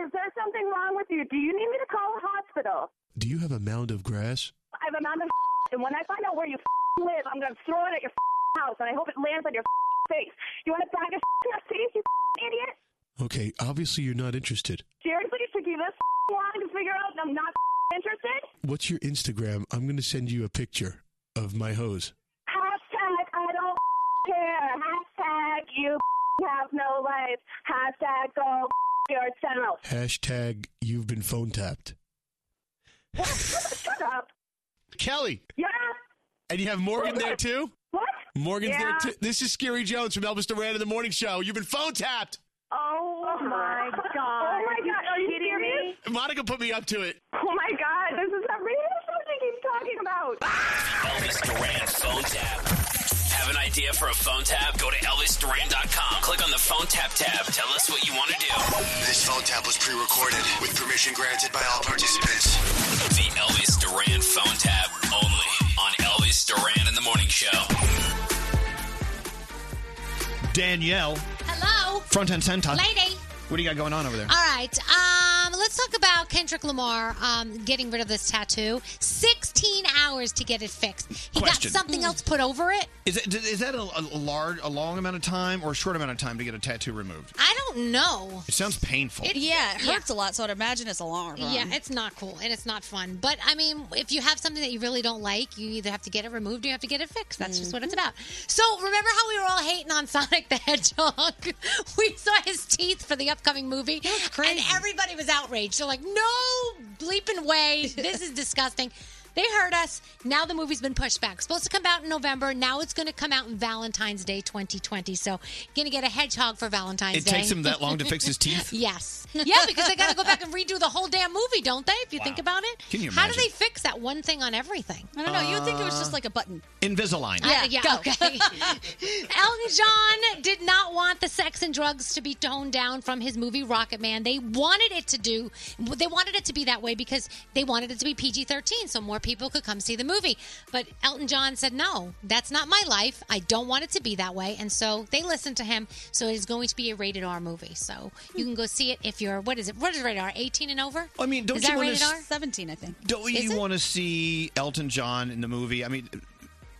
is there something wrong with you? Do you need me to call a hospital? Do you have a mound of grass? I have a mound of and when I find out where you live, I'm going to throw it at your house, and I hope it lands on your face. You want to bag your in the face, you idiot? Okay, obviously you're not interested. Seriously, it took you this long to figure out that I'm not interested? What's your Instagram? I'm going to send you a picture of my hose. Hashtag I don't care. Hashtag you have no life. Hashtag go yourself. Hashtag you've been phone tapped. Shut up. Kelly. Yeah. And you have Morgan there too? What? Morgan's Yeah. there too. This is Scary Jones from Elvis Duran in the Morning Show. You've been phone tapped. Oh, my God. God. Oh my God. Are you Kidding serious? Monica put me up to it. Oh my God. This is outrageous what you keep talking about. Ah! Elvis Duran phone tap. Have an idea for a phone tap? Go to ElvisDuran.com. Click on the phone tap tab. Tell us what you want to do. This phone tap was pre-recorded with permission granted by all participants. The Elvis Duran phone tap only on Elvis Duran in the Morning Show. Danielle, Hello. front and center. Lady. What do you got going on over there? All right. Um, let's talk about Kendrick Lamar um, getting rid of this tattoo. 16 hours to get it fixed. He Question. got Hmm. something else put over it. Is it is that a, a large, a long amount of time or a short amount of time to get a tattoo removed? I don't know. It sounds painful. yeah, it hurts a lot, so I'd imagine it's a long run. Yeah, it's not cool and it's not fun. But I mean, if you have something that you really don't like, you either have to get it removed or you have to get it fixed. That's just what it's Mm-hmm. about. So remember how we were all hating on Sonic the Hedgehog? we saw his teeth for the upcoming movie, and everybody was outraged. They're like, "No bleeping way! This is disgusting." They heard us. Now the movie's been pushed back. Supposed to come out in November. Now it's going to come out in Valentine's Day 2020. So, going to get a hedgehog for Valentine's It Day. takes him that long to fix his teeth? Yes. Yeah, because they got to go back and redo the whole damn movie, don't they? If you Wow. think about it. Can you How do imagine? they fix that one thing on everything? I don't know. You would think it was just Uh, like a button. Invisalign. Yeah, yeah, okay. Elton John did not want the sex and drugs to be toned down from his movie Rocket Man. They wanted it to do, they wanted it to be that way because they wanted it to be PG 13 so more people could come see the movie. But Elton John said, no, that's not my life. I don't want it to be that way. And so they listened to him. So it is going to be a rated R movie. So you can go see it if you're, what is it? What is rated R? 18 and over? I mean, don't is you that wanna rated s- R? 17, I think. Don't you want to see Elton John in the movie? I mean,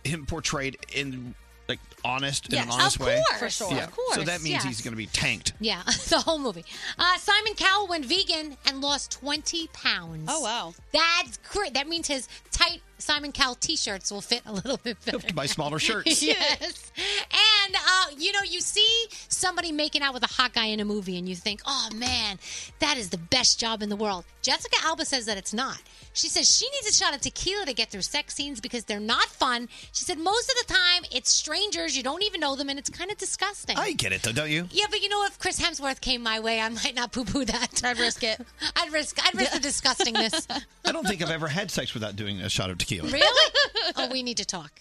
him portrayed in like honest in Yes, an honest of way, course, for sure. Yeah. Of course, So that means yeah. he's going to be tanked. Yeah, the whole movie. Uh, Simon Cowell went vegan and lost 20 pounds. Oh, wow. That's great. That means his tight Simon Cowell t shirts will fit a little bit better. Buy smaller shirts. yes. And, uh, you know, you see somebody making out with a hot guy in a movie and you think, oh, man, that is the best job in the world. Jessica Alba says that it's not. She says she needs a shot of tequila to get through sex scenes because they're not fun. She said most of the time it's strangers, you don't even know them, and it's kind of disgusting. I get it though, don't you? Yeah, but you know, if Chris Hemsworth came my way, I might not poo-poo that. I'd risk it. I'd risk. I'd risk the disgustingness. I don't think I've ever had sex without doing a shot of tequila. really? Oh, we need to talk.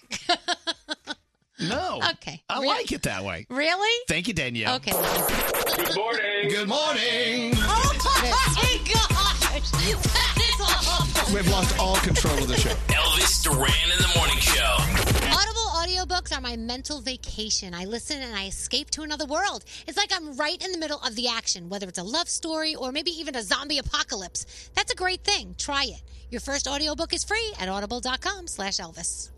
No. Okay. I like it that way. Really? Thank you, Danielle. Okay. Good morning. Good morning. Oh my gosh! That is awful. We've lost all control of the show. Elvis Duran in the Morning Show. Audible audiobooks are are my mental vacation. I listen and I escape to another world. It's like I'm right in the middle of the action, whether it's a love story or maybe even a zombie apocalypse. That's a great thing. Try it. Your first audiobook is free at audible.com slash Elvis.